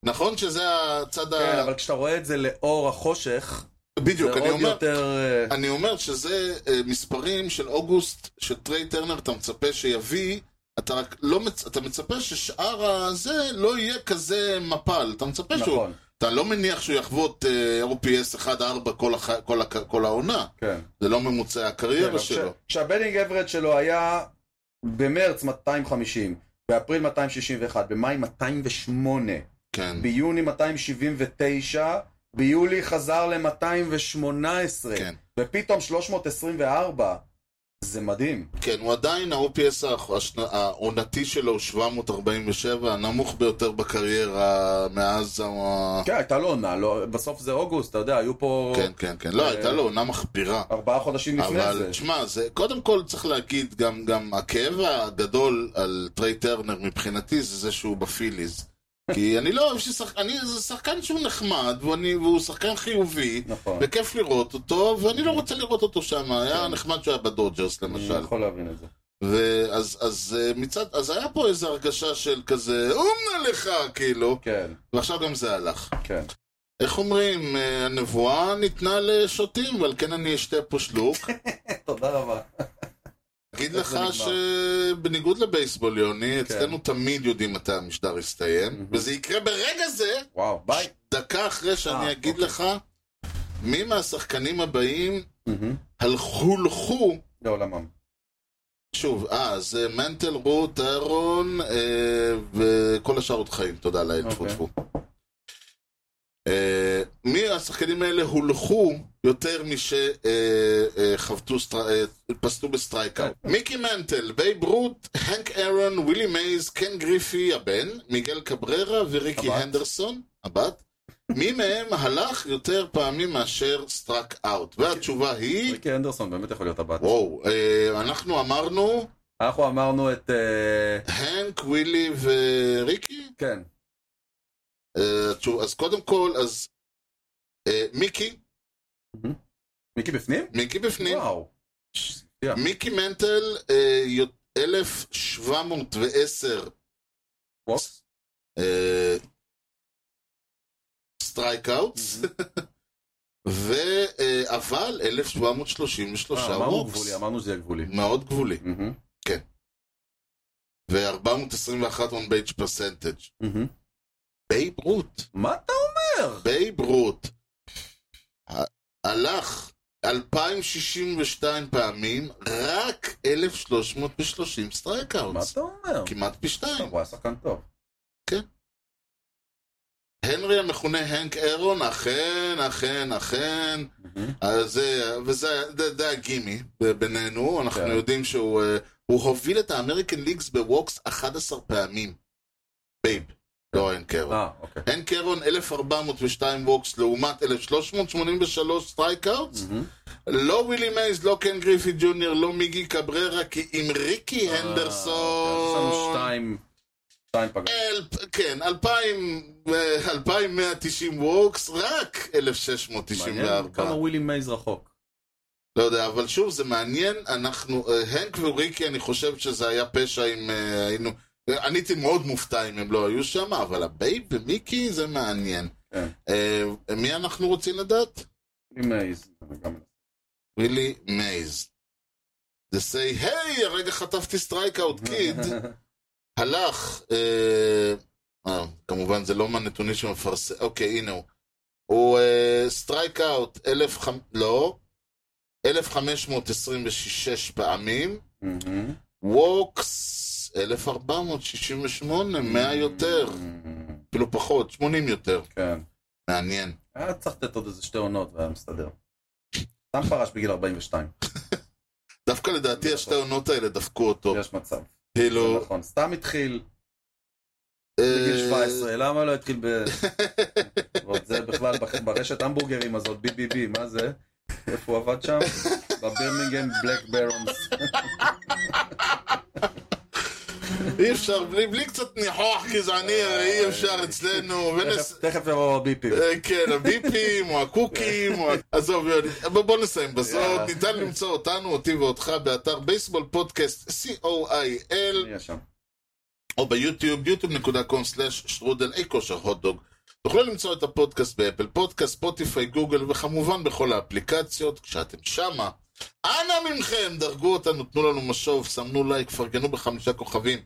A: נכון שזה הצד ה...
B: כן, אבל כשאתה רואה את זה לאור החושך, זה
A: בדיוק, אני
B: עוד
A: אומר,
B: יותר... אה,
A: אני אומר שזה אה, מספרים של אוגוסט, שטריי טרנר אתה מצפה שיביא, אתה רק לא מצ... אתה מצפה ששאר הזה לא יהיה כזה מפל, אתה מצפה שהוא,
B: נכון,
A: אתה לא מניח שהוא יחוות אה, OPS 1-4 כל, הח... כל, הק... כל העונה,
B: כן.
A: זה לא ממוצע
B: כן, אבל
A: הקריירה שלו.
B: כש- כשהבדינג אברד שלו היה במרץ 250, באפריל 261, במאי 208,
A: כן,
B: ביוני 279, ביולי חזר ל-218,
A: כן.
B: ופתאום 324. זה מדהים.
A: כן, הוא עדיין ה-OPS האח- השנ- העונתי שלו הוא 747, הנמוך ביותר בקריירה מאז ה...
B: כן, הייתה לו עונה, לא, בסוף זה אוגוסט, אתה יודע, היו פה
A: כן, כן, כן. לא,
B: אה,
A: הייתה לו עונה מחפירה.
B: ארבעה חודשים לפני
A: אבל
B: זה.
A: תשמע, זה, קודם כל צריך להגיד, גם, גם הכאב הגדול על טריי טרנר מבחינתי זה זה שהוא בפיליז. כי אני לא אוהב ששחק... אני, זה שחקן שהוא נחמד, ואני, והוא שחקן חיובי,
B: נכון.
A: וכיף לראות אותו, ואני לא רוצה לראות אותו שם, היה
B: כן. נכון.
A: נחמד שהוא היה בדודג'רס
B: אני
A: למשל.
B: יכול להבין את זה.
A: ואז אז, אה, מצד, אז היה פה איזו הרגשה של כזה, אומנה לך, כאילו,
B: כן,
A: ועכשיו גם זה הלך.
B: כן.
A: איך אומרים, אה, הנבואה ניתנה לשוטים, ועל כן אני אשתה פה שלוק.
B: תודה רבה.
A: אגיד
B: איך
A: לך
B: זה נגמר? כן.
A: שבניגוד לבייסבול, יוני, אצלנו תמיד יודעים מתי המשדר יסתיים, וזה יקרה ברגע זה,
B: וואו, ביי.
A: דקה אחרי שאני
B: אה,
A: אגיד
B: אוקיי.
A: לך מי מהשחקנים הבאים
B: מהמם.
A: הלכו לחו,
B: לעולמם.
A: שוב, אה, זה מנטל, רות, אהרון, אה, וכל השאר עוד חיים, תודה לאל, טפו
B: אוקיי.
A: טפו. אה, מי השחקנים האלה הולכו יותר אה, משחבטו, אה, פסטו בסטרייקאוט?
B: כן.
A: מיקי מנטל, בייב רות, הנק אהרון, ווילי מייז, קן גריפי הבן, מיגל קבררה וריקי
B: הבת.
A: הנדרסון, הבת. מי מהם הלך יותר פעמים מאשר סטראק אאוט? והתשובה היא...
B: ריקי אנדרסון באמת יכול להיות הבת.
A: וואו, אה, אנחנו אמרנו
B: אנחנו אמרנו את... אה,
A: הנק, ווילי וריקי?
B: כן.
A: אה, תשוב, אז קודם כל, אז אה, מיקי,
B: מיקי בפנים?
A: מיקי בפנים,
B: וואו.
A: מיקי מנטל, אה, י- 1710
B: וואו.
A: אה, סטרייקאוטס, ו... אה, אבל 1733
B: אה, אמרנו
A: ווקס,
B: גבולי, אמרנו שזה יהיה גבולי.
A: מאוד גבולי,
B: מהמם,
A: ו-421 on page percentage.
B: מהמם.
A: בייב רות.
B: מה אתה אומר?
A: בייב רות ה- הלך 2,062 פעמים, רק 1,330
B: מה
A: סטרייקאוטס.
B: אתה אומר?
A: כמעט פי
B: טוב,
A: שתיים.
B: הוא היה שחקן טוב.
A: הנרי המכונה הנק אירון, אכן, אכן, אכן.
B: מהמם.
A: אז זה- וזה זה- זה הגימי בינינו, אנחנו
B: כן.
A: יודעים שהוא אה, הוא הוביל את האמריקן ליגס בווקס 11 פעמים. בייב, לא הנק אירון.
B: כן. אה, אוקיי.
A: הנק אירון 1,402 ווקס לעומת 1,383 סטרייקאוטס.
B: מהמם.
A: לא ווילי מייז, לא קן גריפי ג'וניור, לא מיגי קבררה, כי עם ריקי
B: אה, אוקיי, אז יש לנו
A: הנדרסון...
B: שתיים, שתיים פגעים.
A: אל- כן, 2,000, אה, 2,190 ווקס, רק
B: מעניין
A: 1,694.
B: כמה ווילי מייז רחוק.
A: לא יודע, אבל שוב, זה מעניין, אנחנו... אה, הנק וריקי, אני חושב שזה היה פשע אם אה, היינו... אה, אני הייתי מאוד מופתע אם הם לא היו שם, אבל הבייב ומיקי זה מעניין.
B: כן.
A: אה, מי אנחנו רוצים לדעת?
B: ווילי מייז. אני גם-
A: ווילי מייז. זה say, היי, הרגע חטפתי סטרייקאוט, קיד. הלך, אה, אה, כמובן זה לא מהנתונים שמפרסם, אוקיי, הנה הוא. הוא אה, סטרייקאוט, אלף חמ... לא, 1,526 פעמים,
B: מהמם.
A: ווקס, 1,468, 100
B: Mm.
A: יותר,
B: מהמם.
A: אפילו פחות, 80 יותר,
B: כן.
A: מעניין.
B: היה צריך לתת עוד איזה שתי עונות והיה מסתדר. סתם פרש בגיל 42,
A: דווקא לדעתי השתי העונות האלה דפקו אותו,
B: לא יש מצב.
A: כאילו...
B: נכון, סתם התחיל
A: אה,
B: בגיל 17, למה לא התחיל ב... ועוד זה בכלל בח- ברשת המבורגרים הזאת, BBB, מה זה? איפה הוא עבד שם? בבירמינגהם בלק ברונס.
A: אי אפשר, בלי, בלי קצת ניחוח גזעני, אי אפשר אצלנו. ונס...
B: תכף- תכף יבואו הביפים.
A: אה, כן, הביפים, או הקוקים, או... עזוב, יוני. אבל בוא נסיים בזאת.
B: יאללה.
A: ניתן למצוא אותנו, אותי ואותך, באתר בייסבול פודקאסט co.il,
B: נהיה שם.
A: או ביוטיוב, yוטיוב.com/שטרודל אי כושר הוטדוג. תוכלו למצוא את הפודקאסט באפל פודקאסט, ספוטיפיי, גוגל, וכמובן בכל האפליקציות, כשאתם שמה. אנא מכם, דרגו אותנו, תנו לנו משוב, סמנו לייק, פרגנו בחמישה כוכבים.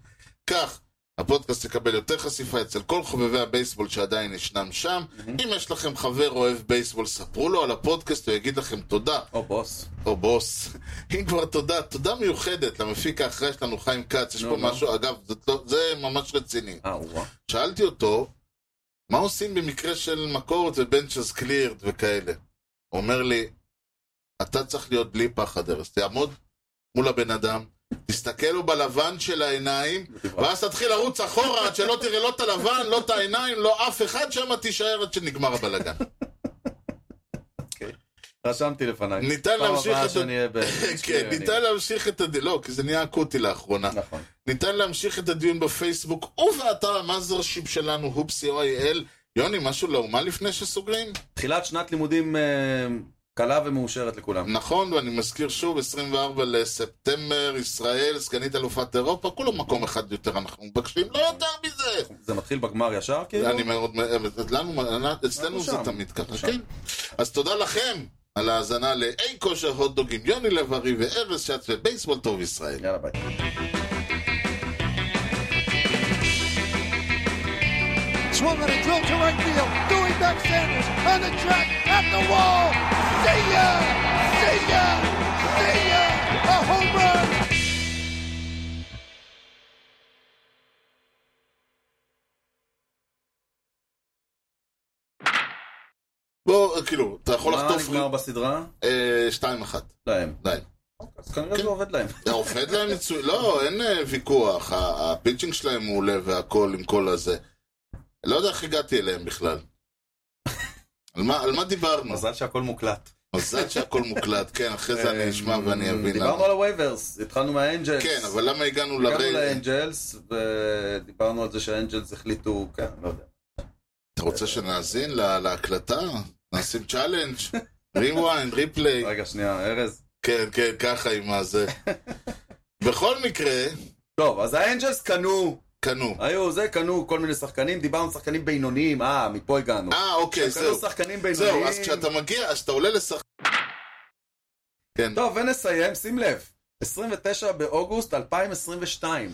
A: כך, הפודקאסט יקבל יותר חשיפה אצל כל חובבי הבייסבול שעדיין ישנם שם. אם יש לכם חבר אוהב בייסבול, ספרו לו על הפודקאסט, הוא יגיד לכם תודה.
B: או בוס.
A: או בוס. אם כבר תודה, תודה מיוחדת למפיק האחראי שלנו, חיים כץ. יש
B: נו,
A: פה
B: נו.
A: משהו, אגב, זאת לא- זה ממש רציני.
B: אה, וואו.
A: שאלתי אותו, מה עושים במקרה של מקורת ובנצ'ס קלירד וכאלה? הוא אומר לי, אתה צריך להיות בלי פחד, ארז. תעמוד מול הבן אדם, תסתכל לו בלבן של העיניים, ואז תתחיל לרוץ אחורה עד שלא תראה לא את הלבן, לא את העיניים, לא אף אחד שם, תישאר עד שנגמר הבלגן.
B: כן, רשמתי לפניי.
A: ניתן להמשיך
B: פעם הבאה
A: את ה-
B: שאני אהיה ב...
A: כן, ניתן להמשיך את הדיון, לא, כי זה נהיה אקוטי לאחרונה.
B: נכון.
A: ניתן להמשיך את הדיון בפייסבוק ובאתר המאזרשיפ שלנו, הופסי או.איי.אל. יוני, משהו לאומה לפני שסוגרים?
B: תחילת שנת לימודים אה, קלה ומאושרת לכולם.
A: נכון, ואני מזכיר שוב, 24 לספטמבר, ישראל, סגנית אלופת אירופה, כולו מקום אחד יותר אנחנו מבקשים, לא יותר מזה!
B: זה מתחיל בגמר ישר, כאילו?
A: אני מאוד, לנו, אצלנו
B: אנחנו
A: זה
B: שם.
A: תמיד ככה,
B: אנחנו
A: כן. אז תודה לכם, על ההאזנה לאי כושר הוטדוג עם יוני לב-ארי וארז שץ ובייסבול טוב ישראל.
B: יאללה ביי.
E: Swung on a drill to right field. Doing back Sanders on the track at the wall. See ya! See ya! See ya! A home run!
A: בוא, כאילו, אתה יכול
B: מה
A: לחטוף
B: נגמר בסדרה?
A: אה, 2-1,
B: להם.
A: די.
B: אז כנראה
A: כן.
B: זה עובד להם.
A: זה עובד להם מצוין, לא, אין אה, ויכוח, ה- הפיצ'ינג שלהם מעולה והכל עם כל הזה. לא יודע איך הגעתי אליהם בכלל. על מה, על מה דיברנו?
B: מזל שהכל מוקלט.
A: מזל שהכל מוקלט, כן, אחרי זה אני אשמע ואני אבין
B: אה, דיברנו
A: למה.
B: על הווייברס, התחלנו מהאנג'לס.
A: כן, אבל למה הגענו
B: הגענו
A: לרייל?
B: לאנג'לס, ודיברנו על זה שהאנג'לס החליטו, כן, לא יודע.
A: אתה רוצה שנאזין לה- להקלטה? נעשים צ'אלנג', ריוויינד, ריפליי.
B: רגע, שנייה, ארז.
A: כן, כן, ככה עם הזה. בכל מקרה,
B: טוב, אז האנג'לס קנו,
A: קנו.
B: היו זה, קנו כל מיני שחקנים, דיברנו על שחקנים בינוניים, אה, מפה הגענו.
A: אה, אוקיי, זהו.
B: קנו שחקנים בינוניים.
A: זהו, אז כשאתה מגיע, אז אתה עולה לשחק... כן.
B: טוב, ונסיים, שים לב. 29 באוגוסט 2022,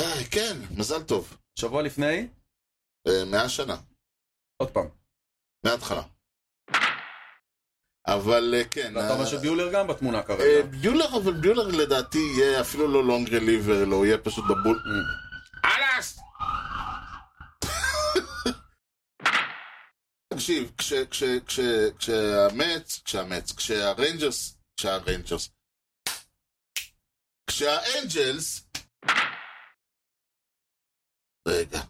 A: אה, כן, מזל טוב.
B: שבוע לפני,
A: אה, מאה שנה,
B: עוד פעם.
A: מההתחלה. אבל אה, כן.
B: ואתה אומר
A: אה,
B: שביולר גם בתמונה
A: אה,
B: כרגע.
A: ביולר, אבל ביולר לדעתי יהיה אפילו לא לונג רליבר, לא, הוא יהיה פשוט בבול. אלאס! תקשיב, כש- כש- כש- כשהמץ, כשהמץ, כשהריינג'רס, כשהריינג'רס, כשהאנג'לס... רגע,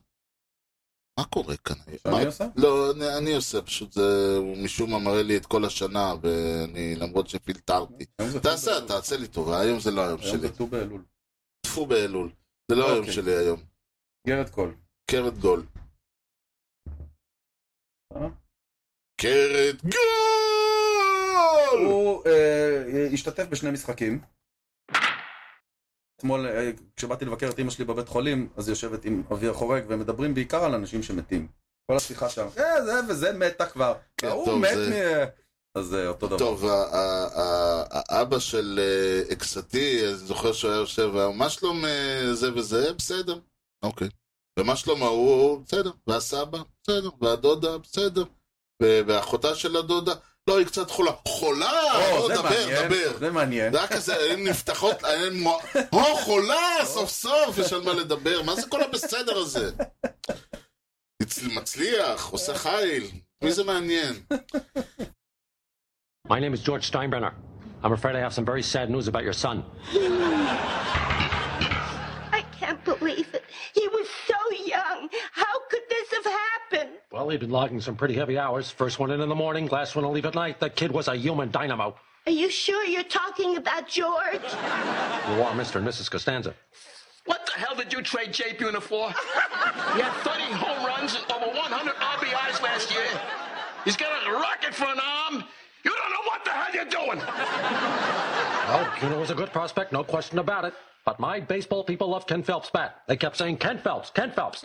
A: מה קורה כאן?
B: שאני
A: מה-
B: עושה?
A: לא, אני, אני עושה, פשוט זה, הוא משום מה מראה לי את כל השנה, ואני, למרות שפילטרתי.
B: היום זה ט"ו
A: תעשה,
B: באלול.
A: תעשה לי טובה, היום זה לא היום
B: היום
A: שלי.
B: זה ט"ו באלול.
A: טפו באלול, זה לא היום
B: אוקיי.
A: שלי היום.
B: גרד קול.
A: קרת גול.
B: אה?
A: קרת גול!
B: הוא אה, השתתף בשני משחקים. אתמול, אה, כשבאתי לבקר את אימא שלי בבית חולים, אז היא יושבת עם אבי החורג, והם מדברים בעיקר על אנשים שמתים. כל השיחה שם, אה, זה וזה מתה כבר.
A: כן,
B: הוא
A: טוב,
B: מת
A: זה-
B: מ... אז זה אותו דבר.
A: טוב, ה- ה- ה- האבא של אה, אקסתי, אני זוכר שהוא היה יושב, והיה, מה שלום אה, זה וזה? בסדר. אוקיי. ומה שלום ההוא? בסדר. והסבא? בסדר. והדודה? בסדר. ו- ואחותה של הדודה? לא, היא קצת חולה. חולה!
B: או,
A: לא,
B: זה
A: דבר,
B: מעניין,
A: דבר.
B: זה מעניין.
A: זה היה כזה, הן נפתחות, הן מוע... הו, חולה, סוף סוף, יש על מה לדבר. מה זה כל הבסדר הזה? הצל- מצליח, עושה חיל. מי זה מעניין?
F: My name is George Steinbrenner. I'm afraid I have some very sad news about your son.
G: I can't believe it. He was so young. How could this have happened?
F: Well, he'd been logging some pretty heavy hours. First one in in the morning, last one to leave at night. That kid was a human dynamo.
G: Are you sure you're talking about George?
F: You are Mr. and Mrs. Costanza.
H: What the hell did you trade Jay Buhner for? he had 30 home runs and over 100 RBIs last year. He's got a rocket for an arm. You don't know what the hell you're doing.
F: Well, Kuno was a good prospect, no question about it. But my baseball people loved Ken Phelps' bat. They kept saying, Ken Phelps, Ken Phelps.